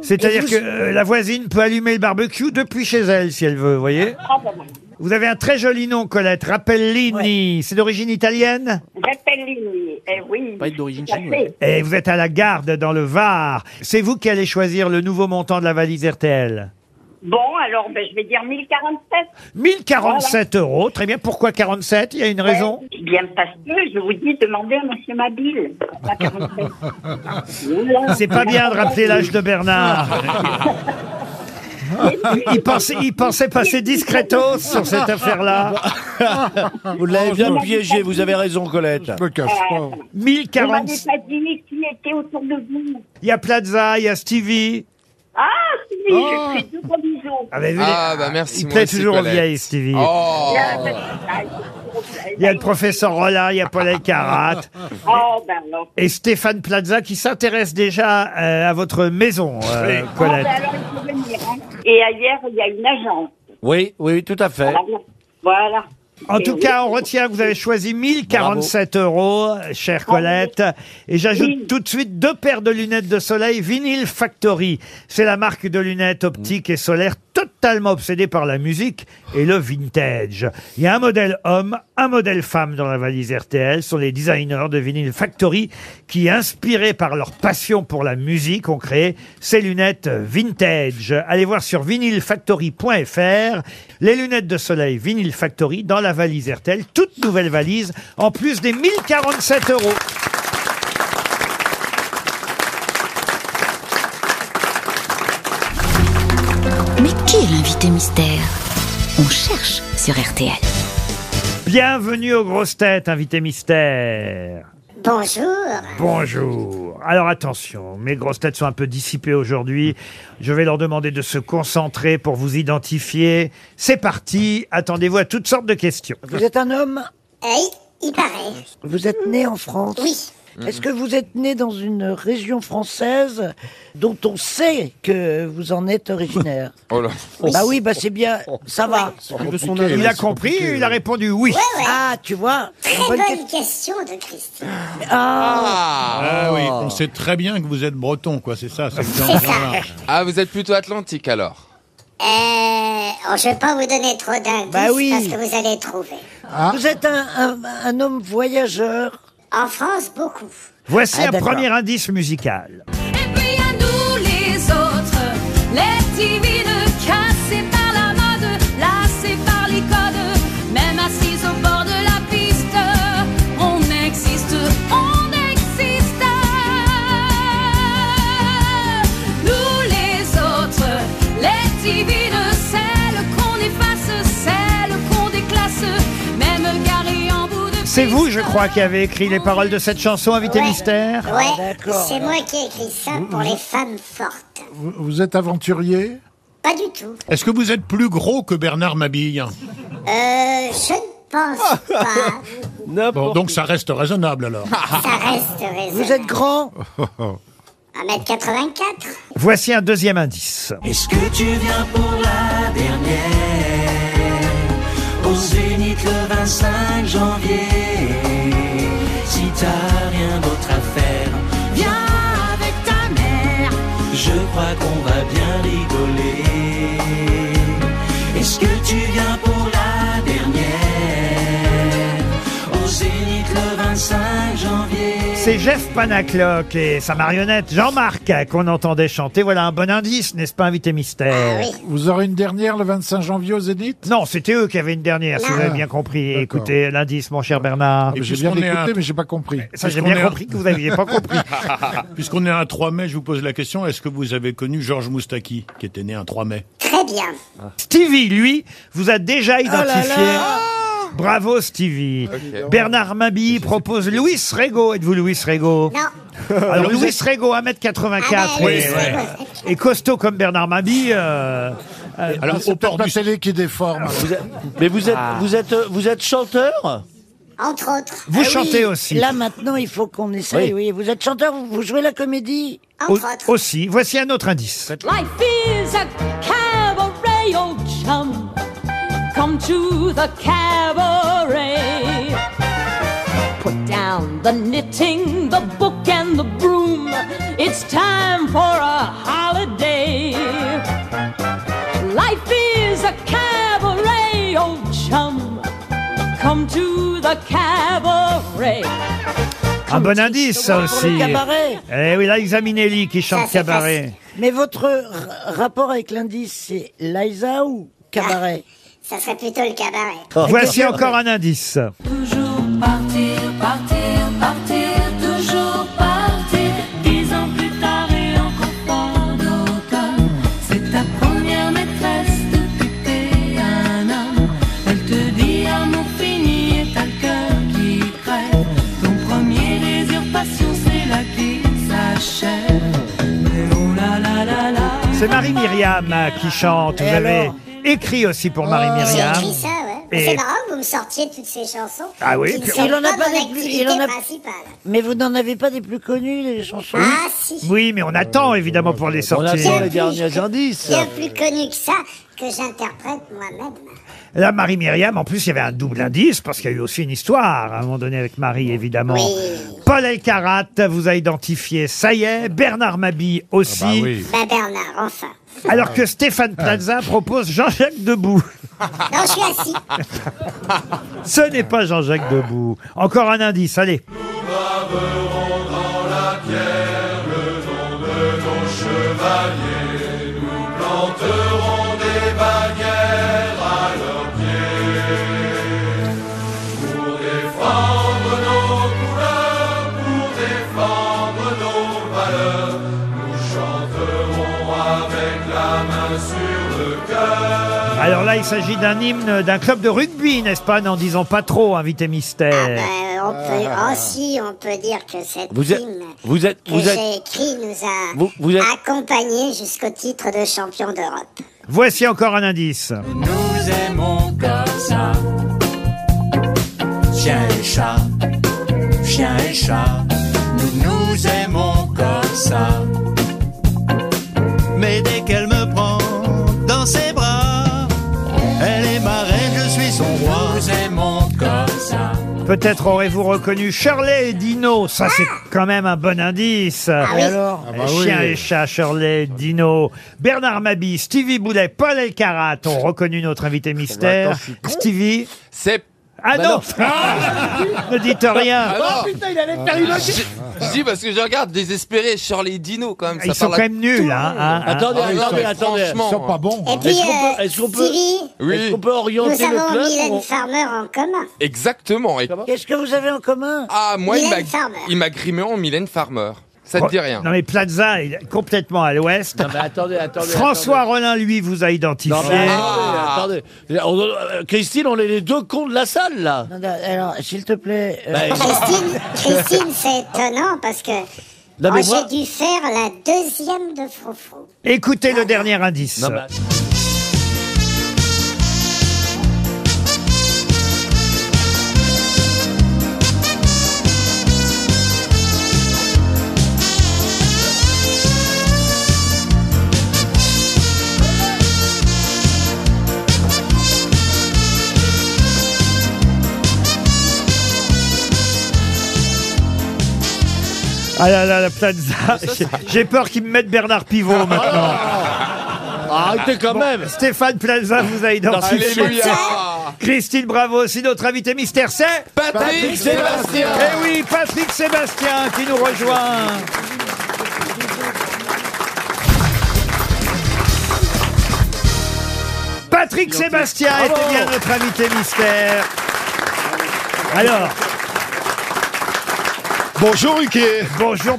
C'est-à-dire que euh, la voisine peut allumer le barbecue depuis chez elle si elle veut, vous voyez. Ah, ben, bon. Vous avez un très joli nom, Colette. Rappellini. C'est d'origine italienne. J'appelle Lily, eh oui. Pas être d'origine tout à chinoise. fait. Et Eh, vous êtes à la garde dans le Var. C'est vous qui allez choisir le nouveau montant de la valise RTL. Bon, alors, ben, je vais dire 1047. 1047 euros. Très bien. Pourquoi 47 Il y a une raison. Eh Bien parce que je vous dis, demandez à M. Mabille. Pourquoi 47? Voilà. [LAUGHS] C'est pas bien de rappeler l'âge [LAUGHS] de Bernard. Il pensait, il pensait passer discretos sur [LAUGHS] cette affaire-là. [LAUGHS] Vous l'avez bien piégé, vous avez raison, Colette. Je me cache pas. Vous m'avez 1040. pas dit qui était autour de vous. Il y a Plaza, il y a Stevie. Ah, si, Oh. je fais deux gros bisous. Ah, bah, vous Ah, voulez- bah, merci, Il moi plaît aussi, toujours aux Colette. vieilles, Stevie. Oh. Il y a le professeur Rollin, il y a [LAUGHS] Paul Elkarat. Oh, ben alors. Et Stéphane Plaza qui s'intéresse déjà euh, à votre maison, euh, Ah, ben Colette. alors, il faut venir. hein. Et ailleurs, il y a une agence. Oui, oui, tout à fait. Voilà. Voilà. En Et tout oui. cas, on retient que vous avez choisi 1047 euros, Ah chère Colette. Et j'ajoute tout de suite deux paires de lunettes de soleil Vinyl Factory. C'est la marque de lunettes optiques et solaires totalement obsédée par la musique et le vintage. Il y a un modèle homme, un modèle femme dans la valise RTL. Ce sont les designers de Vinyl Factory qui, inspirés par leur passion pour la musique, ont créé ces lunettes vintage. Allez voir sur vinylfactory.fr les lunettes de soleil Vinyl Factory dans la valise RTL, toute nouvelle valise, en plus des 1047 euros. Mais qui est l'invité mystère On cherche sur RTL. Bienvenue aux grosses têtes, invité mystère. Bonjour. Bonjour. Alors attention, mes grosses têtes sont un peu dissipées aujourd'hui. Je vais leur demander de se concentrer pour vous identifier. C'est parti. Attendez-vous à toutes sortes de questions. Vous êtes un homme Oui, Eh, il paraît. Vous êtes né en France Oui. Est-ce que vous êtes né dans une région française dont on sait que vous en êtes originaire [LAUGHS] Oh là. Bah oui, bah c'est bien, ça va. Il a compris, il a répondu oui. Ah, tu vois Très bonne, question de Christine. Ah, Ah oui, oh. on sait très bien que vous êtes breton, quoi, c'est ça. C'est Ah, vous êtes plutôt atlantique alors Euh, oh, je vais pas vous donner trop d'indices Bah oui. parce que vous allez trouver. Ah. Vous êtes un, un- un homme voyageur En France, beaucoup. Voici Ah, un d'accord. premier indice musical. Puis à nous les autres, les timides, cassés par la mode, lassés par les codes, même assis au bord de la piste, on existe, on existe. Nous les autres, les timides, celles qu'on efface, celles qu'on déclasse, même garés en bout de C'est vous, je crois, qui avez écrit les paroles de cette chanson, invité mystère. Ouais, c'est moi qui ai écrit ça pour les femmes fortes. Vous, vous êtes aventurier Pas du tout. Est-ce que vous êtes plus gros que Bernard Mabille Euh, je ne pense pas. Bon, donc ça reste raisonnable alors. Ah, [LAUGHS] Ça reste raisonnable. Vous êtes grand 1m84 Voici un deuxième indice. Est-ce que tu viens pour la dernière Aux Zénith le 25 janvier Si t'as rien d'autre à faire, Viens avec ta mère. je crois qu'on va bien rigoler Est-ce que tu viens pour la dernière Aux Zénith le 25 janvier C'est Jeff Panaclock et sa marionnette Jean-Marc euh, qu'on entendait chanter. Voilà un bon indice, n'est-ce pas, invité mystère Vous aurez une dernière le 25 janvier au Zénith Non, c'était eux qui avaient une dernière, si vous avez bien compris. Écoutez l'indice, mon cher Bernard. J'ai bien écouté, Ah, mais j'ai pas compris. Ça, j'ai bien compris que vous n'aviez pas compris. [LAUGHS] [LAUGHS] Puisqu'on est un 3 mai, je vous pose la question est-ce que vous avez connu Georges Moustaki, qui était né un 3 mai Très bien. Stevie, lui, vous a déjà identifié. Bravo Stevie. Bernard Mabille propose Louis Rego. Êtes-vous Louis Rego Non. Alors Alors, vous Louis êtes- Rego, 1m84 Ah bah, ben, oui, Louis oui. et costaud comme Bernard Mabille. euh, euh, Alors, c'est peut-être la télé qui déforme. Mais Ah, vous êtes, Ah. vous êtes, euh, vous êtes chanteur Entre autres. Vous chantez aussi. Ah Là maintenant, il faut qu'on essaye. Oui. vous êtes chanteur, vous, vous jouez la comédie. au- aussi, voici un autre indice. Life is a cabaret, old chum. Come to the cabaret. Put down the knitting, the book, and the broom. It's time for a holiday. Life is a cabaret, old chum. Come to the cabaret. Un bon indice, Pour ça le aussi. cabaret. Eh oui, là, Examinelli qui chante cabaret. Mais votre r- rapport avec l'indice, c'est Liza ou cabaret Ah, Oh. Ça serait plutôt le cabaret. Oh. Voici encore un indice. Toujours partir, partir, partir, toujours partir. Dix ans plus tard et encore pas d'automne. C'est ta première maîtresse depuis que t'es un homme. Elle te dit amour fini et t'as le cœur qui crève. Ton premier désir, passion, c'est là qui s'achève. Mais oh là là là là. C'est Marie Myriam euh, qui chante. Vous Et avez alors Oh, écrit aussi pour Marie J'ai Myriam. écrit ça, ouais. Mais Et- C'est marrant que vous me sortiez toutes ces chansons. Ah oui, qui ne puis- sont Il en a pas pas mon des plus- il activité en a- principale. Mais vous n'en avez pas des plus connus, les chansons Ah si. Oui, mais on attend évidemment pour les sortir. attend les derniers indices. Bien plus connu que ça, que j'interprète moi-même. Là, Marie Myriam, en plus, il y avait un double indice parce qu'il y a eu aussi une histoire à un moment donné avec Marie, évidemment. Paul Elkarat vous a identifié, ça y est. Bernard Mabille aussi. Bah Bernard, enfin. Alors que Stéphane Plaza propose Jean-Jacques Debout. Non, je suis assis. Ce n'est pas Jean-Jacques Debout. Encore un indice, allez. chevalier, nous planterons des ben, bannières à leurs pieds. Pour défendre nos couleurs, pour défendre nos valeurs, nous chanterons avec la main sur le cœur. Alors là, il s'agit d'un hymne d'un club de rugby, n'est-ce pas N'en disons pas trop, invité mystère. Euh, on peut Ah. aussi, on peut dire que cette Vous êtes- bah, hymne vous êtes- que vous êtes- j'ai écrite nous a Vous- vous êtes- accompagnés jusqu'au titre de champion d'Europe. Voici encore un indice. Nous aimons comme ça. Chien et chat, chien et chat, nous nous aimons comme ça. Mais dès qu'elle me prend dans ses bras, elle est ma reine, je suis son roi. Nous aimons comme ça. Peut-être aurez-vous reconnu Shirley et Dino. Ça, c'est quand même un bon indice. oui. alors Ah bah oui. Chien et chat, Shirley, et Dino, Bernard Mabie, Stevie Boulet, Paul Elkarat ont reconnu notre invité mystère. attends, je suis Stevie. C'est. Ah Bah non, Ah, non. Ne dites rien. Ah non. Oh, il allait faire une autre- Je je dis parce que je regarde désespéré Charlie Dino quand même. Ah, Ils ça sont parle à quand même nuls, tout hein, le hein, monde. hein. Attendez, attendez, attendez. Et puis, Est-ce qu'on peut, euh, est-ce qu'on peut, Stevie, Oui. est-ce qu'on peut nous orienter le avons club Mylène on- Farmer en commun. Exactement. Et Qu'est-ce que vous avez en commun Ah, moi, il m'a- Mylène Farmer. il m'a grimé en Mylène Farmer. Ça te dit rien. oh, Non mais Plaza il est complètement à l'ouest. Attendez, attendez. François Rollin, lui, vous a identifié. Non, mais Ah. attendez, attendez. On- euh, Christine, on est les deux cons de la salle, là. Non, non, Alors, s'il te plaît. euh, Bah, Christine, Christine, c'est étonnant parce que Non, oh, mais moi- j'ai dû faire la deuxième de Frofro. Écoutez le dernier indice. Ah, Ah là là, la Plaza. J'ai- J'ai peur qu'ils me mettent Bernard Pivot maintenant. Ah Arrêtez quand même. Stéphane Plaza vous a identifié. Alléluia. Christine Bravo aussi, notre invité mystère, c'est Patrick Patrick Sébastien. Eh oui, Patrick Sébastien qui nous rejoint. Patrick Sébastien était bien notre invité mystère. Alors. [LAUGHS] Bonjour Ruquier. Bonjour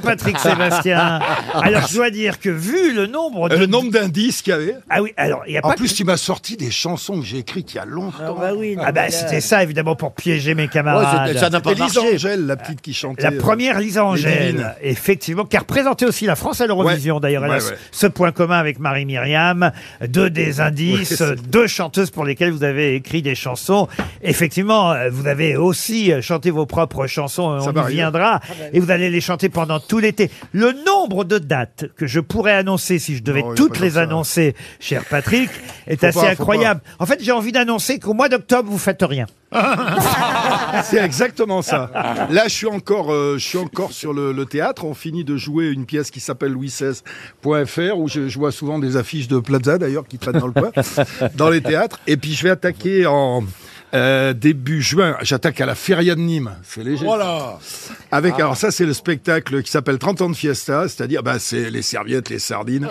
[LAUGHS] Patrick Sébastien. Alors je dois dire que vu le nombre de... Euh, Le nombre d'indices qu'il y avait. Ah oui, alors il y a En pas plus, il m'a sorti des chansons que j'ai écrites il y a longtemps. Ah bah oui. Ah bah c'était ça évidemment pour piéger mes camarades. C'était Lisa Angèle, la petite qui chantait. La euh, première Lisa Divine. Angèle, effectivement, qui a représenté aussi la France à l'Eurovision Ouais. d'ailleurs. Elle Ouais, a ce- ouais. ce point commun avec Marie Myriam, deux des indices, Ouais, deux chanteuses pour lesquelles vous avez écrit des chansons. Effectivement, euh, vous avez aussi euh, chanté vos propres chansons, euh, Ça on y m'arrive. viendra, et vous allez les chanter pendant tout l'été. Le nombre de dates que je pourrais annoncer si je devais Non, il y a pas toutes comme les ça. annoncer, cher Patrick, est Faut assez pas, faut incroyable. En fait, j'ai envie d'annoncer qu'au mois d'octobre, vous faites rien. [LAUGHS] C'est exactement ça. Là, je suis encore, euh, je suis encore sur le, le théâtre. On finit de jouer une pièce qui s'appelle louis16.fr où je, je vois souvent des affiches de Plaza d'ailleurs qui traînent dans le [LAUGHS] coin, dans les théâtres. Et puis je vais attaquer en euh, début juin. J'attaque à la Feria de Nîmes. C'est léger. Voilà. Avec Ah. alors ça c'est le spectacle qui s'appelle 30 ans de fiesta, c'est-à-dire bah c'est les serviettes, les sardines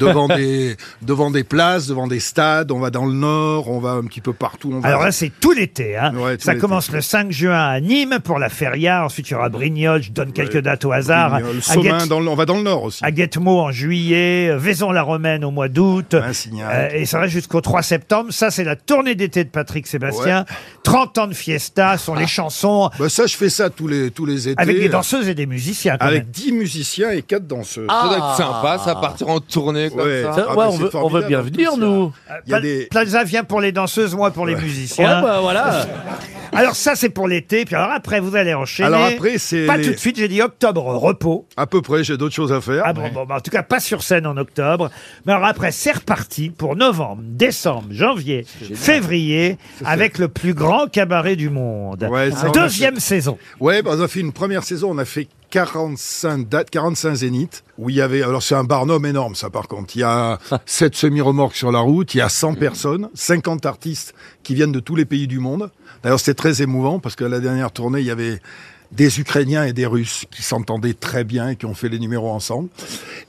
devant des devant des places, devant des stades, on va dans le nord, on va un petit peu partout, on va- Alors là, c'est tout l'été. Hein. Ouais, tout ça l'été. commence le 5 juin à Nîmes pour la Feria. Ensuite, il y aura Brignoles. Je donne quelques dates au hasard. Brignoles, À Somain, Guet- dans le- on va dans le nord aussi. À Guetmo en juillet, Vaison-la-Romaine au mois d'août. Euh, et ça va jusqu'au 3 septembre. Ça, c'est la tournée d'été de Patrick Sébastien. 30 ans de fiesta sont les chansons. Bah ça, je fais ça tous les, tous les étés. Avec des euh, danseuses et des musiciens. Quand Avec même. 10 musiciens et 4 danseuses. Ça doit être Ah. sympa, ça, partir en tournée comme ça. Ça, Ah, ouais, on veut- on veut bien venir, nous. Il y a Pla- des... Plaza vient pour les danseuses, moi pour les musiciens. Ouais, bah, voilà. [LAUGHS] alors ça c'est pour l'été, puis alors après vous allez enchaîner. Alors après, c'est pas les- tout de suite, j'ai dit octobre repos. À peu près, j'ai d'autres choses à faire. Ah bon, bon, bah, en tout cas pas sur scène en octobre. Mais alors après c'est reparti pour novembre, décembre, janvier, février avec le plus grand cabaret du monde. Ouais, ça, on a Deuxième saison. Ouais, bah, on a fait une première saison, on a fait 45 dates, 45 zéniths, où il y avait, alors c'est un barnum énorme ça par contre, il y [LAUGHS] a 7 semi-remorques sur la route, il y a 100 Mm. personnes, 50 artistes qui viennent de tous les pays du monde. D'ailleurs c'était très émouvant parce que la dernière tournée il y avait des Ukrainiens et des Russes qui s'entendaient très bien et qui ont fait les numéros ensemble.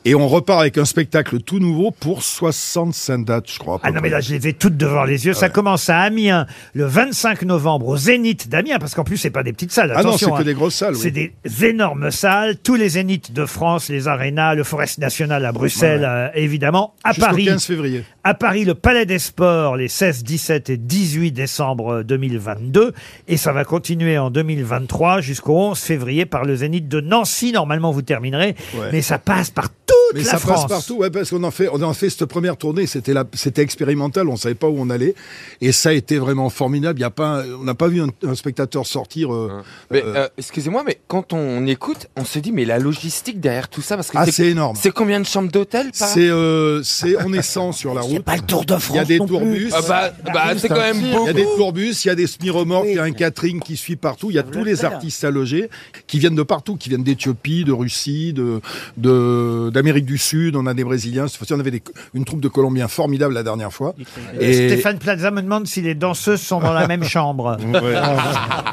Et on repart avec un spectacle tout nouveau pour 65 dates je crois. à peu Ah non, mais près. là, je les ai toutes devant les yeux. Ça commence à Amiens, le 25 novembre, au Zénith d'Amiens, parce qu'en plus, c'est pas des petites salles. Ah non, attention, hein. c'est que des grosses salles, oui. C'est des énormes salles. Tous les Zéniths de France, les arénas, le Forest National à Bruxelles, Ouais, ouais. euh, évidemment. À Jusqu'au Paris. 15 février. À Paris, le Palais des Sports, les 16, 17 et 18 décembre 2022. Et ça va continuer en 2023 jusqu'au 11 février par le Zénith de Nancy. Normalement, vous terminerez. Ouais. Mais ça passe par toute Mais la ça France. passe partout, ouais, parce qu'on en fait, on en fait cette première tournée, c'était la, c'était expérimental, on savait pas où on allait, et ça a été vraiment formidable. Il y a pas, un- on n'a pas vu un, un spectateur sortir. euh, Mais euh, euh, excusez-moi, mais quand on écoute, on se dit mais la logistique derrière tout ça parce que Ah, c'est énorme. C'est combien de chambres d'hôtel par c'est, euh, c'est, on est 100 sur [LAUGHS] la route. Il n'y a pas le Tour de France. Il y a des tourbus. Ah bah- bah, c'est quand même Il y a des beaucoup. tourbus, il y a des semi-remorques, il y a un catering qui suit partout. Il y a tous les artistes à loger qui viennent de partout, qui viennent d'Éthiopie, de Russie, de, de, d'Amérique du Sud. On a des Brésiliens. Cette fois-ci, on avait des- une troupe de Colombiens formidable la dernière fois. Et- Stéphane Plaza me demande si les danseuses sont dans la même chambre. [LAUGHS] Ouais.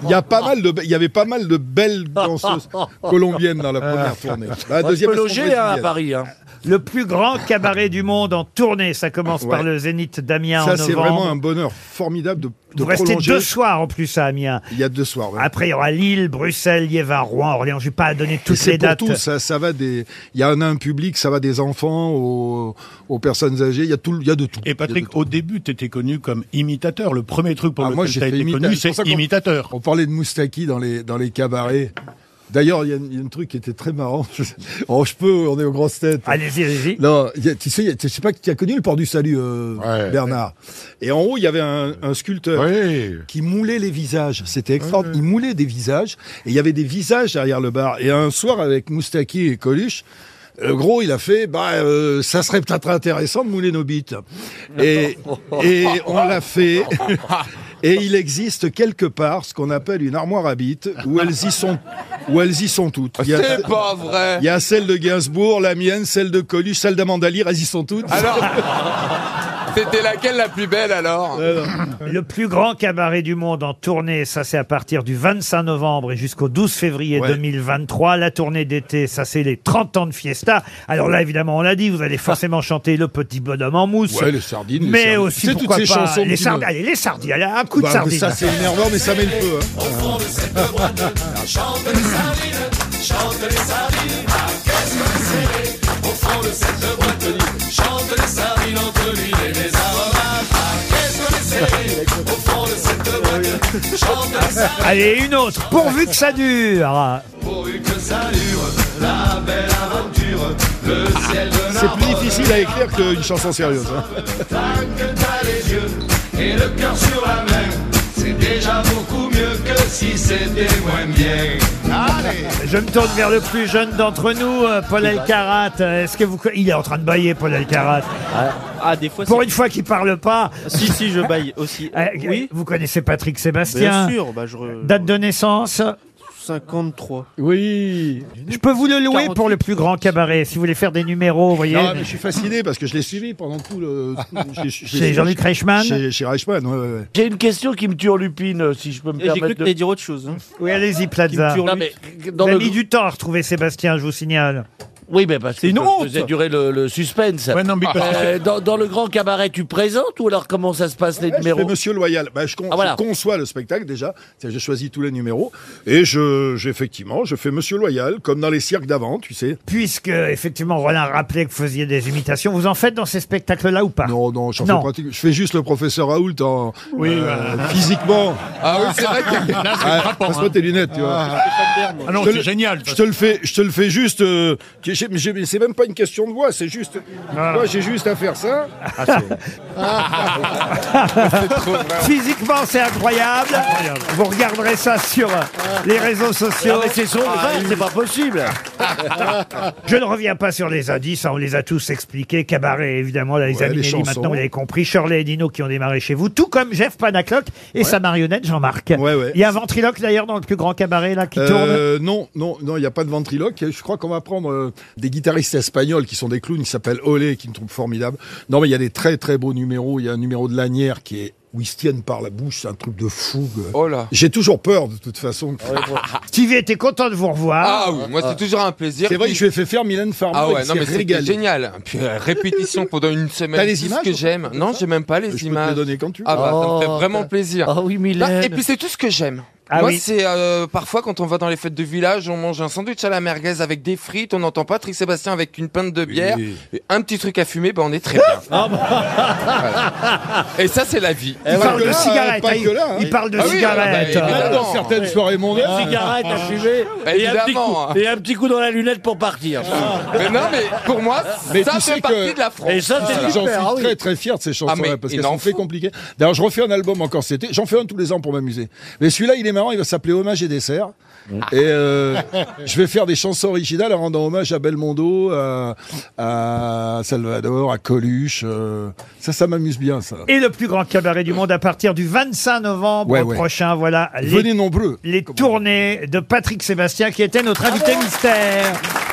Il y a pas mal de, be- il y avait pas mal de belles danseuses colombiennes dans la première tournée. La deuxième, elles sont brésiliennes. Le plus grand cabaret du monde en tournée. Ça commence par Ouais. le Zénith d'Amiens en Ça, novembre. c'est vraiment un bonheur formidable de, de Vous restez prolonger. deux soirs en plus à Amiens. Il y a deux soirs. ouais. Après, il y aura Lille, Bruxelles, Liévin, Rouen, Orléans. Je vais pas donner Et toutes les C'est pour hein. dates. tout, ça, ça va des, il y en a un public, ça va des enfants aux, aux personnes âgées, il y a tout, il y a de tout. Et Patrick, au début, tu étais connu comme imitateur. Le premier truc pour Ah, moi, lequel j'ai tu as fait été imita- connu, c'est c'est pour ça qu'on- imitateur. On parlait de Moustaki dans les, dans les cabarets. D'ailleurs, il y, a- il y a un truc qui était très marrant. [LAUGHS] oh, je peux, on est aux grosses têtes. Allez-y, allez-y. Non, il y a- tu sais, il y a- tu sais pas qui a connu le port du salut, euh, Bernard. Et en haut, il y avait un, un sculpteur qui moulait les visages. C'était extraordinaire. Il moulait des visages et il y avait des visages derrière le bar. Et un soir, avec Moustaki et Coluche, euh, gros, il a fait, bah, euh, ça serait peut-être intéressant de mouler nos bites. [LAUGHS] Et, et on l'a fait. Et il existe quelque part ce qu'on appelle une armoire à bites où elles y sont, où elles y sont toutes. Il y a- C'est pas vrai. il y a celle de Gainsbourg, la mienne, celle de Coluche, celle d'Amanda Lear, elles y sont toutes. Alors, C'était laquelle la plus belle alors Le plus grand cabaret du monde en tournée, ça c'est à partir du 25 novembre et jusqu'au 12 février 2023. La tournée d'été, ça c'est les 30 ans de Fiesta. Alors là, évidemment, on l'a dit, vous allez forcément chanter Le Petit Bonhomme en mousse. Ouais, les sardines, les Mais sardines. Tu aussi, sais, toutes pourquoi ces pas, chansons les qui sardines. me- Allez, les sardines, allez, un coup Bah, de mais sardine. Ça, c'est énervant, mais ça met le feu. hein. Chante les sardines, chante les sardines, ah, qu'est-ce que c'est Au fond de cette boîte de nuit, chante les sardines entre l'huile et les aromates, ah, qu'est-ce que c'est Au fond de cette boîte de nuit, chante les sardines, Allez, une autre, pourvu que ça dure. pourvu que ça dure, la belle aventure, le ciel de C'est plus difficile à écrire qu'une chanson sérieuse. hein. Tant que t'as les yeux et le cœur sur la main, c'est déjà beaucoup mieux que si c'était moins bien. [LAUGHS] Allez Je me tourne vers le plus jeune d'entre nous, euh, Paul Elkarat. Euh, Est-ce que vous co- il est en train de bailler Paul Elkarat Ah, des fois. Pour une fois qu'il parle pas. Si, si, je baille aussi. [LAUGHS] Euh, Oui. Vous connaissez Patrick Sébastien Bien sûr, bah, je re- Date de naissance 53. Oui. Je peux vous le louer pour le plus grand cabaret si vous voulez faire des numéros, vous voyez. Non, mais je suis fasciné parce que je l'ai suivi pendant tout le. tout- j'ai- j'ai- [LAUGHS] Chez Jean-Luc Reichmann Chez, chez Reichmann, ouais, ouais, ouais. J'ai une question qui me turlupine, euh, si je peux me Et J'ai permettre. cru que de- t'allais dire autre chose. hein. Oui, allez-y, Plaza. Qui me tue, lui. dans dans vous le avez mis groupe. du temps à retrouver Sébastien, je vous signale. Oui, mais parce que C'est une je honte. faisais durer le, le suspense. Euh, dans, dans le grand cabaret, tu présentes ou alors comment ça se passe les Ouais, je numéros fais Monsieur Loyal. Bah, je, con- Ah, voilà. je conçois le spectacle déjà. C'est-à-dire, Je choisis tous les numéros et je, j'effectivement, je fais Monsieur Loyal comme dans les cirques d'avant, tu sais. Puisque, effectivement, Roland rappelait que vous faisiez des imitations, vous en faites dans ces spectacles-là [LAUGHS] ou pas Non, non, j'en fais pratiquement- Je fais juste le professeur Raoult en Oui, euh, voilà. physiquement. Ah oui, c'est vrai que- Ouais, Là, c'est frappant, Passe-moi hein. tes lunettes, tu vois. Ah non, Je te c'est le- génial. Je te le fais, je te le fais juste. euh, j'ai- j'ai- j'ai- mais c'est même pas une question de voix, c'est juste. Ah. Moi, j'ai juste à faire ça. [LAUGHS] Physiquement, c'est incroyable. Vous regarderez ça sur euh, les réseaux sociaux. Ah, Non, Ah, mais c'est son frère, c'est pas [LAUGHS] possible. Je ne reviens pas sur les indices, hein, on les a tous expliqués. Cabaret, évidemment, la les Aminelli, chansons. maintenant, vous l'avez compris. Shirley et Dino qui ont démarré chez vous, tout comme Jeff Panaclock et sa marionnette Jean-Marc. Il y a un ventriloque d'ailleurs dans le plus grand cabaret là qui tourne. Euh, non, non, non, il n'y a pas de ventriloque. Je crois qu'on va prendre euh, des guitaristes espagnols qui sont des clowns, qui s'appellent Olé, qui me trouvent formidable. Non, mais il y a des très très beaux numéros. Il y a un numéro de Lanière qui est où ils se tiennent par la bouche, c'est un truc de fougue. Oh là. J'ai toujours peur de toute façon. [LAUGHS] Stevie était content de vous revoir. Ah oui, moi c'est toujours un plaisir. C'est vrai que Puis- je lui ai fait faire Mylène Farmer. Ah ouais, il non s'est mais c'était régalé. génial. Puis euh, répétition pendant une semaine. T'as les tout images, ce que toi j'aime. Non, j'ai même pas les images. donner quand tu veux. Ah bah, ça me fait Oh. vraiment plaisir. Ah oui, Mylène. Non, Et puis c'est tout ce que j'aime. Ah Moi, oui. c'est euh, parfois quand on va dans les fêtes de village, on mange un sandwich à la merguez avec des frites, on n'entend pas Patrick Sébastien avec une pinte de bière, et un petit truc à fumer, ben on est très bien. Voilà. Et ça, c'est la vie. Ah Il parle de cigarettes. hein, il- Il parle de Ah oui, cigarettes. bah, bah, évidemment. Dans certaines soirées mondaines. Une cigarette à fumer Bah, et, un petit évidemment, coup, hein. et un petit coup dans la lunette pour partir. Mais non, mais pour moi, ça fait partie de la France. Et ça, c'est J'en suis super, ah oui. très très fier de ces chansons-là mais parce il qu'elles en sont fait compliquées. D'ailleurs, je refais un album encore cet été. J'en fais un tous les ans pour m'amuser. Mais celui-là, il est marrant. Il va s'appeler Hommage et dessert. Ah. Et euh, je vais faire des chansons originales en rendant hommage à Belmondo, à, à Salvador, à Coluche. euh, ça, ça m'amuse bien, ça. Et le plus grand cabaret du monde à partir du 25 novembre Ouais, ouais. prochain. Voilà. Venez nombreux. Ah Les tournées de Patrick Sébastien qui était notre invité mystère.